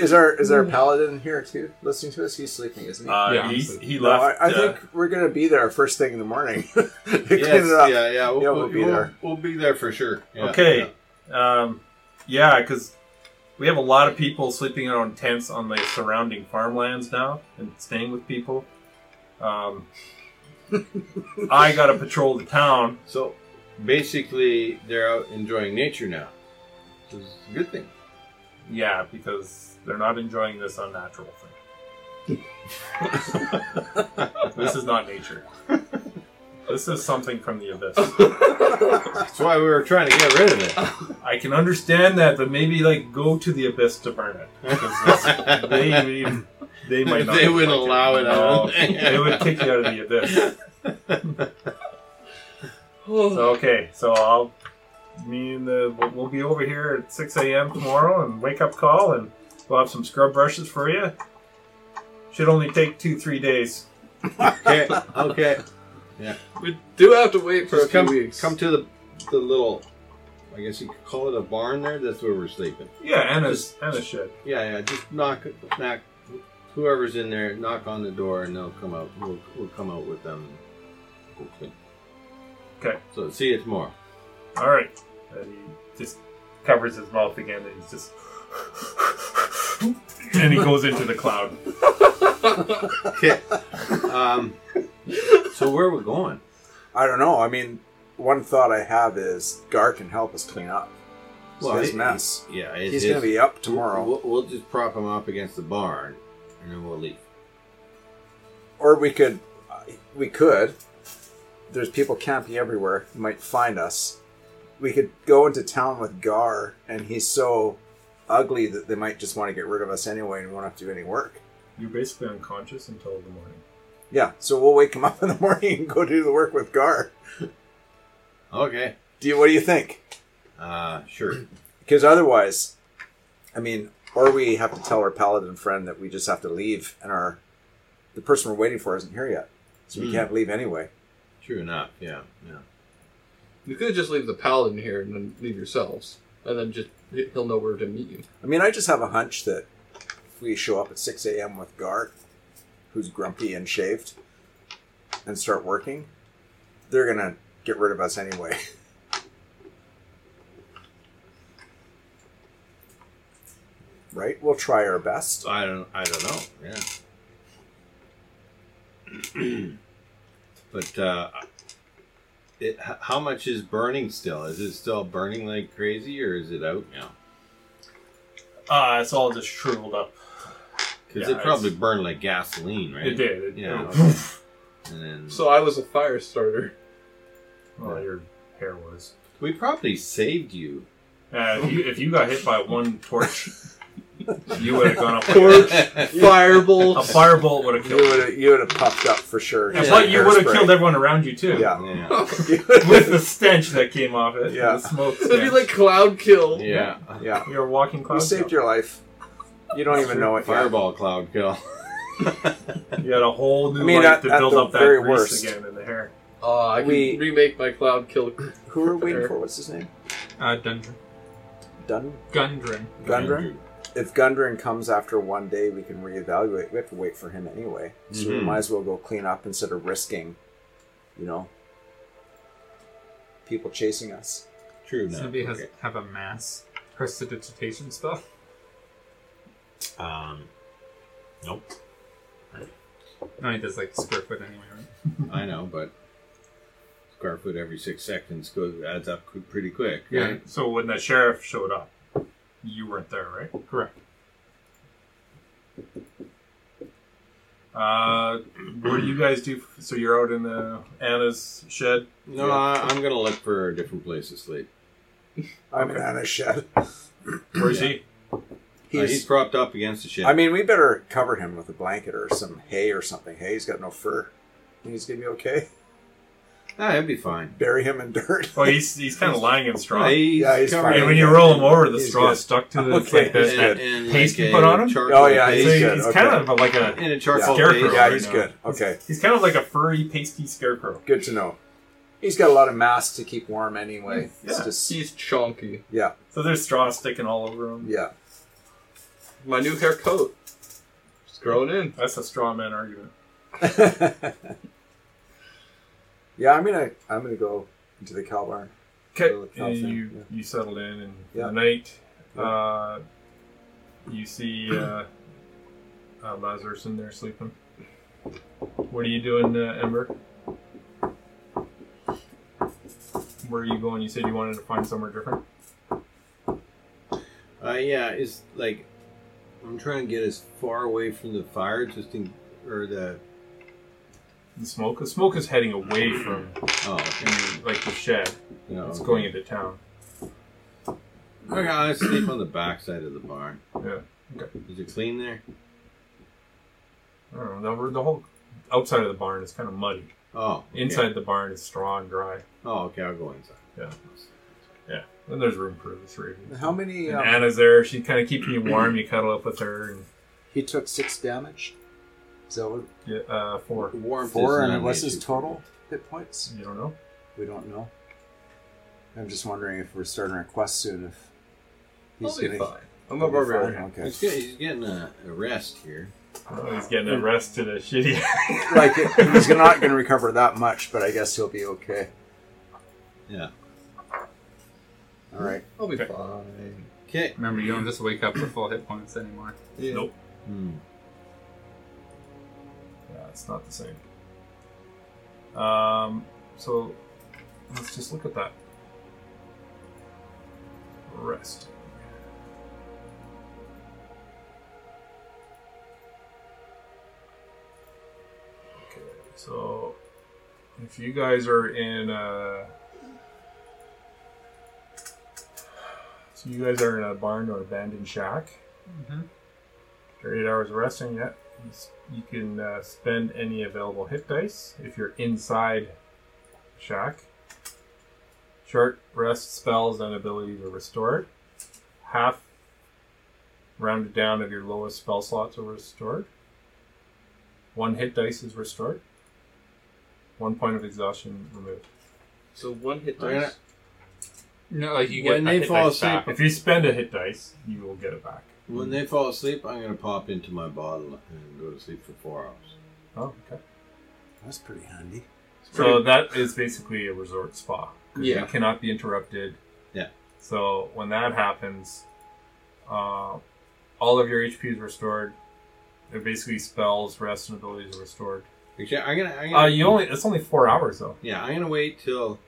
E: Is our is our paladin here too? Listening to us, he's sleeping, isn't he?
A: Uh, Yeah. he's- he
E: No,
A: left,
E: I, I
A: uh,
E: think we're gonna be there first thing in the morning. to clean
C: yes,
E: it up.
C: yeah, yeah, we'll,
E: we'll, be there.
C: We'll be there for sure. Yeah,
A: okay. Um, yeah, because we have a lot of people sleeping out on tents on the surrounding farmlands now and staying with people. Um, I got to patrol the town.
C: So basically, they're out enjoying nature now. So it's a good thing.
A: Yeah, because they're not enjoying this unnatural thing. this is not nature. This is something from the abyss.
C: That's why we were trying to get rid of it.
A: I can understand that, but maybe like go to the abyss to burn it. Because this- they, they might not
C: They wouldn't
A: like
C: allow it
A: No,
C: on.
A: they would kick you out of the abyss. So, okay, so I'll me and the we'll- we'll be over here at six a.m. tomorrow and wake up call, and we'll have some scrub brushes for you. Should only take two three days.
C: Okay, okay.
H: We do have to wait for a
C: Just
H: few
C: come,
H: weeks.
C: come to the the little. I guess you could call it a barn there. That's where we're sleeping.
A: Yeah, and a and a shed.
C: Yeah, yeah. Just knock, knock. Whoever's in there, knock on the door, and they'll come out. We'll, we'll come out with them. We'll clean.
A: Okay.
C: So see you tomorrow.
A: All right. And he just covers his mouth again, and he's just. and he goes into the cloud.
C: Okay. um. So where are we going?
E: I don't know. I mean, one thought I have is Gar can help us clean up. It's
C: Well,
E: his
C: it-
E: mess.
C: Yeah, it-
E: he's
C: it's-
E: gonna be up tomorrow,
C: We'll, we'll just prop him up against the barn, and then we'll leave.
E: or we could, uh, we could. There's people camping everywhere. who Might find us. We could go into town with Gar, and he's so ugly that they might just want to get rid of us anyway, and we won't have to do any work.
A: You're basically unconscious until the morning.
E: Yeah, so we'll wake him up in the morning and go do the work with Gar.
C: Okay.
E: Do you? What do you think?
C: Uh, sure.
E: Because otherwise, I mean, or we have to tell our paladin friend that we just have to leave, and our the person we're waiting for isn't here yet, so we
C: Hmm.
E: can't leave anyway.
C: True enough. Yeah. Yeah.
H: You could just leave the paladin here and then leave yourselves, and then just he'll know where to meet you.
E: I mean, I just have a hunch that if we show up at six a.m. with Gar, who's grumpy and shaved, and start working, they're gonna get rid of us anyway. Right? We'll try our best.
C: I don't. I don't know. Yeah. but uh, it, h- how much is burning still? Is it still burning like crazy, or is it out now?
A: Ah, it's all just shriveled up.
C: Because
A: Yeah,
C: it probably burned like gasoline, right?
A: It did. It,
C: Yeah.
A: it-
C: okay. And then
H: So I was a fire starter.
A: well, your hair was.
C: we probably saved you.
A: Uh, if, you, if you got hit by one torch, you would have gone up.
H: Firebolt.
A: A firebolt would have
E: You
A: killed. you.
E: would have you would have puffed up for sure.
A: And what you would have killed everyone around you too.
E: Yeah.
C: Yeah.
A: With the stench that came off it.
E: Yeah.
A: The smoke.
H: It'd be
A: stench.
H: like cloud kill.
C: yeah.
E: Yeah.
A: You're a walking cloud.
E: You saved your life. You don't even know it yet.
C: Fireball cloud kill.
A: You had a whole new
E: I mean,
A: life
E: at-
A: to
E: at
A: build
E: the
A: up that
E: very
A: grease
E: worst.
A: again in the hair.
H: Uh, I
E: We-
H: can remake my cloud kill.
E: Who are we waiting for? What's his name?
D: Uh, Dundren.
E: Dun
D: Gundren.
E: Gundren? If Gundren comes after one day, we can reevaluate. We have to wait for him anyway. So we
C: Mhm.
E: might as well go clean up instead of risking, you know, people chasing us.
C: True
D: Does
C: enough.
D: anybody has,
C: okay.
D: have a mass prestidigitation spell?
G: Um, nope.
D: No, he does like square foot anyway, right?
C: I know, but square foot every six seconds goes adds up qu- pretty quick.
D: Yeah.
A: So when the sheriff showed up, you weren't there, right? Correct. Uh, what do you guys do? So you're out in the Anna's shed.
C: No, I, I'm gonna look for a different place to sleep. Uh,
E: I'm in Anna's shed.
A: Where is he?
C: He's, uh, he's propped up against the ship.
E: I mean, we better cover him with a blanket or some hay or something. Hey, he's got no fur. Think He's gonna be okay.
C: nah, Ah, he'll be fine.
E: Bury him in dirt.
A: Oh, he's he's kind of lying in straw.
C: Yeah, he's
E: Yeah, he's
C: covered
E: fine.
A: And
C: in-
A: when you roll him over, the
E: He's
A: straw
E: good.
A: is stuck to the it's
E: Okay,
A: like that,
E: he's
A: that
E: good.
C: and
A: paste
C: like
A: you put
C: a
A: on him?
C: charcoal
E: Oh, yeah,
A: So
E: he's
C: paste.
E: good,
A: he's
E: okay.
A: kind of like a
C: in a charcoal
A: Yeah.
C: paste.
E: Yeah, he's
A: Right
E: good. Okay,
A: he's kind of like a furry, pasty scarecrow.
E: good to know. He's got a lot of masks to keep warm anyway.
H: Hmm.
E: It's
A: Yeah.
E: just
H: He's chonky.
E: yeah,
A: So there's straw sticking all over him.
E: yeah.
H: My new hair coat. It's growing in.
A: That's a straw man argument.
E: yeah, I'm gonna I'm gonna go into the cow barn.
A: Okay,
E: Little cow
A: and
E: thing,
A: you
E: yeah.
A: you settled in, and
E: Yeah.
A: the night, uh, you see uh, uh, Lazarus in there sleeping. What are you doing, uh, Ember? Where are you going? You said you wanted to find somewhere different.
C: Uh, yeah, it's like I'm trying to get as far away from the fire, just in or the
A: The smoke. The smoke is heading away from
C: oh, okay.
A: you, like the shed.
C: no,
A: It's going into town.
C: Okay, I sleep on the back side of the barn.
A: Yeah.
C: Is it clean there?
A: I don't know. The, the whole outside of the barn is kind of muddy.
C: Oh, okay.
A: Inside the barn is straw and dry.
C: Oh, okay, I'll go inside.
A: And there's room for the three of you.
E: How many?
A: And
E: Um,
A: Anna's there. She's kind of keeping you warm. You cuddle up with her. And
E: he took six damage. Is that what?
A: get, uh, four.
C: Warmth
E: Four,
C: is not
E: and
C: an
E: what's his
C: issue.
E: total hit points?
A: You don't know.
E: We don't know. I'm just wondering if we're starting our quest soon. If he's
H: He'll be
E: gonna.
H: fine. I'm a barbarian.
E: Okay.
C: He's get- he's getting a, a rest here.
A: Oh, he's getting arrested at shitty.
E: like it, he's not going to recover that much, but I guess he'll be okay.
C: Yeah.
E: All right.
H: I'll be fine.
C: Okay.
D: Remember, you don't just wake up with full hit points anymore.
H: Yeah.
A: Nope.
C: Hmm.
A: yeah, it's not the same. Um, so let's just look at that. Rest. Okay, so if you guys are in uh so you guys are in a barn or abandoned shack.
D: Mhm.
A: After eight hours of resting, yeah, you, s- you can uh, spend any available hit dice if you're inside shack. Short rest spells and abilities are restored. Half rounded down of your lowest spell slots are restored. One hit dice is restored. One point of exhaustion removed.
H: So one hit
C: Okay.
H: dice.
D: No, like you get
C: When
D: a
C: they
D: hit
C: fall
D: dice back.
A: If you spend a hit dice, you will get it back.
C: When they fall asleep, I'm gonna pop into my bottle and go to sleep for four hours.
A: Oh, okay.
E: That's pretty handy.
A: So that is basically a resort spa.
H: Yeah.
A: You cannot be interrupted.
C: Yeah.
A: So when that happens, uh, all of your HP is restored. They're basically spells, rest, and abilities are restored.
C: Actually, I'm gonna. I'm gonna
A: Uh, you only it's only four hours though.
C: yeah, I'm gonna wait till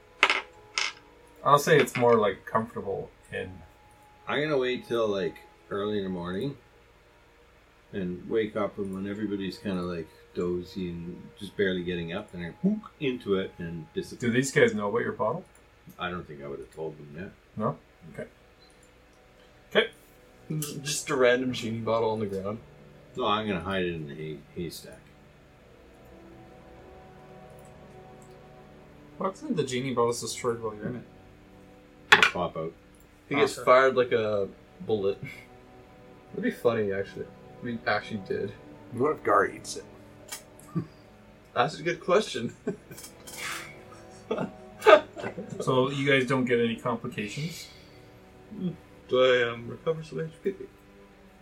A: I'll say it's more like comfortable in
C: I'm gonna wait till like early in the morning and wake up and when everybody's kind of like dozy and just barely getting up and I book into it and
A: do
C: disappear.
A: these guys know about your bottle?
C: I don't think I would have told them that.
A: No? Okay.
H: Just a random genie bottle on the ground.
C: No, I'm gonna hide it in the hay- haystack.
D: What if the genie ball is destroyed while you're in it?
C: Pop out.
H: He gets fired like a bullet. That'd be funny, actually. We actually did.
E: What if Gar eats it?
H: That's a good question.
A: So you guys don't get any complications.
H: Do I um, recover some HP?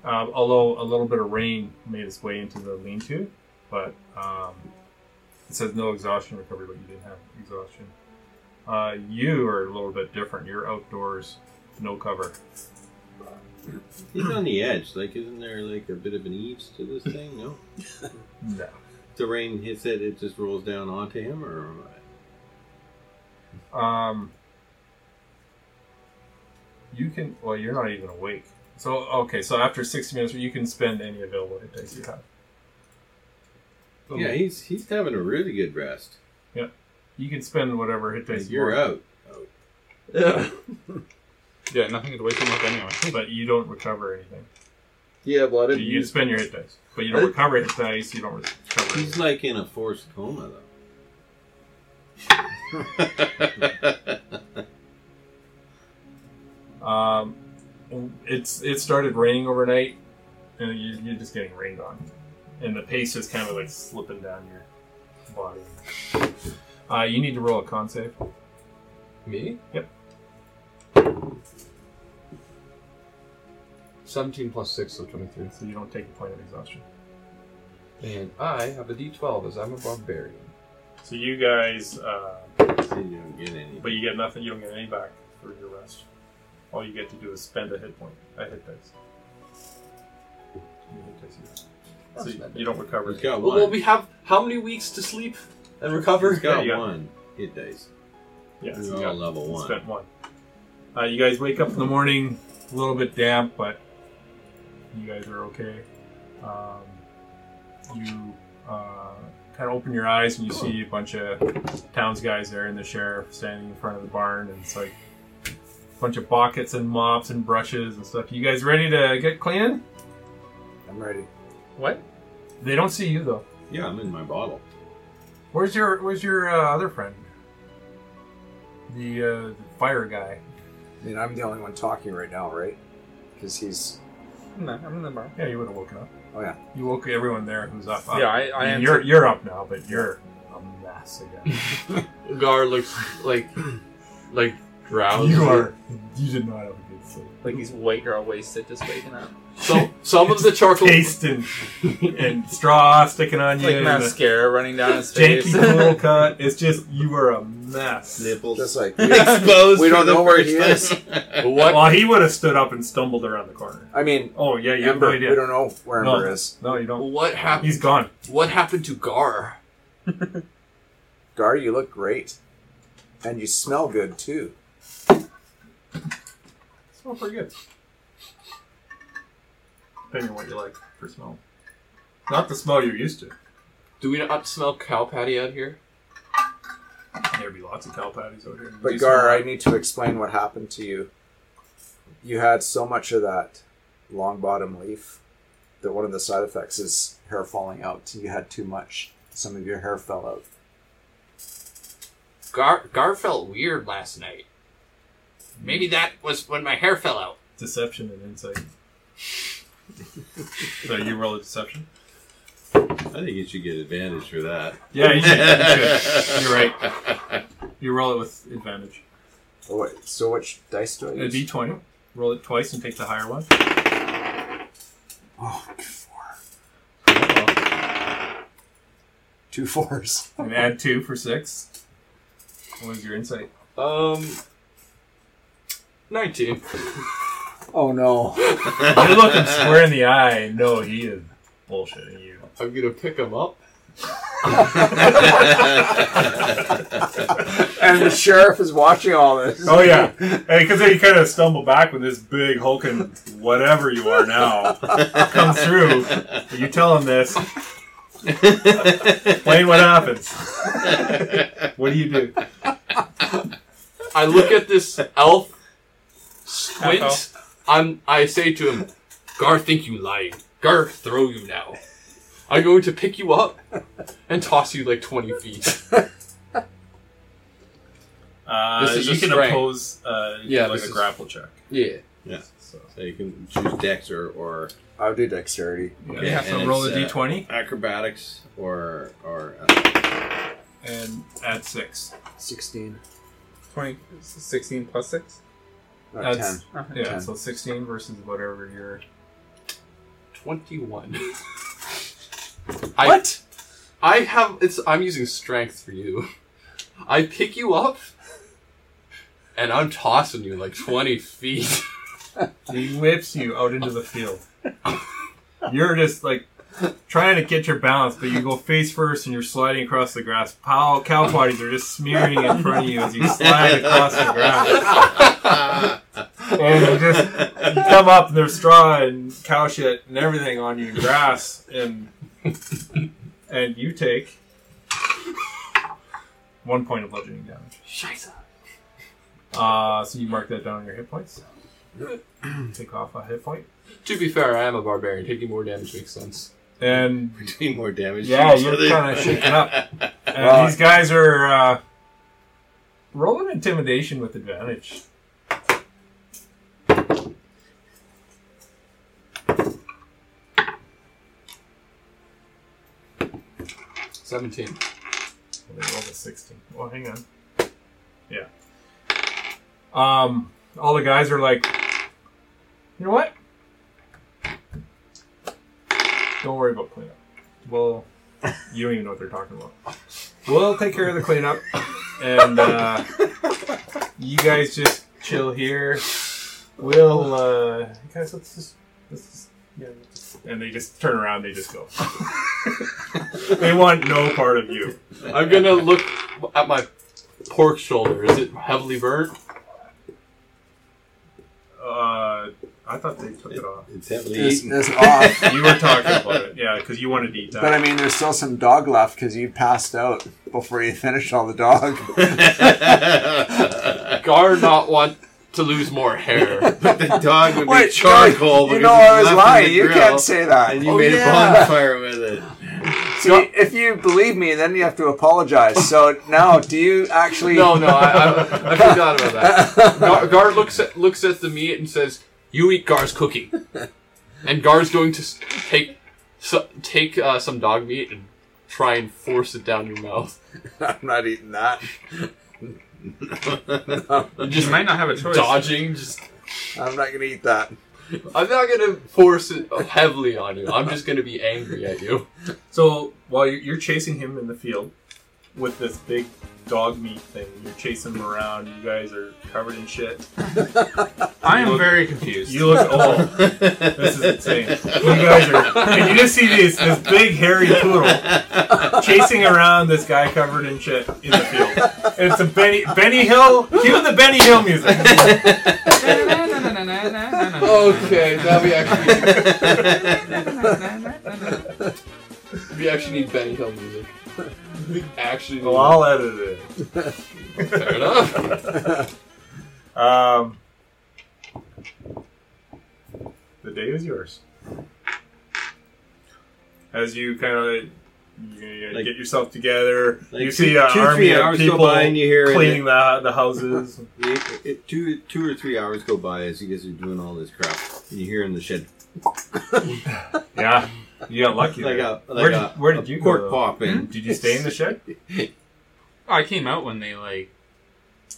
A: Uh, although a little bit of rain made its way into the lean-to, but um, it says no exhaustion recovery, but you didn't have exhaustion. Uh, you are a little bit different. You're outdoors, no cover.
C: He's on the edge. Like, isn't there like a bit of an eaves to this thing? No.
A: No.
C: If the rain hits it, it just rolls down onto him, or
A: Um, you can. Well, you're not even awake. So okay. So after 60 minutes, you can spend any available hit dice you have.
C: Yeah, he's he's having a really good rest.
A: Yep. You can spend whatever hit dice
C: You're out.
A: Yeah. yeah, nothing to waste them with anyway. But you don't recover anything.
C: Yeah, well, I
A: You, you spend your hit dice, but you don't recover hit dice. You don't recover.
C: He's like in a forced coma though.
A: Um, it's it started raining overnight, and you, you're just getting rained on, and the pace is kind of like slipping down your body. Uh, you need to roll a con save.
F: Me?
A: Yep.
I: 17 plus 6, so 23.
A: So you don't take a point of exhaustion.
I: And I have a d12 as I'm a barbarian.
A: So you guys, uh,
C: So you don't get any.
A: but you get nothing. You don't get any back for your rest. All you get to do is spend a hit point. A hit dice. You hit dice, you get. So
I: That's
A: you,
I: not
A: you don't recover.
C: He's got
I: Well,
C: one.
I: well, we have how many weeks to sleep and recover?
C: He's got
A: Yeah.
C: one hit dice.
A: Yeah,
C: We're
A: so
C: all
A: you got-
C: level one.
A: Spent one. Uh, you guys wake up in the morning, a little bit damp, but you guys are okay. Um, you uh, kind of open your eyes and you see a bunch of towns guys there and the sheriff standing in front of the barn, and it's like a bunch of buckets and mops and brushes and stuff. You guys ready to get cleaning?
E: I'm ready.
A: What? They don't see you though.
C: Yeah, I'm in my bottle.
A: Where's your Where's your uh, other friend? The, uh, the fire guy.
E: I mean, I'm the only one talking right now, right? Because he's.
D: No, I'm in the bar.
A: Yeah, you would have woken up.
E: Oh, yeah.
A: You woke everyone there who's up. up.
D: Yeah, I, I
A: mean,
D: am.
A: you're you're up now, but you're a mess again.
I: Gar looks like like drowsy.
A: you are. You did not have a good sleep.
D: like he's white girl wasted, just waking up.
I: So, some of the charcoal.
A: Taste and, and straw sticking on you.
D: Like
A: and the
D: mascara running down his
A: janky
D: face.
A: pool cut. It's just you were a mess.
C: Nipples.
E: Just like.
D: Exposed.
E: We don't know where he is.
I: What?
A: Well, he would have stood up and stumbled around the corner.
E: I mean,
A: Oh yeah, you
E: Ember.
A: have
E: We
A: no idea.
E: don't know where
A: No.
E: Ember is.
A: No, you don't.
I: What happened?
A: He's gone.
I: What happened to Gar?
E: Gar, you look great, and you smell good too.
A: Smell pretty good. Depending on what you like for smell. Not the smell you're used to.
I: Do we not smell cow patty out here?
A: There'd be lots of cow patties out here.
E: But
A: You
E: Gar,
A: smell-
E: I need to explain what happened to you. You had so much of that long bottom leaf that one of the side effects is hair falling out. You had too much. Some of your hair fell out.
I: Gar Gar felt weird last night. Maybe that was when my hair fell out.
A: Deception and insight. so you roll a deception?
C: I think you should get advantage for that.
A: Yeah, you should. You are right. You roll it with advantage.
E: Oh, wait, so which dice do I
A: A
E: use?
A: d20. Roll it twice and take the higher one.
E: Oh, good four. Two fours.
A: And add two for six. What was your insight?
I: Um, nineteen.
E: Oh no.
A: You look him square in the eye. No, he is bullshitting you.
I: I'm gonna pick him up.
E: and the sheriff is watching all this.
A: Oh yeah, because then you kind of stumble back when this big hulking whatever you are now comes through. You tell him this. Wayne, what happens? what do you do?
I: I look at this elf, squint. I'm. I say to him, Gar, think you lying. Gar, throw you now. I'm going to pick you up and toss you like twenty feet.
A: Uh,
I: This is
A: you
I: a
A: can
I: strength.
A: oppose uh,
I: Yeah,
A: like
I: this
A: a
I: is-
A: grapple check.
I: Yeah.
C: Yeah.
A: So
C: So you can choose Dex or, or
E: I'll do dexterity.
A: you have
C: and
A: to roll a
C: it's, uh,
A: d20
C: acrobatics or or uh,
A: and add six.
E: Sixteen.
D: 20, 16 plus Uh-huh. 6?
E: Not
A: That's-
E: Uh, ten.
A: Yeah,
E: Ten.
A: so 16 versus whatever your
I: 21. I, what? I have it's I'm using strength for you. I pick you up and I'm tossing you like 20 feet.
A: He whips you out into the field. You're just like trying to get your balance, but you go face first and you're sliding across the grass. Pow, cow potties are just smearing in front of you as you slide across the grass. And you just
C: uh,
A: you come up and there's straw and cow shit and everything on you, and grass, and and you take one point of bludgeoning damage.
G: Scheiße.
A: Uh, so you mark that down on your hit points. take off a hit point.
I: To be fair, I am a barbarian. Taking more damage makes sense.
A: And
C: We're doing more damage. to
A: yeah,
C: each
A: you're
C: other.
A: kind of shaken up. And
E: Well,
A: these guys are uh, rolling intimidation with advantage.
I: Seventeen.
A: Well, they rolled a 16. Well, Oh, hang on. Yeah. Um, all the guys are like, you know what? Don't worry about cleanup. Well, you don't even know what they're talking about. We'll take care of the cleanup. And uh, you guys just chill here. We'll, uh, guys, let's just, let's just, yeah. let's just-" And they just turn around, they just go. they want no part of you.
I: I'm gonna look at my pork shoulder. Is it heavily burnt?
A: Uh, I thought they took it off.
C: It's heavily
E: It's,
C: eaten.
E: it's off.
A: You were talking about it, yeah, because you wanted to eat that.
E: But I mean, there's still some dog left because you passed out before you finished all the dog.
I: Gar not want to lose more hair.
C: but the dog would be
E: Wait,
C: charcoal.
E: You
C: because
E: know
C: it's left
E: I was
C: in the
E: lying. You
C: grill,
E: can't say
C: And
E: that.
C: you made
E: Oh, yeah.
C: a bonfire with it.
E: See, if you believe me, then you have to apologize. So now, do you actually?
I: no, no, I, I, I forgot about that. Gar, Gar looks at looks at the meat and says, "You eat Gar's cookie," and Gar's going to s- take so, take uh, some dog meat and try and force it down your mouth.
E: I'm not eating that.
I: Just
D: You might not have a choice.
I: dodging, just
E: I'm not gonna eat that.
I: I'm not gonna force it heavily on you. I'm just gonna be angry at you.
A: So while you're, you're chasing him in the field with this big dog meat thing, you're chasing him around. You guys are covered in shit.
D: I am very confused.
A: You look old. This is insane. You guys are, and you just see this this big hairy poodle chasing around this guy covered in shit in the field. It's a Benny Benny Hill. Cue the Benny Hill music.
I: Okay, now we actually we actually need Benny Hill music. We actually need
A: Well, I'll edit it.
I: fair enough.
A: Um, the day is yours. As you kind of you, you
C: Like-
A: get yourself together,
C: like
A: you
C: two-
A: see an
C: two,
A: army
C: three
A: of
C: hours go
A: people
C: by and you hear it.
A: cleaning the, the houses.
C: It- it- two, two or three hours go by as you guys are doing all this crap, and you hear in the shed
A: yeah, you got lucky.
C: like
A: there.
C: a like
A: Where did-
C: a,
A: where did
C: a
A: you go, Hmm?
C: cork
A: though?
C: popping.
A: Did you stay in the shed?
D: I came out when they like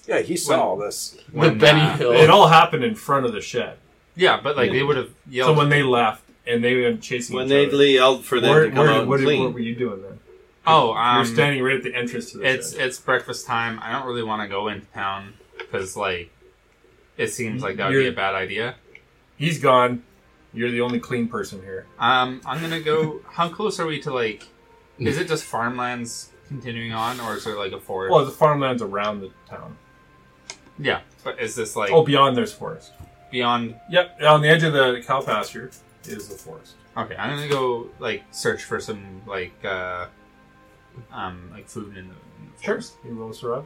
E: Yeah, he saw all this.
I: The
D: when
I: Benny
D: uh,
I: Hill.
A: It all happened in front of the shed.
D: Yeah, but like they would have
A: So
D: yelled.
A: when they left and they went chasing
C: When
A: each
C: they
A: other,
C: yelled for them
A: where-
C: to come
A: where-
C: out
A: what, did-
C: and
A: what
C: clean,
A: were you doing then?
D: oh, um,
A: you were standing right at the entrance to the
D: it's
A: shed.
D: it's breakfast time. I don't really want to go into town because like it seems like that would be
A: You're-
D: a bad idea.
A: He's gone. You're the only clean person here.
D: Um, I'm gonna go. How close are we to like? Is it just farmlands continuing on, or is there like a forest?
A: Well, the farmland's around the town.
D: yeah, but is this like
A: Oh, beyond there's forest.
D: beyond?
A: Yep, on the edge of the cow pasture is the forest.
D: Okay, I'm gonna go like search for some like uh, um, like food in the, in the forest.
A: You roll survive.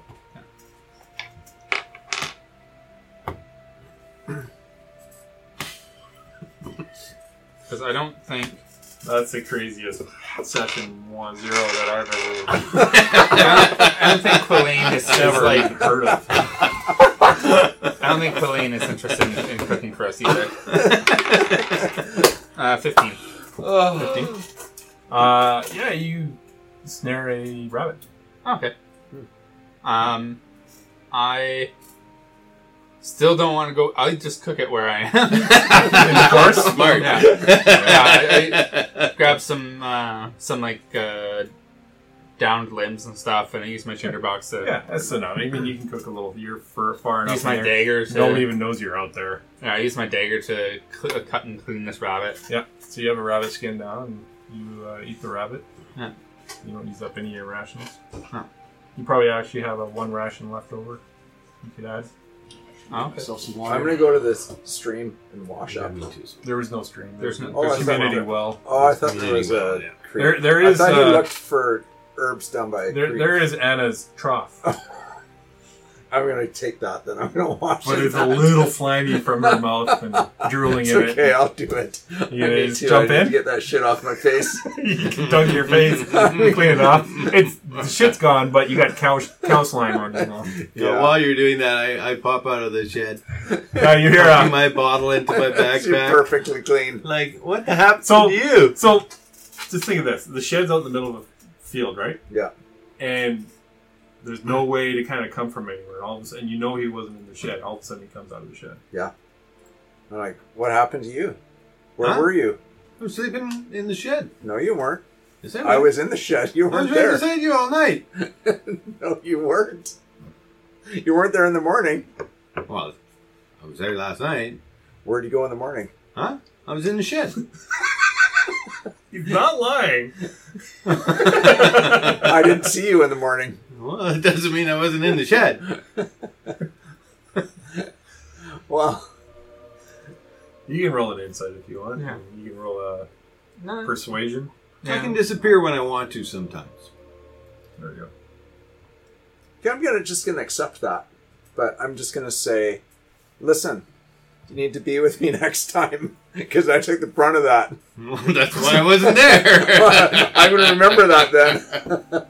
D: because I don't think
A: That's the craziest session one zero that I've ever
D: I don't, I don't think Quillane is, is
A: ever
D: like
A: heard of.
D: I don't think Quillane is interested in, in cooking for us either. Uh, fifteen.
A: Uh, yeah, you snare a rabbit.
D: Okay. Hmm. Um, I still don't want to go. I just cook it where I am.
C: smart.
D: Yeah. Yeah, Grab some uh, some like uh, downed limbs and stuff, and I use my tinder box to
A: Yeah, that's enough. I mean, you can cook a little. You're far, far enough.
D: use my
A: in there.
D: dagger. To,
A: Nobody even knows you're out there.
D: yeah, I use my dagger to cl- uh, cut and clean this rabbit.
A: Yeah. So you have a rabbit skin now, and you uh, eat the rabbit.
D: Yeah.
A: You don't use up any of your rations.
D: Huh.
A: You probably actually have a one ration left over. You could add.
D: Oh, okay.
I: myself some
E: I'm
I: water.
E: gonna go to this stream and wash up.
A: There was no stream.
D: There's no-
E: Oh,
A: there's
E: I thought-
A: community well.
E: Oh, I thought there was a creek.
A: There, there
E: I
A: is
E: thought he
A: uh,
E: looked for herbs down by a
A: there,
E: creek.
A: there is Anna's trough,
E: I'm gonna take that then. I'm gonna wash
A: but
E: it.
A: it's a
E: back.
A: little slimy from her mouth and drooling
E: It's
A: in
E: okay,
A: it.
E: I'll do it.
A: You
E: I need
A: just
E: to,
A: jump
E: I need
A: in.
E: to get that shit off my face.
A: you can dunk your face, clean it off. It's the shit's gone, but you got cow cow slime on your mouth.
C: Yeah. while you're doing that, I, I pop out of the shed,
A: Now you hear
C: putting
A: uh,
C: my bottle into my
E: You're
C: backpack.
E: perfectly clean.
C: Like, what happened
A: So-
C: to you?
A: so. Just think of this: the shed's out in the middle of the field, right?
E: Yeah.
A: And there's no way to kind of come from anywhere. All of a sudden, you know he wasn't in the shed. All of a sudden, he comes out of the shed.
E: I'm like, what happened to you? Where
C: Huh?
E: were you?
C: I'm sleeping in the shed.
E: No, you weren't.
C: Is that
E: I
C: right?
E: was in the shed. You
C: I was
E: weren't
C: right
E: there.
C: beside you all night.
E: No, you weren't. You weren't there in the morning.
C: Well, I was there last night.
E: Where'd you go in the morning?
C: Huh? I was in the shed.
A: He's not lying.
E: I didn't see you in the morning.
C: Well, that doesn't mean I wasn't in the shed.
E: Well,
A: You can roll an insight if you want.
D: Yeah.
A: You can roll a
D: No.
A: persuasion.
C: I
D: Yeah.
C: can disappear when I want to sometimes.
A: There you go.
E: yeah, I'm gonna just gonna accept that. But I'm just gonna say, listen, you need to be with me next time because I took the brunt of that.
C: Well, that's why I wasn't there.
E: I'm gonna remember that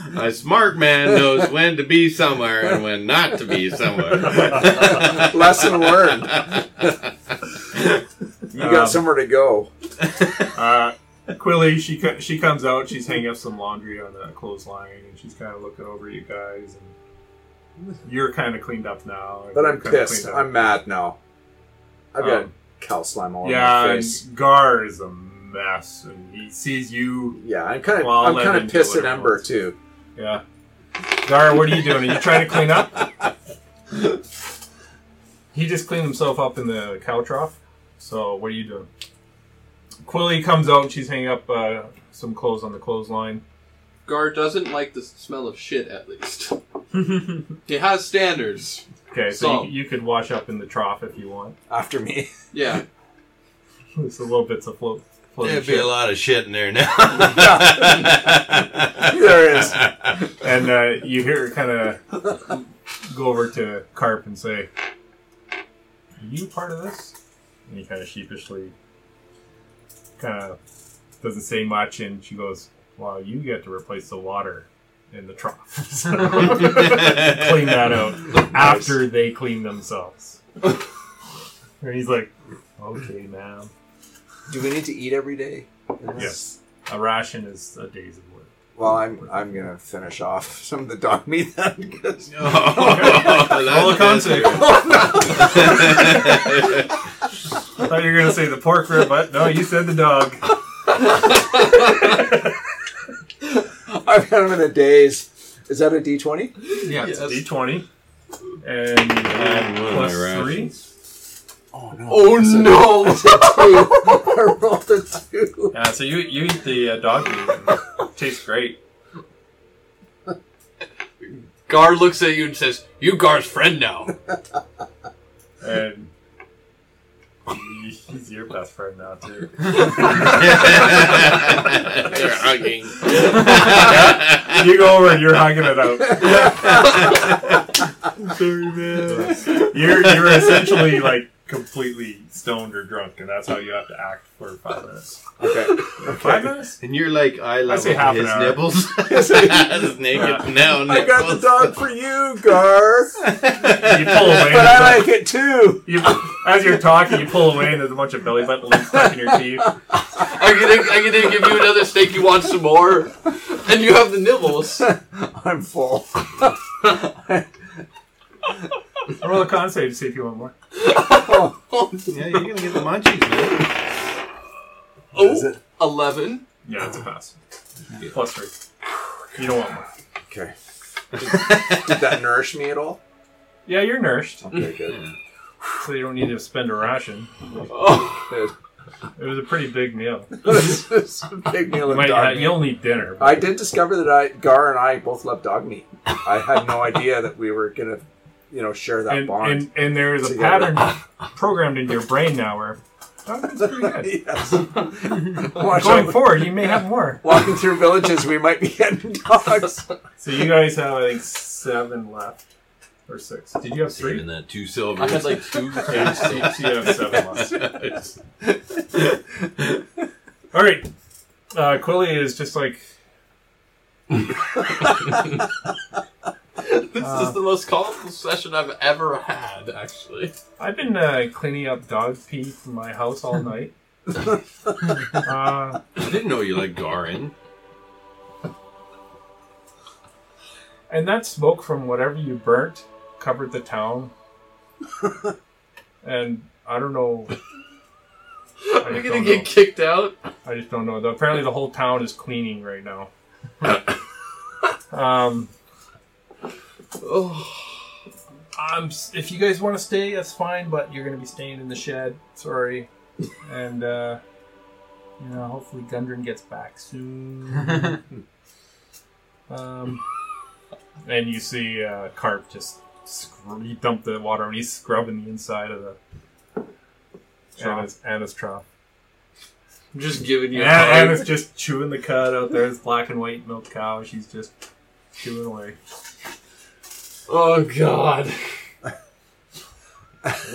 E: then.
C: A smart man knows when to be somewhere and when not to be somewhere.
E: Lesson learned. You got
A: Um,
E: somewhere to go.
A: Uh, Quilly, she co- she comes out. She's hanging up some laundry on the clothesline, and she's kind of looking over you guys. And you're kind of cleaned up now. and
E: But
A: you're
E: I'm
A: kinda
E: pissed.
A: cleaned up.
E: I'm mad now. I've got
A: Um,
E: cow slime all
A: yeah,
E: over my
A: and
E: face.
A: Gar is a mess, and he sees you.
E: Yeah, I'm kind of
A: Well, I'll
E: I'm
A: let
E: kind
A: him
E: of
A: do
E: pissed at
A: what he
E: Ember
A: wants.
E: too.
A: Yeah. Gar, what are you doing? Are you trying to clean up? He just cleaned himself up in the cow trough. So what are you doing? Quilly comes out. She's hanging up uh, some clothes on the clothesline.
I: Gar doesn't like the smell of shit, at least. he has standards.
A: Okay,
I: So-
A: so you, you could wash up in the trough if you want.
E: After me,
I: Yeah.
A: There's a little bits of float. floating
C: There'd be a
A: shit.
C: lot of shit in there now.
E: there is.
A: And uh, you hear kind of go over to Carp and say, "Are you part of this?" And he kind of sheepishly, kind of doesn't say much, and she goes, "Wow, you get to replace the water in the trough. So, clean that out after they clean themselves." and he's like, "Okay, ma'am."
E: Do we need to eat every day?
A: Yes. A ration is a day's of work.
E: Well, I'm I'm gonna finish off some of the dog meat then. 'cause-
A: Roll a con
C: that's
A: save.
C: disgusting.
A: I thought you were gonna say the pork rib, but no, you said the dog.
E: I've had them in a daze. Is that a D20?
D: Yeah.
I: Yes.
A: D twenty, and you add
C: one of
A: plus
C: my
A: three.
E: Oh no!
I: Oh no!
E: I rolled a two.
A: Yeah, so you you eat the uh, dog meat. and Tastes great.
I: Gar looks at you and says, "You Gar's friend now."
A: And he's your best friend now too.
C: They're hugging.
A: You go over and you're hugging it out. You're you're essentially like completely stoned or drunk, and that's how you have to act for five minutes.
E: Okay.
A: Five minutes?
C: and you're like, I love
A: say half
C: his
A: an hour.
C: nipples. his naked now
A: Oh,
E: I got the
C: nipples.
E: dog for you, Gar.
A: You pull away.
E: But I like it too.
A: You, as you're talking, you pull away, and there's a bunch of belly button links stuck in your teeth.
I: I'm gonna, I'm gonna give you another steak. You want some more? And you have the nibbles.
E: I'm full.
A: Roll a con save to see if you want more.
C: Yeah, you're gonna get the munchies, man.
E: Is
I: Oh,
E: it?
I: 11.
A: Yeah, that's a pass. Plus three. You don't want more.
E: Okay. Did, did that nourish me at all?
A: Yeah, you're nourished,
E: Okay, good.
A: so you don't need to spend a ration.
I: Oh,
A: It was a pretty big meal.
E: this is a big meal
A: You
E: of
A: might
E: dog
A: have,
E: meat.
A: uh, you'll need dinner.
E: I did discover that I, Gar and I both love dog meat. I had no idea that we were gonna you know, share that
A: and,
E: bond.
A: and and there is a
E: together.
A: pattern programmed into your brain now where "Oh, that's pretty good.
E: Yes. Watch
A: Going
E: out.
A: forward, you may have more.
E: Walking through villages, we might be getting dogs.
A: So you guys have I think seven left or six. Did you have
C: Even
A: three?
C: that two silver.
I: I had like two
A: Yeah,
I: and
A: so
I: six.
A: you have seven left. All right. Uh, Quilly is just like
I: This is the most colorful session I've ever had, actually.
A: I've been uh, cleaning up dog pee from my house all night. uh,
C: I didn't know you liked Garin.
A: and that smoke from whatever you burnt covered the town. and I don't know. I
I: Are we
A: just
I: gonna
A: don't
I: get
A: know.
I: kicked out?
A: I just don't know. Though apparently the whole town is cleaning right now. um,
I: Oh,
A: I'm, s- if you guys want to stay, that's fine. But you're going to be staying in the shed. Sorry. And uh, you know, hopefully Gundren gets back soon. um, and you see uh, Carp just scr- he dumped the water and he's scrubbing the inside of the Anna's, Anna's trough.
I: I'm just giving you. a
A: Yeah,
I: hug.
A: Anna's just chewing the cud out there. This black and white milk cow. She's just chewing away.
I: Oh God.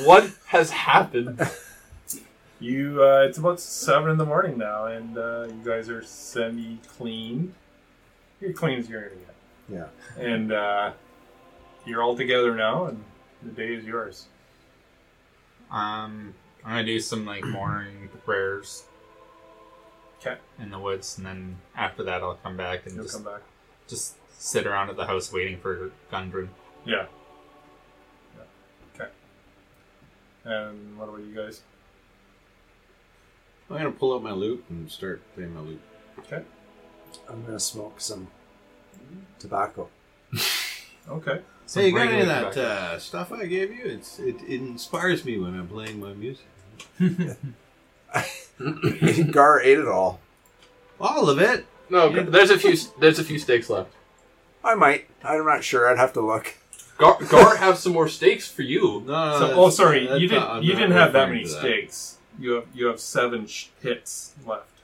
I: what has happened?
A: You, uh, it's about seven in the morning now, and uh, you guys are semi-clean. You're clean as you're gonna get.
E: Yeah.
A: And uh, you're all together now, and the day is yours.
D: Um, I'm gonna do some like morning prayers.
A: 'Kay.
D: In the woods, and then after that, I'll come back and
A: You'll
D: just
A: come back.
D: just sit around at the house waiting for Gundren.
A: Yeah. yeah. Okay. And Um, what about you guys?
C: I'm gonna pull out my loot and start playing my loot.
E: I'm gonna smoke some tobacco.
A: Okay.
C: Hey, you got
A: regular
C: any of that
A: tobacco.
C: uh, stuff I gave you? It's it, it inspires me when I'm playing my music.
E: Gar ate it all.
C: All of it.
I: No, there's a few. There's a few steaks left.
E: I might. I'm not sure. I'd have to look.
I: Gar, Gar have some more steaks for you.
C: No, no,
A: So,
C: that's-
A: oh, sorry.
C: Uh, that's
A: You didn't.
C: not- I'm
A: you
C: not
A: didn't have that
C: referring
A: many
C: to
A: stakes. You have you have seven sh- hits left,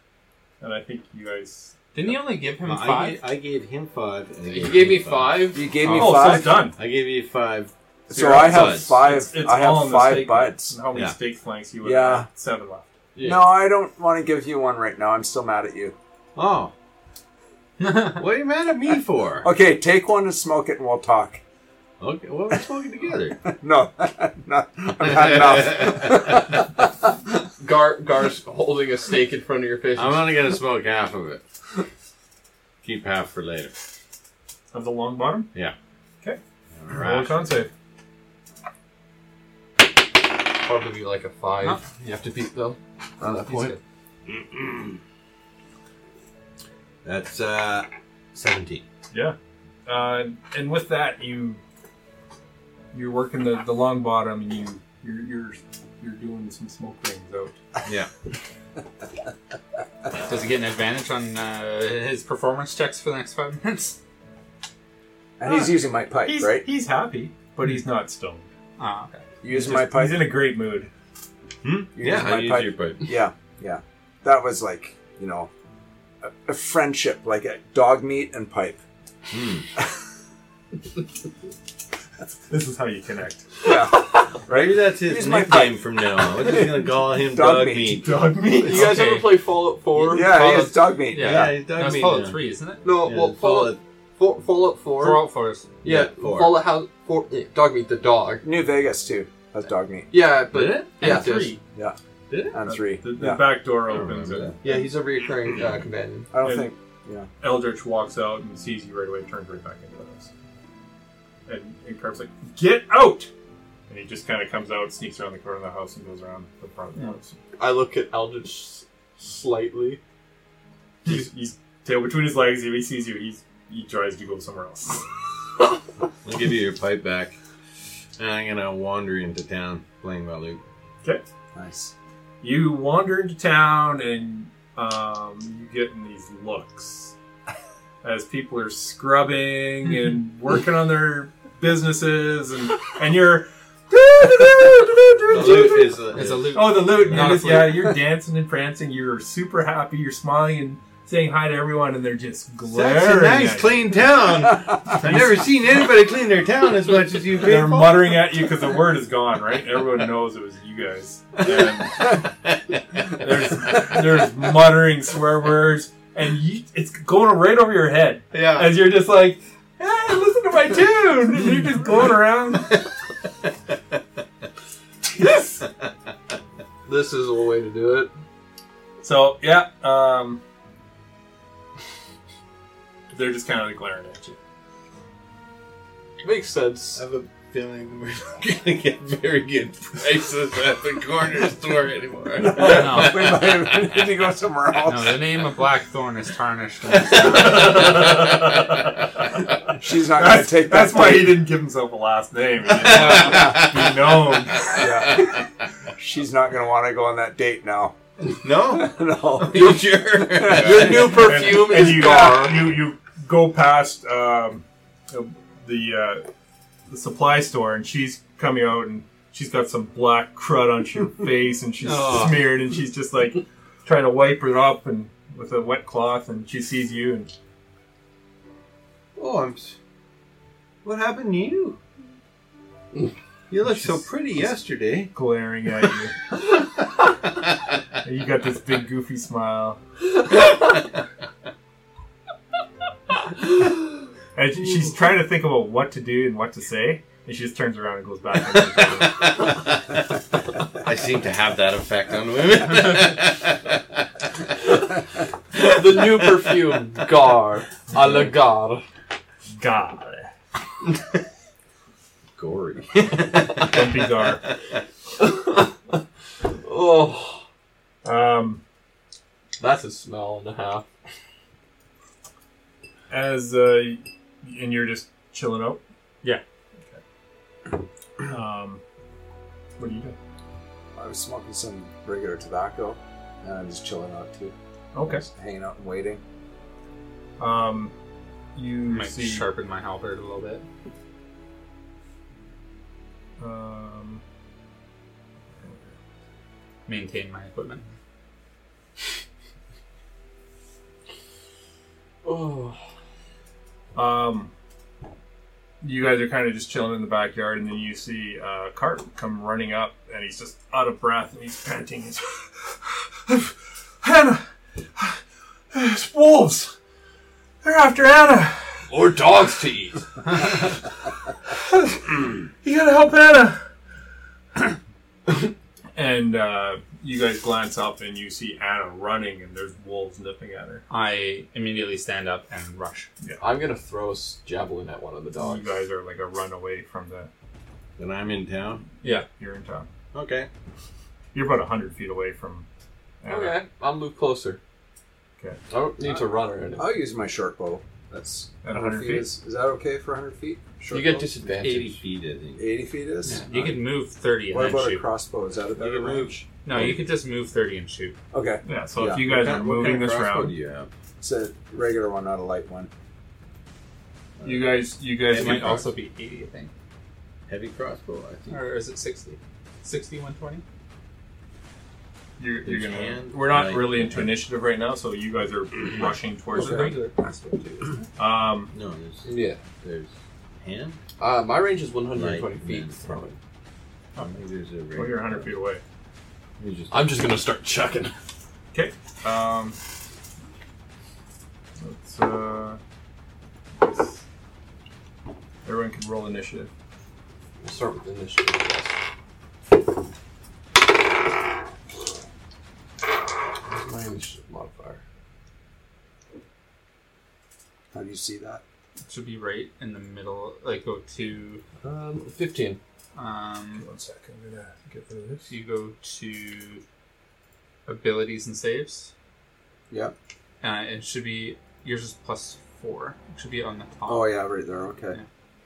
A: and I think you guys.
D: Didn't you only give him
C: No, I,
D: five?
C: gave, I gave him five. and I
I: You
C: him
I: gave me five.
E: You gave me
A: Oh, so
E: five.
A: it's done.
C: I gave you five.
E: So I have
C: Buds.
E: five.
A: It's- it's
E: I
A: all in
E: have
A: the
E: five
A: steak
E: buds.
A: And how many
C: Yeah.
A: steak flanks you would
E: Yeah.
A: have? Seven left.
I: Yeah.
E: No, I don't want to give you one right now. I'm still mad at you.
C: Oh. what are you mad at me for?
E: Okay, take one and smoke it, and we'll talk.
C: Okay, well, we're smoking together.
E: No, not, I've had enough.
I: Gar Gar's holding a steak in front of your face.
C: I'm only gonna smoke half of it. Keep half for later.
A: Of the long bottom?
C: All
A: Roll a
C: right.
A: con save.
I: probably be like a five.
D: Huh?
I: You have to beat though. On that point.
C: That's uh, seventeen.
A: Yeah. Uh, and with that, you you're working the, the long bottom, and you you're you're, you're doing some smoke rings out.
C: Yeah.
D: Does he get an advantage on uh, his performance checks for the next five minutes?
E: and he's using my pipe,
A: He's
E: right?
A: he's happy, but he's not stoned.
D: Ah, okay.
A: Just-
E: Using my pipe.
A: He's in a great mood.
E: Using
C: yeah,
E: my
C: I used
E: pipe.
C: your pipe.
E: Yeah, yeah. That was like, you know, a, a friendship, like a dog meat and pipe.
A: This is how you connect.
E: Yeah.
C: Maybe that's his
E: Here's my
C: nickname from now on. We're just gonna call him
E: Dog
C: Dog,
E: meat.
C: meat.
A: Dog meat.
I: You guys
D: Okay.
I: ever play Fallout Four?
E: yeah, he
I: Fallout-
E: is dog meat.
D: Yeah.
C: Yeah, he's Dog
D: That was
C: Meat
D: Fallout
C: now.
D: three, isn't it?
I: No,
C: Yeah,
I: well, Fallout
C: Fallout-
I: Fallout, Fallout Four.
D: Fallout four. is-
I: yeah,
C: Four.
I: Fallout House Four. eh, Dog meet the dog.
E: New Vegas too has dog meat.
I: Yeah, but
C: Did it?
I: yeah,
D: And
I: it does.
D: three.
E: And three.
A: The, the
E: yeah.
A: back door
C: I don't
A: opens,
C: remember
A: and
I: Yeah, he's a reoccurring uh, companion.
E: I don't
A: and-
E: think
A: Eldritch walks out and sees you right away, turns right back into the house. And, and Carp's like, "Get out!" And he just kind of comes out, sneaks around the corner of the house, and goes around the front of the house.
I: I look at Eldritch s- slightly.
A: He's, he's tail between his legs. If he sees you, he's he tries to go somewhere else.
C: I'll give you your pipe back. And I'm gonna wander into town playing my loot.
A: okay.
E: nice.
A: You wander into town and um, you get in these looks as people are scrubbing and working on their businesses, and and you're.
C: The loot is a,
D: It's a loot.
A: Oh, the loot! and
D: Not
A: you're
D: a
A: just-
D: flute.
A: yeah, you're dancing and prancing. You're super happy. You're smiling and saying hi to everyone, and they're just glaring.
C: That's a nice
A: at
C: clean town. I've
A: Nice.
C: never seen anybody clean their town as much as you
A: you. They're
C: people.
A: muttering at you because the word is gone, right? Everyone knows it was you guys. And there's, there's muttering swear words, and you, it's going right over your head
C: yeah.
A: as you're just like, "Hey, listen to my tune!" And you're just going around.
I: This is a way to do it.
A: So yeah, um, they're just kind of glaring at you.
I: Makes sense.
C: I have a feeling we're not gonna get
I: Very good prices at the corner store anymore.
D: No.
E: we might have need to go somewhere
D: No,
E: else.
D: the name of Blackthorn is tarnished. in this town.
E: She's not going to
A: That's,
E: take that.
A: that's why he
E: bait.
A: didn't give himself a last name. He didn't be known.
E: Yeah. She's not going to want to go on that date now.
C: no.
E: no.
I: Your, your new perfume
A: and
I: is
A: you,
I: gone.
A: You you go past um, the uh, the supply store, and she's coming out, and she's got some black crud on her face, and she's
I: Oh.
A: smeared, and she's just like trying to wipe it up and with a wet cloth, and she sees you, and
C: Oh, I'm. s- What happened to you? You looked so pretty yesterday.
A: glaring at you. and you got this big goofy smile. and she- she's trying to think about what to do and what to say, and she just turns around and goes back. into the room.
I: I seem to have that effect on women.
G: the new perfume, Gar, a la Gar.
A: God,
C: Gory.
A: don't be gar.
G: Oh,
A: Um,
G: that's a smell and a half.
A: as uh, and you're just chilling out.
D: Yeah.
A: Okay. Um, what do you do?
E: I was smoking some regular tobacco, and I'm just chilling out too.
A: Okay.
E: Just hanging out and waiting.
A: Um, you
D: Might
A: see.
D: sharpen my halberd a little bit.
A: Um,
D: Maintain my equipment.
G: Oh,
A: Um, you guys are kind of just chilling in the backyard, and then you see uh, Cart come running up, and he's just out of breath, and he's panting. He's, Anna, it's wolves. They're after Anna.
I: or dogs to eat.
A: You gotta help Anna. and uh, you guys glance up, and you see Anna running, and there's wolves nipping at her.
D: I immediately stand up and rush.
G: I'm gonna throw a s- javelin at one of the
A: You
G: dogs.
A: guys are like a run away from the.
C: Then I'm in town.
D: Yeah.
A: You're in town.
C: Okay.
A: You're about hundred feet away from. Anna.
G: Okay, I'll move closer.
A: Okay.
G: I don't need to run or anything.
E: I'll use my short bow. That's
A: At 100
E: 100 feet.
A: feet?
E: Is, is that okay for 100 feet? Short
G: You get
E: bow?
C: Eighty
G: disadvantage.
C: feet, I think.
E: 80 feet is?
D: You can move 30 and
E: What
D: then
E: about a
D: shoot.
E: crossbow? Is that a better
C: can move.
E: range?
D: No, you could just move 30 and shoot.
E: Okay,
A: Yeah. So
E: Yeah.
A: if you guys
C: What
A: are
C: kind- what
A: moving
C: kind of
A: this
C: crossbow
A: round,
C: do you have?
E: it's a regular one, not a light one.
A: you guys, you guys
D: It
A: might
D: might
A: also.
D: also be 80, I think.
C: Heavy crossbow, I think.
D: Or is it 60? 60, 120?
A: You're, you're
C: There's
A: gonna.
C: hand,
A: We're not
C: light,
A: really
C: and
A: into initiative right now, so you guys are rushing towards
E: Okay.
A: it.
D: Regular crossbow, too, isn't it?
A: Um,
C: No, there's
G: Yeah.
C: there's hand.
G: Uh, my range is 120
C: Light,
G: feet.
C: man.
G: Throwing.
C: I think there's a
A: well, you're
C: regular.
A: hundred feet away.
C: There's just
I: I'm just gonna start chucking.
A: Um, let's, uh, everyone can roll initiative.
G: We'll start with initiative. I guess. Where's my initiative modifier?
E: How do you see that?
D: It should be right in the middle, like go to.
G: Um, 15.
D: Um,
F: One sec, I'm gonna get rid of this.
D: so you go to abilities and saves.
E: Yep.
D: Uh, it should be yours is plus four. It should be on the top.
E: Oh, yeah, right there. Okay.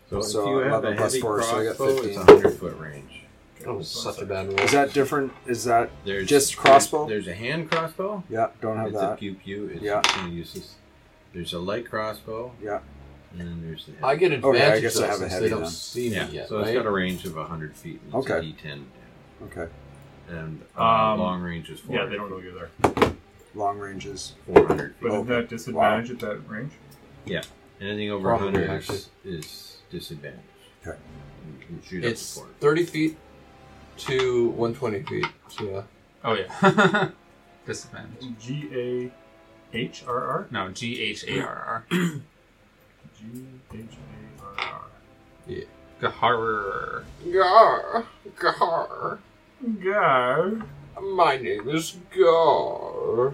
C: so,
E: So,
C: if you have a
E: 11 plus
C: heavy
E: four, so I got
C: crossbow,
E: 15.
C: it's a hundred foot range.
G: That was such a bad roll.
E: Is that different? Is that.
C: There's
E: Just crossbow?
C: There's, there's a hand crossbow.
E: Yeah, don't have
C: it's a
E: that.
C: pew pew. It's
E: Yeah.
C: kind of useless. There's a light crossbow.
E: Yeah.
C: And then there's the heavy.
I: I
G: Oh,
I: get advantage
E: Okay, I guess
I: though,
E: I have a
I: since
E: heavy
I: they don't
E: then.
I: see me
C: yeah,
I: yet,
C: so
I: right?
C: it's got a range of 100 feet. And it's
E: Okay.
C: a D10
E: Okay.
C: and uh,
A: Um,
C: long range is 400,
A: Yeah, they don't know you're there.
E: Long ranges.
C: 400 feet.
A: But
E: Oh,
A: is that disadvantage at that range?
C: Anything over
I: Probably,
C: 100
I: actually.
C: is, is disadvantage.
E: Okay.
C: You can shoot up
I: It's
C: to four.
I: 30 feet to 120 feet. So yeah.
D: Oh yeah. Disadvantage.
A: G A H R R?
D: No, G H A R R.
A: G H A R R.
D: Gahar.
I: Gar. Gar.
A: Go.
I: My name is Gar.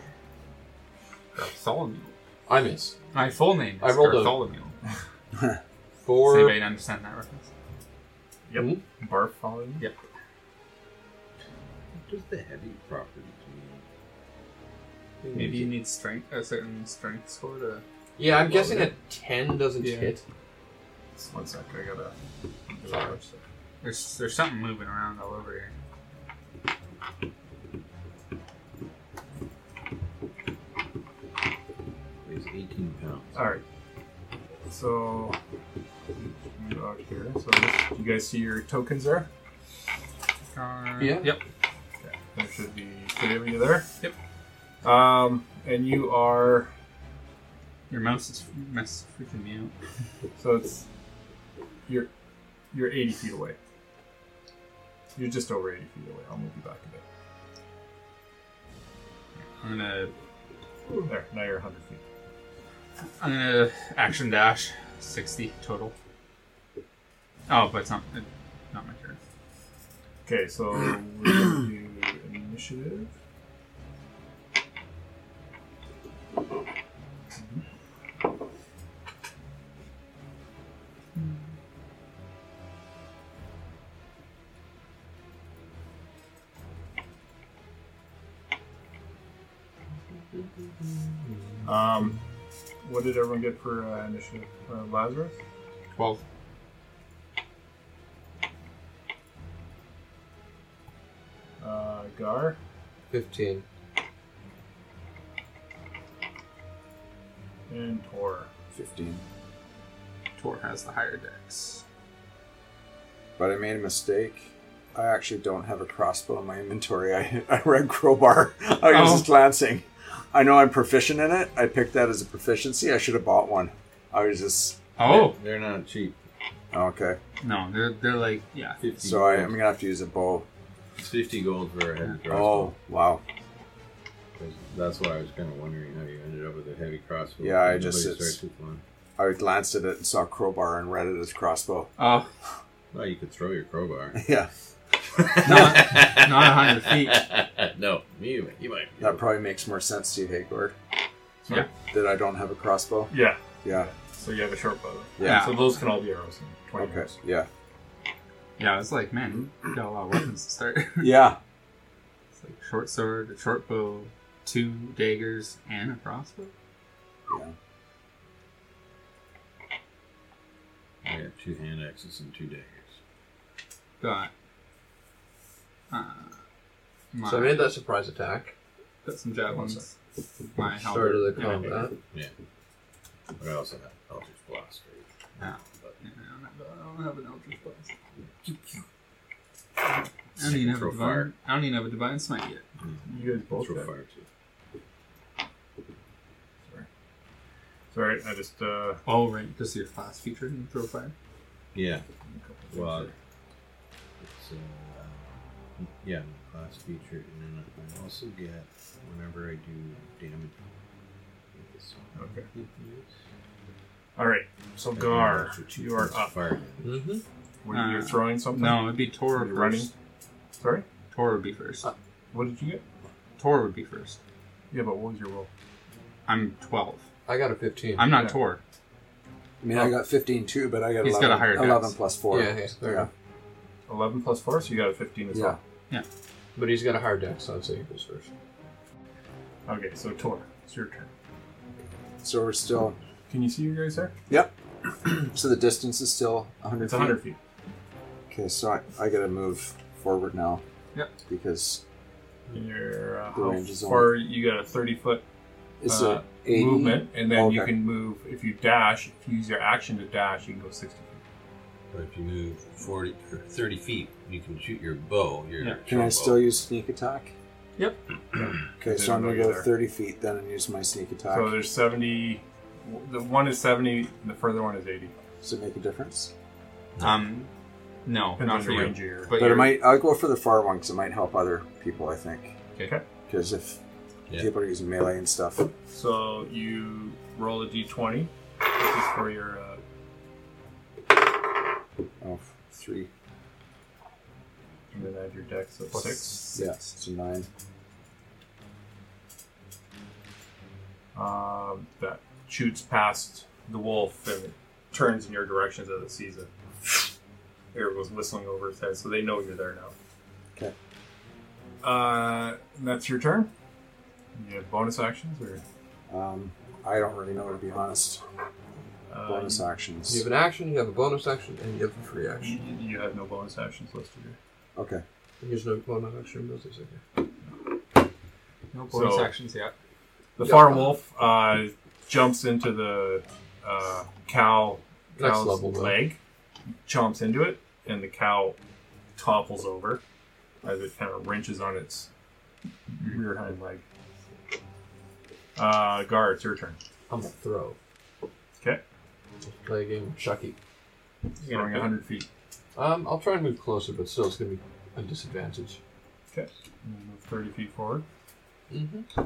D: Bartholomew.
I: I miss.
D: My full name is
I: I rolled a-
D: Bartholomew. Does
I: Four.
D: anybody understand that reference?
A: Yep. Barf following.
D: Yep.
C: What does the heavy property do?
D: Maybe you need strength, a certain strength score to.
I: Yeah, I'm guessing a 10 doesn't
D: Yeah.
I: hit.
A: Just one sec, I gotta.
D: There's there's something moving around all over here.
C: It weighs 18 pounds.
A: Alright. So. move Out here. So, this- you guys see your tokens there?
D: Gar-
I: Yeah.
D: Yep.
A: There should be three of you there.
D: Yep.
A: Um, and you are.
D: Your mouse is mess freaking me out.
A: So it's you're you're 80 feet away. You're just over 80 feet away. I'll move you back a
D: I'm gonna
A: bit. There. Now you're 100 feet.
D: I'm gonna action dash sixty total. Oh, but it's not it, not my turn.
A: Okay, so we're gonna do initiative. Um, what did everyone get for uh, initiative? Uh, Lazarus.
D: Twelve.
A: Uh, Gar.
I: 15.
A: And Tor.
E: 15.
D: Tor has the higher dex.
E: But I made a mistake. I actually don't have a crossbow in my inventory. I, I read crowbar. I was
D: Oh.
E: just glancing. I know I'm proficient in it. I picked that as a proficiency. I should have bought one. I was just
D: Oh
C: They're not cheap.
E: okay.
D: no, they're they're like yeah.
C: 50
E: So I, I'm gonna have to use a bow.
C: It's 50 gold for a heavy crossbow.
E: Oh wow.
C: 'Cause That's why I was kind of wondering how you ended up with a heavy crossbow.
E: Yeah, I
C: Nobody
E: just-
C: starts with one.
E: I glanced at it and saw crowbar and read it as crossbow.
D: Oh,
C: Well, you could throw your crowbar.
E: yeah,
D: not not hundred feet.
C: no, you, you might. be
E: that
C: able-
E: probably makes more sense to you, Hagord.
D: Yeah.
E: That I don't have a crossbow.
A: Yeah.
E: Yeah.
A: So you have a short bow.
D: Yeah.
A: So those can all be arrows. and Twenty
E: Okay.
A: arrows.
E: Yeah.
D: Yeah, I was like, man, you got a lot of weapons to start.
E: Yeah.
D: it's like short sword, a short bow, two daggers, and a crossbow.
C: I have two hand axes and two daggers.
D: Got. Uh, my,
I: So I made that surprise attack.
D: got some javelins. My
I: Start
D: halberd.
I: of the
D: and a
I: combat.
C: But I also have Eldritch Blast.
D: Ah. Yeah, I don't have an Eldritch Blast. I don't even have a
C: Throw
D: divine.
C: fire.
D: I don't even have a divine smite yet.
A: You guys
C: I'll
A: both.
C: throw
A: got-
C: fire too.
A: Sorry, I just uh,
D: Oh right, because your class featured in throw fire.
C: Yeah. Well,
E: uh,
C: it's, uh, yeah, my class feature, and then I also get whenever I do damage.
A: Okay. All right. So Gar, you are up.
C: Fire.
I: Mm-hmm.
A: Were you
D: Uh,
A: throwing something?
D: No, it'd be Tor
A: Are
D: first.
A: you running? Sorry.
D: Tor would be first.
A: What did you get?
D: Tor would be first.
A: Yeah, but what was your roll?
D: I'm twelve.
I: I got a 15.
D: I'm not
A: Yeah.
D: Tor.
E: I mean, I got 15 too, but I got
D: He's
E: 11,
D: got a higher dex.
E: 11 plus four.
I: Yeah, yeah, fair enough.
A: Eleven plus four, so you got a fifteen as
E: Yeah.
I: But he's got a higher dex, so I'd say he goes first.
A: well. Okay, so Tor, it's your turn.
E: So we're still.
A: Can you see you guys there?
E: Yep. so the distance is still 100
A: It's
E: feet.
A: hundred feet.
E: Okay, so I, I gotta move forward now.
D: Yep.
E: Because
A: And you're uh,
E: The
A: how
E: range is
A: far? You got a thirty foot
E: It's
A: uh,
E: a 80.
A: movement, and then you
E: Okay.
A: can move if you dash. If you use your action to dash, you can go sixty feet.
C: But if you move 40, or 30 feet, you can shoot your bow. Your
A: Yeah.
E: Can I still use sneak attack?
A: Yep.
E: Okay, so I'm gonna go 30 feet then and use my sneak attack.
A: So there's seventy. The one is seventy, and the further one is eighty.
E: Does it make a difference?
D: Um, no,
A: And
D: not
A: the
D: for you.
A: range of your-
D: But,
E: But,
D: you're,
E: it might. I'll go for the far one because it might help other people. I think.
D: Okay.
E: Because if
C: Yeah.
E: people are using melee and stuff,
A: So you roll a d20. This is for your. Uh,
E: oh, three.
A: and then add your dex of six.
E: Yeah, it's a nine.
A: Um, that shoots past the wolf and turns in your direction as it sees it. Air goes whistling over his head, so they know you're there now.
E: Okay.
A: Uh, and that's your turn. You have bonus actions or
E: Um, I don't really know to be honest.
A: uh,
E: Bonus
I: You
E: actions.
I: have an action, you have a bonus action, and you have a free action.
A: You, you have no bonus actions listed here.
E: Okay.
I: There's no bonus action, but it's okay.
D: no bonus
A: So-
D: actions yet.
A: The
I: Yeah.
A: far wolf uh, jumps into the uh, cow
I: Next
A: cow's
I: level, though.
A: leg, chomps into it, and the cow topples over as it kind of wrenches on its rear hind leg. Uh, guard, it's your turn.
I: I'm gonna throw.
A: Okay.
I: Play a game of Chucky.
A: You're going 100 feet.
I: Um, I'll try and move closer, but still, it's gonna be a disadvantage.
A: Okay. Move 30 feet forward.
I: Mm-hmm.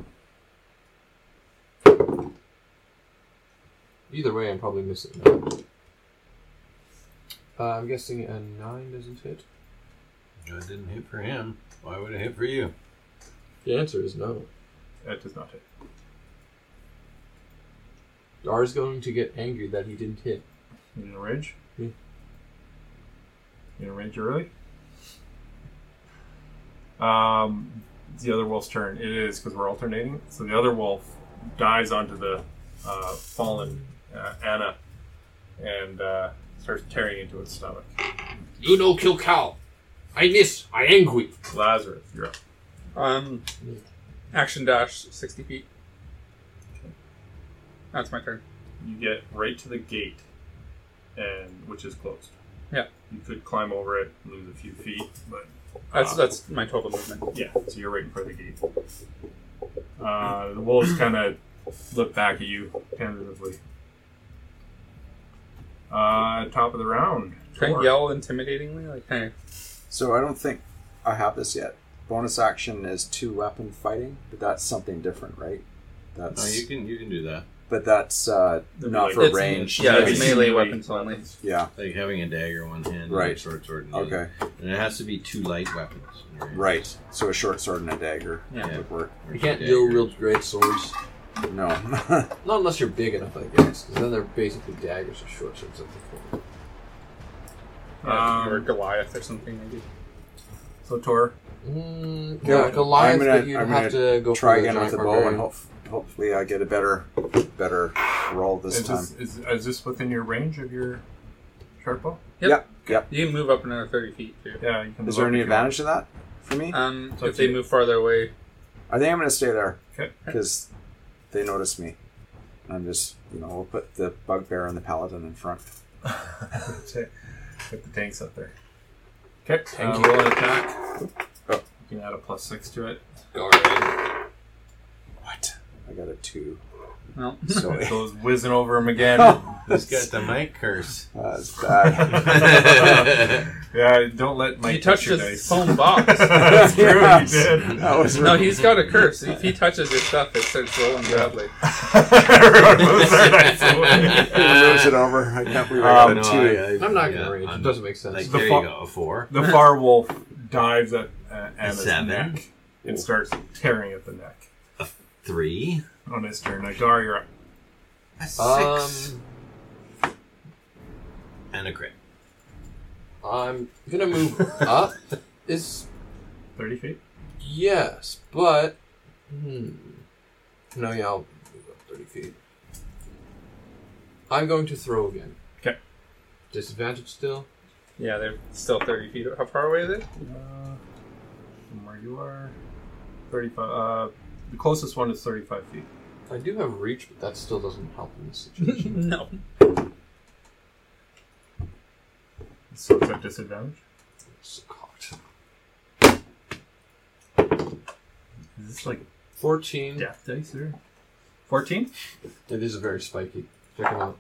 I: Either way, I'm probably missing. That. Uh, I'm guessing a nine doesn't hit.
C: I didn't hit for him. Why would it hit for you?
I: The answer is no.
A: That does not hit.
I: Dar's going to get angry that he didn't hit.
A: You in a rage?
I: Yeah.
A: You in a rage early? Um, it's the other wolf's turn. It is because we're alternating. So the other wolf dives onto the uh, fallen uh, Anna and uh, starts tearing into its stomach.
I: You no kill cow. I miss. I angry.
A: Lazarus, you're up.
D: Um, action dash sixty feet. That's my turn.
A: You get right to the gate, and which is closed.
D: Yeah.
A: You could climb over it, lose a few feet, but
D: That's
I: Uh,
A: Ah.
D: that's my total movement.
A: Yeah, so you're right in front of the gate. Uh, the wolves kind of look back at you tentatively. Uh, top of the round.
D: Can I
A: Tor.
D: yell intimidatingly? Like, hey,
E: So I don't think I have this yet. Bonus action is two weapon fighting, but that's something different, right?
C: No,
E: That's
C: you can you can do that.
E: but that's uh,
A: That'd be
E: not
A: like-
E: for
D: It's-
E: range.
D: yeah, it's
A: Nice.
D: melee weapons only.
E: Yeah.
C: Like having a dagger in one hand, and
E: Right.
C: a short sword. In the other.
E: Okay.
C: And it has to be two light weapons. in your hand.
E: Right. So a short sword and a dagger
D: Yeah.
E: would work.
C: Or
I: You
C: two
I: can't deal
C: daggers.
I: real great swords.
E: No.
I: Not unless you're big enough, I guess, because then they're basically daggers or short swords at the point.
D: Yeah,
A: Um,
D: or Goliath or something maybe.
A: So Tor,
I: Mm,
E: Yeah,
I: yeah, Goliath,
E: I'm gonna-
I: but you'd
E: I'm
I: have
E: gonna
I: to go
E: Try
I: for the
E: again with
I: giant
E: the bow
I: barbarian.
E: and hope, hopefully I get a better better roll this
A: is
E: time.
A: this, is, is this within your range of your sharp bow?
D: You can move up another thirty feet too.
A: Yeah, you can. move
E: Is there
A: up
E: any
A: if you want.
E: advantage to that for me?
D: Um,
A: So
D: if they
A: you-
D: move farther away,
E: I think I'm gonna stay there
A: Okay.
E: because they notice me. I'm just you know we'll put the bugbear and the paladin in front.
A: Put the tanks up there. Okay. Uh, roll an attack.
E: Oh.
A: You can add a plus six to it.
I: Guard.
E: What? I got a two.
D: well,
E: So
A: It goes whizzing over him again.
E: Oh.
C: He's got the mic curse.
E: that's bad.
A: yeah, don't let Mike
D: he touched
A: your
D: his
A: dice.
D: phone box.
A: That's true,
E: Yeah.
A: he did.
E: That was
D: no, he's got a curse. If he touches your stuff, it starts rolling badly.
A: Everyone moves their dice away.
E: moves it over. I can't believe I
C: Oh,
E: got
C: no,
E: a two.
C: I- I-
I: I'm not
C: yeah,
I: gonna rage.
C: I'm-
I: It doesn't make sense.
C: Like,
A: The
C: there
A: fu-
C: you go, a four.
A: The far wolf dives at uh, Anna's
C: Seven.
A: neck and starts tearing at the neck.
C: Three.
A: On his turn, Agar, you're up.
C: A six.
I: Um,
C: and a crit.
I: I'm gonna move up. Is
A: 30 feet.
I: yes, but hmm. no, yeah, I'll move up thirty feet. I'm going to throw again.
A: 'Kay.
I: Disadvantage still.
D: Yeah, they're still thirty feet. How far away are they?
A: Uh, from where you are, 35. Uh, the closest one is 35 feet.
I: I do have reach, but that still doesn't help in this situation.
D: No.
A: So it's at disadvantage.
I: It's cocked.
A: Is this like
I: 14.
A: death dice or fourteen?
I: It is very spiky. Check it out.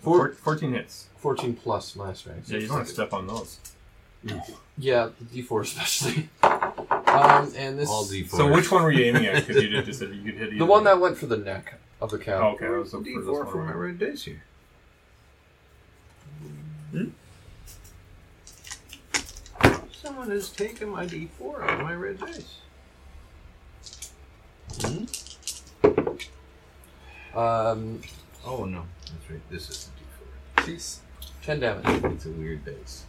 A: Four,
I: Four,
A: fourteen hits.
I: 14 plus last rank.
A: Yeah, you don't have to step on those.
I: Yeah, the D4 especially. Um, and this.
C: All D4.
A: So which one were you aiming at? Because you did disadvantage. You could hit either
I: The one that went for the neck of the cow.
A: Oh, okay, that was the
C: D4
A: furthest
C: for
A: one.
C: my
A: away.
C: red dice here. Someone has taken my D4 out of my red dice.
I: Um,
C: Oh no, that's right. This is the
I: jeez. 10 damage.
C: D4. It's a weird dice.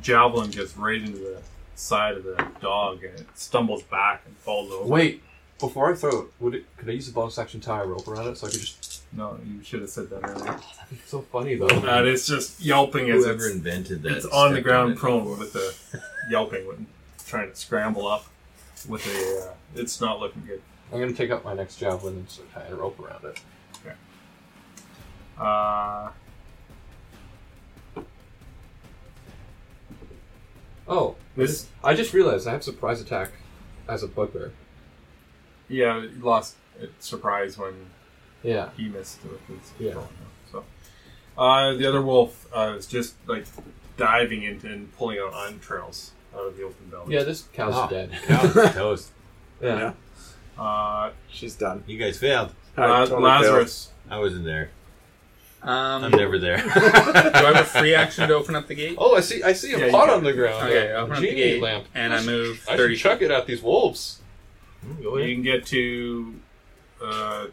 A: Javelin gets right into the side of the dog and it stumbles back and falls over.
I: Wait, before I throw it, would it, could I use the bonus action tie rope around it so I could just.
A: No, you should have said that earlier.
I: It's so funny though.
A: Uh, it's just yelping as
C: Whoever
A: it's,
C: invented that.
A: it's on the
C: stepped
A: ground
C: it.
A: prone with the yelping, with, trying to scramble up with a. Uh, it's not looking good.
I: I'm gonna take out my next javelin and sort of tie a rope around it.
A: Uh,
I: Oh,
A: this,
I: I just realized I have surprise attack as a bugbear.
A: yeah, you lost it surprise when
I: Yeah.
A: he missed with his
I: Yeah.
A: control. So, uh, the other wolf uh, is just like diving into and pulling out entrails out of the open belly.
I: Yeah, this cow's
C: Ah.
I: dead.
C: Now, toast.
I: Yeah.
E: Yeah.
A: Uh,
E: She's done.
C: You guys failed.
E: I
A: La-
E: totally
A: Lazarus,
C: I wasn't there.
D: Um,
C: I'm
D: do
C: never there.
D: I have a free action to open up the gate?
I: Oh, I see. I see a
A: Yeah, you
I: pot
A: can.
I: on the ground.
D: Okay,
I: A
D: open up the
I: genie
D: gate,
I: lamp.
D: and I move
I: I should
D: thirty.
I: chuck it at these wolves.
A: you
C: Go ahead.
A: can get to. Uh,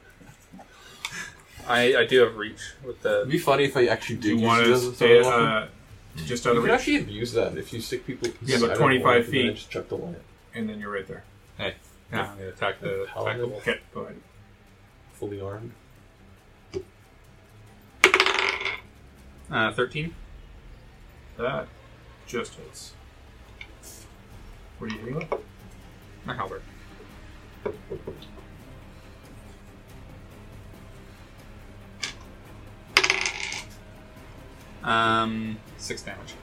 D: I, I do have reach with
I: It'd
D: the.
I: be funny if I actually
A: do
I: did
A: you
I: use
A: want
I: it
A: to
I: as a
A: stay
I: throw weapon.
A: uh, just out
I: You
A: of
I: could
A: reach,
I: actually abuse that if you stick people.
A: Yeah, but
I: inside of
A: 25
I: one and then
A: feet.
I: Just chuck the lamp.
A: and then you're right there.
D: Yeah, I'm gonna attack the attack the
I: Paladin.
D: wolf.
A: Okay, go ahead.
I: Fully armed.
D: Uh, Thirteen.
A: That just hits. What are you hitting with?
D: My halberd. Um, six damage.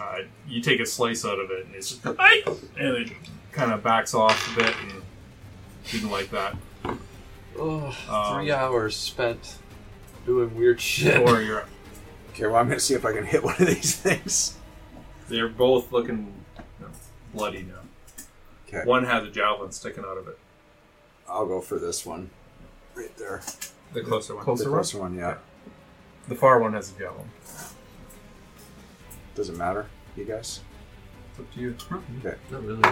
A: Uh, you take a slice out of it, and it's just "Ay!" and it kind of backs off a bit, and didn't like that.
I: Ugh,
A: Um,
I: three hours spent doing weird shit.
A: Or you're up.
E: Okay, well, I'm going to see if I can hit one of these things.
A: They're both looking you know, bloody now.
E: Okay.
A: One has a javelin sticking out of it.
E: I'll go for this one. Right there.
D: The closer one.
E: the
A: Closer one.
E: closer one, yeah.
A: The far one has a javelin.
E: Doesn't matter, you guys.
A: It's up to you.
I: Not really.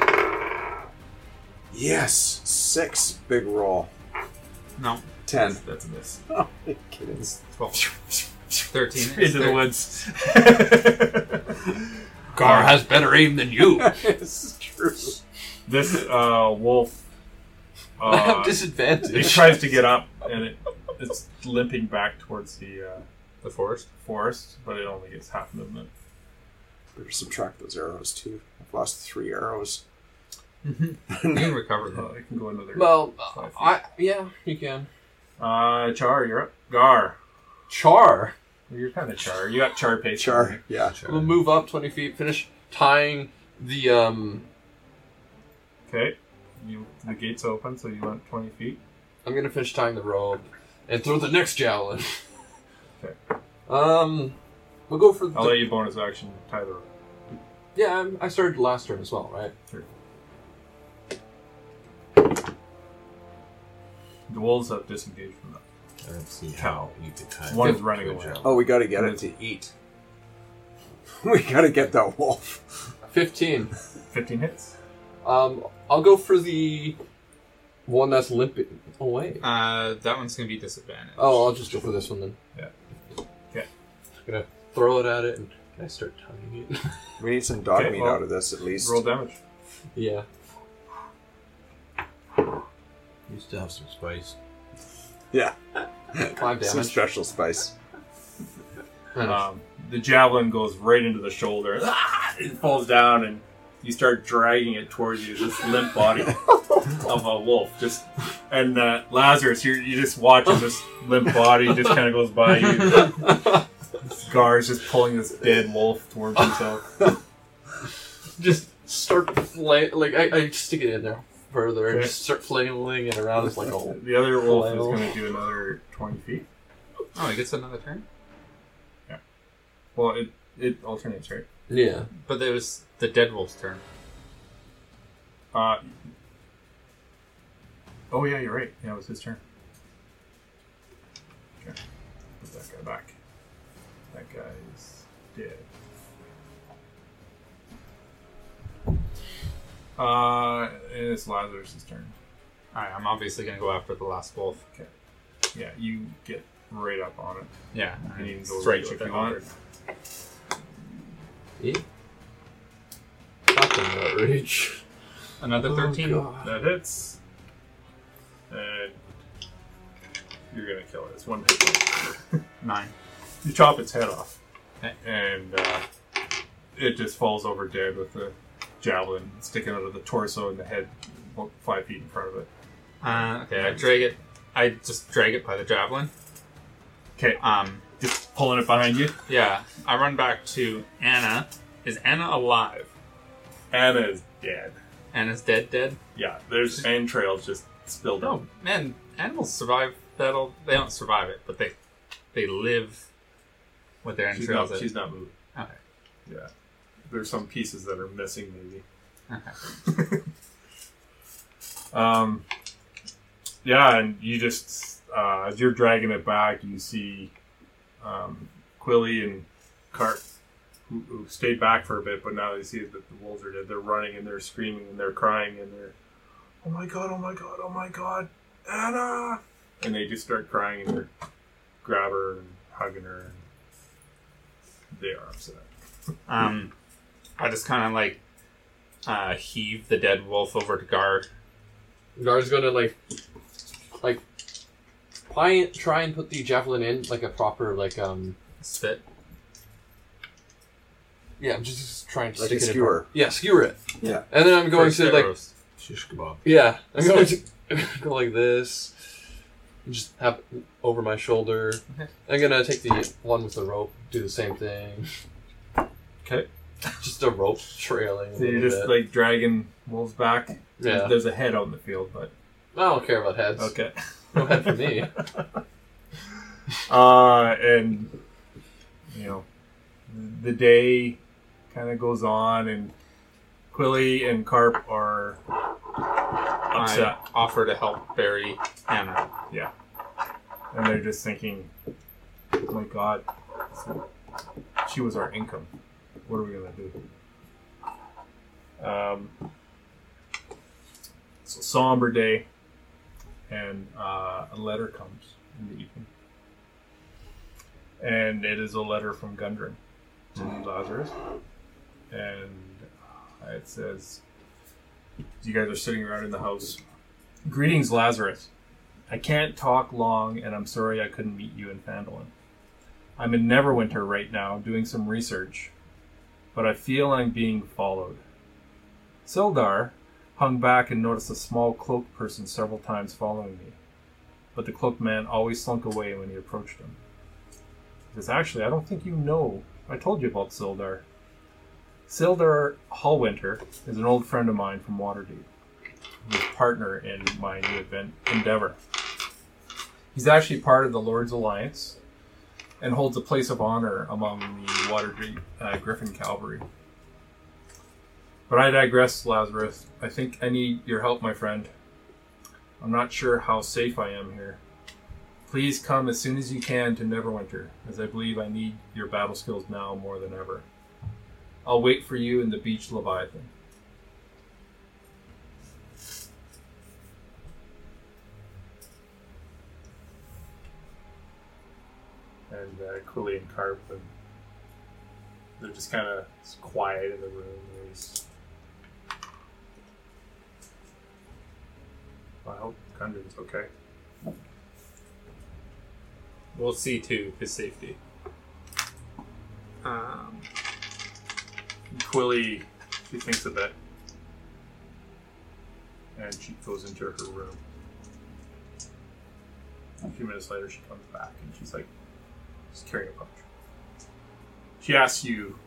E: Yes! Six. Big roll.
D: No,
E: Ten.
A: That's a miss.
E: Oh, are you kidding.
D: twelve. Thirteen.
A: Into the
D: Thir-
A: woods.
G: Gar has better aim than you.
E: this is true.
A: this uh, wolf.
I: I have
A: Uh, it
I: disadvantage.
A: tries to get up, and it, it's limping back towards the uh,
D: The forest.
A: forest, but it only gets half movement.
E: Better subtract those arrows, too. I've lost three arrows.
D: You can recover
A: Uh,
D: them.
A: it can go another.
I: well,
A: Five feet.
I: I yeah, you can.
A: Uh, Char, you're up. Gar,
I: Char
A: you're kind of Char. You got Char patient.
E: Char, yeah.
I: will move up twenty feet, finish tying the um.
A: Okay. You the gate's open, so you went twenty feet.
I: I'm gonna finish tying the robe and throw the next javelin.
A: Okay.
I: Um, we'll go for the.
A: I'll let you bonus action tie the rope.
I: Yeah, I'm, I started last turn as well, right?
A: The wolves have disengaged from that.
C: I don't see
A: Cow.
C: how you could tie
A: One
C: it
A: is running
C: to a
A: away.
C: javelin.
E: Oh, we got to get it to eat. We got to get that wolf.
I: Fifteen.
A: Fifteen hits.
I: Um, I'll go for the one that's limping away.
D: Uh, that one's gonna be disadvantaged.
I: Oh, I'll just go for this one then.
A: Yeah. Okay.
I: I'm gonna throw it at it and can I start tying it?
E: We need some dog
A: Okay,
E: meat
A: well,
E: out of this, at least.
A: Roll damage.
I: yeah.
C: You still have some spice.
E: Yeah,
I: Five
E: some
I: damage.
E: special spice.
I: And
A: Um, the javelin goes right into the shoulder. Ah! It falls down and You start dragging it towards you, this limp body of a wolf. Just and uh, Lazarus, you you just watch as this limp body just kind of goes by you. Gar's just pulling this dead wolf towards himself.
I: Just start flaying. Like I, I stick it in there further and
A: Okay.
I: just start flailing it around. It's like oh,
A: The other wolf is going to do another twenty feet.
D: Oh, he gets another turn.
A: Well, it it alternates, right?
I: yeah.
D: But it was the dead wolf's turn.
A: Uh, oh yeah, you're right. Yeah, it was his turn. Okay, put that guy back. That guy's dead. Uh, and it's Lazarus' turn.
D: All right, I'm obviously gonna go after the last wolf.
A: Yeah, you get right up on it.
D: Yeah,
A: And you can go
D: strike
A: reach
D: with
A: if
D: an
A: you want.
D: awkward-
I: Nothing outrage.
D: Another thirteen.
A: That hits. And you're gonna kill it. It's one hit.
D: Nine.
A: you chop its head off,
D: Okay.
A: and uh, it just falls over dead with the javelin sticking out of the torso and the head about five feet in front of it.
D: Uh, okay, I drag it. I just drag it by the javelin.
A: Okay,
D: Um,
A: just pulling it behind you.
D: yeah, I run back to Anna. Is Anna alive?
A: Anna is dead.
D: Anna's dead. Dead.
A: Yeah, there's entrails just spilled out.
D: No, man, animals survive that. all They don't survive it, but they they live with their
A: She's not,
D: entrails.
A: she's not moving.
D: Okay.
A: Yeah, there's some pieces that are missing, maybe. um, yeah, and you just uh, as you're dragging it back, you see um, Quilly and Carp who, who stayed back for a bit, but now they see that the wolves are dead. They're running and they're screaming and they're crying and they're, oh my god, oh my god, oh my god, Anna! And they just start crying and they're grab her and hugging her. And they are upset.
D: Um, I just kind of like uh, heave the dead wolf over to Gar.
I: Gar's gonna like, like, try and try and put the javelin in like a proper like um
D: Spit.
I: yeah I'm just, just trying to
E: Like
I: stick
E: a
I: it in
E: skewer.
I: proper- yeah skewer it
E: Yeah.
I: and then I'm going
D: First
I: to
D: dead
I: like
D: roast.
C: Shish kebab.
I: yeah I'm going to go like this and just have it over my shoulder I'm gonna take the one with the rope do the same thing
A: Okay.
I: just a rope trailing a
A: So you're
I: little
A: just
I: bit.
A: like dragging wolves back.
I: yeah
A: There's a head out in the field, but
I: I don't care about heads
A: okay.
I: no head for me
A: Uh, and you know, the day kind of goes on, and Quilly and Carp are upset,
D: I offer to help bury Anna.
A: and they're just thinking, oh "My God, she was our income. What are we gonna do?" Um, it's a somber day, and uh, a letter comes in the evening, and it is a letter from Gundren to Lazarus, and uh, it says, "You guys are sitting around in the house. Greetings, Lazarus." I can't talk long, and I'm sorry I couldn't meet you in Fandolin. I'm in Neverwinter right now, doing some research, but I feel I'm being followed. Sildar hung back and noticed a small cloaked person several times following me, but the cloaked man always slunk away when he approached him. He says, Actually, I don't think you know. I told you about Sildar. Sildar Hallwinter is an old friend of mine from Waterdeep his partner in my new event endeavor. He's actually part of the Lord's Alliance and holds a place of honor among the Water uh, Griffin Cavalry. But I digress, Lazarus. I think I need your help, my friend. I'm not sure how safe I am here. Please come as soon as you can to Neverwinter, as I believe I need your battle skills now more than ever. I'll wait for you in the beach Leviathan. and uh, Quilly and Carp, and they're just kind of quiet in the room. There's, I hope Gundren's okay.
D: We'll see too his safety.
A: Quilly She thinks a bit. And she goes into her room. A few minutes later, she comes back and she's like, she's carrying a bunch. She asks you,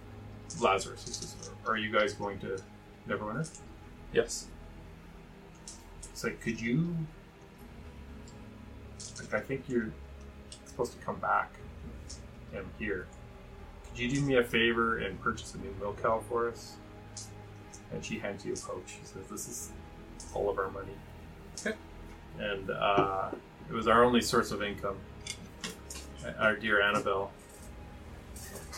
A: Lazarus, who's this girl, are you guys going to Neverwinter? Yes. It's like, could you. Like, I think you're supposed to come back and here. Could you do me a favor and purchase a new milk cow for us? And she hands you a pouch. She says, This is all of our money.
D: Okay.
A: And uh, it was our only source of income. Our dear Annabelle.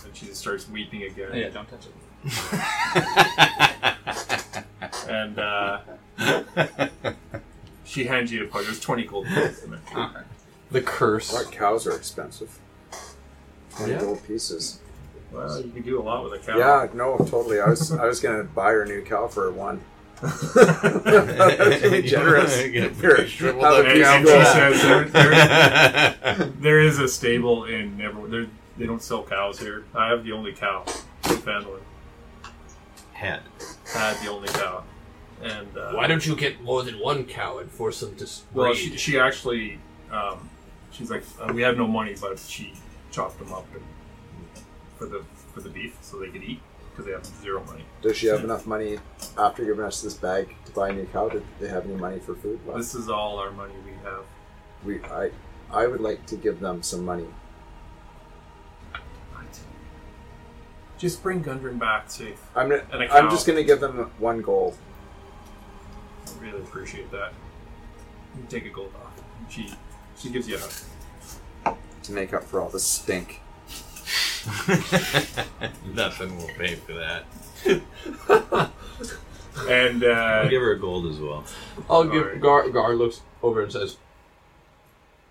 A: And she just starts weeping again.
D: Yeah, don't touch it.
A: And uh, she hands you a pouch. There's 20 gold pieces in it.
G: The curse.
E: What cows are expensive? Twenty
I: Yeah.
E: gold pieces.
A: Well, you can do a lot with a cow.
E: Yeah, no, totally. I was I was gonna buy her a new cow for one. That'd be generous. Here, have a
A: And,
E: piece
A: and
E: of
A: she
E: gold.
A: says, there, there, there is a stable in Neverwinter. There- They don't sell cows here. I have the only cow in Fandolin.
C: Had.
A: I have the only cow. And uh,
I: Why don't you get more than one cow and force them to s-
A: Well,
I: breed?
A: she, she actually, um, she's like, uh, we have no money, but she chopped them up and, for the for the beef so they could eat because they have zero money.
E: Does she have enough money after giving us this bag to buy a new cow? Did they have any money for food? left?
A: This is all our money we have.
E: We, I, I would like to give them some money.
A: Just bring Gundren back safe.
E: I'm, gonna,
A: And a cow.
E: I'm just gonna give them one gold.
A: I really appreciate that. You take a gold off. She she gives you a hug.
E: to make up for all the stink.
C: Nothing will pay for that.
A: and
C: I'll
A: uh,
C: give her a gold as well.
I: I'll
A: Sorry.
I: give Gar. Gar looks over and says,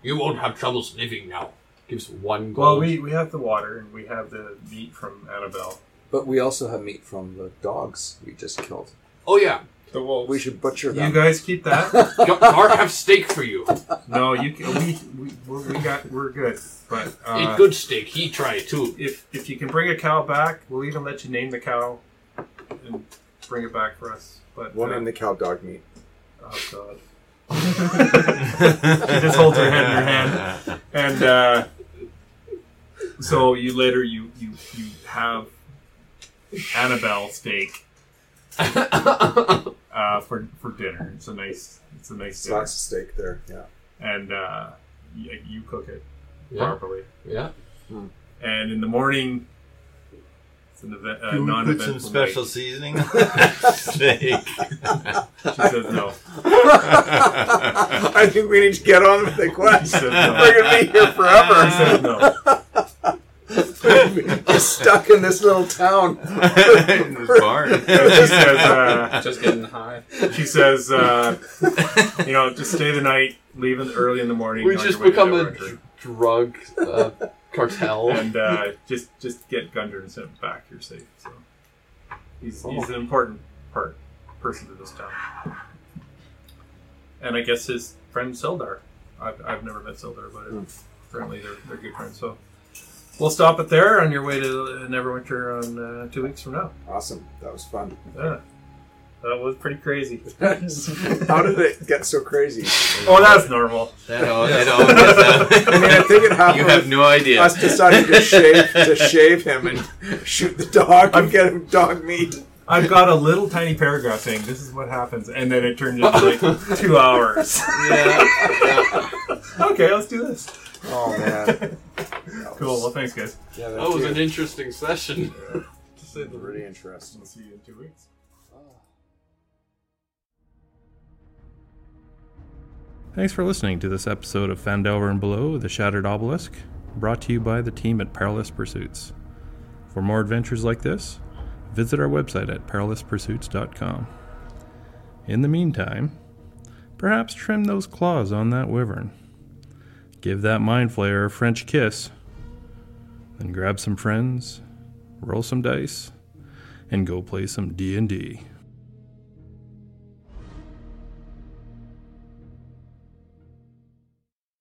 I: "You won't have troubles living now." Gives one gold.
A: well, we we have the water and we have the meat from Annabelle.
E: But we also have meat from the dogs we just killed.
I: oh yeah,
A: The wolves.
E: We should butcher
A: you
E: them.
A: guys keep that.
I: Gar, Gar have steak for you.
A: No, you can, we, we we're- we got we're good. But
I: Eat
A: uh,
I: good steak. He try it too.
A: if if you can bring a cow back, we'll even let you name the cow and bring it back for us. But
E: we'll
A: uh,
E: name the cow dog meat.
A: oh god, she just holds her head in her hand, and uh, so you later you you you have Annabelle steak uh, for for dinner. It's a nice it's a nice
E: It's
A: dinner,
E: lots of steak there. Yeah.
A: and uh, you, you cook it
I: Yeah,
A: properly.
I: yeah.
A: and in the morning, it's an event, uh,
C: Can we put
A: non-eventful
C: some special
A: night.
C: seasoning on that steak?
A: She says no.
E: I think we need to get on with the quest.
A: She said no.
E: We're gonna be here
A: She says
E: forever.
A: no.
E: We're stuck in this little town.
C: In this barn.
A: She says, uh,
D: Just getting high.
A: she says, uh, you know, just stay the night, leave in early in the morning.
I: We
A: on
I: just
A: your way to
I: become a
A: Neverwinter,
I: dr- drug uh, cartel.
A: and uh, just just get Gundren and sent back. You're safe. So he's he's an important part person to this town. And I guess his friend Sildar. I've, I've never met Sildar, but
E: Hmm.
A: apparently they're, they're good friends. So we'll stop it there on your way to uh, Neverwinter on uh, two weeks from now.
E: Awesome. That was fun.
A: Yeah. That was pretty crazy.
E: How did it get so crazy?
A: Oh, that's normal.
C: That all, that all gets out.
E: I mean, I think it happened.
C: You have
E: with
C: no idea.
E: Us deciding to shave to shave him and shoot the dog and get him dog meat.
A: I've got a little tiny paragraph saying this is what happens, and then it turned into like two hours. okay, let's do this.
E: Oh man.
A: Cool. Well, thanks, guys.
E: Yeah,
I: That was an interesting session.
E: really interesting.
A: We'll see you in two weeks.
B: Thanks for listening to this episode of Fandelver and Below, The Shattered Obelisk, brought to you by the team at Perilous Pursuits. For more adventures like this, visit our website at perilouspursuits.com. In the meantime, perhaps trim those claws on that wyvern, give that mind flayer a French kiss, then grab some friends, roll some dice, and go play some D&D.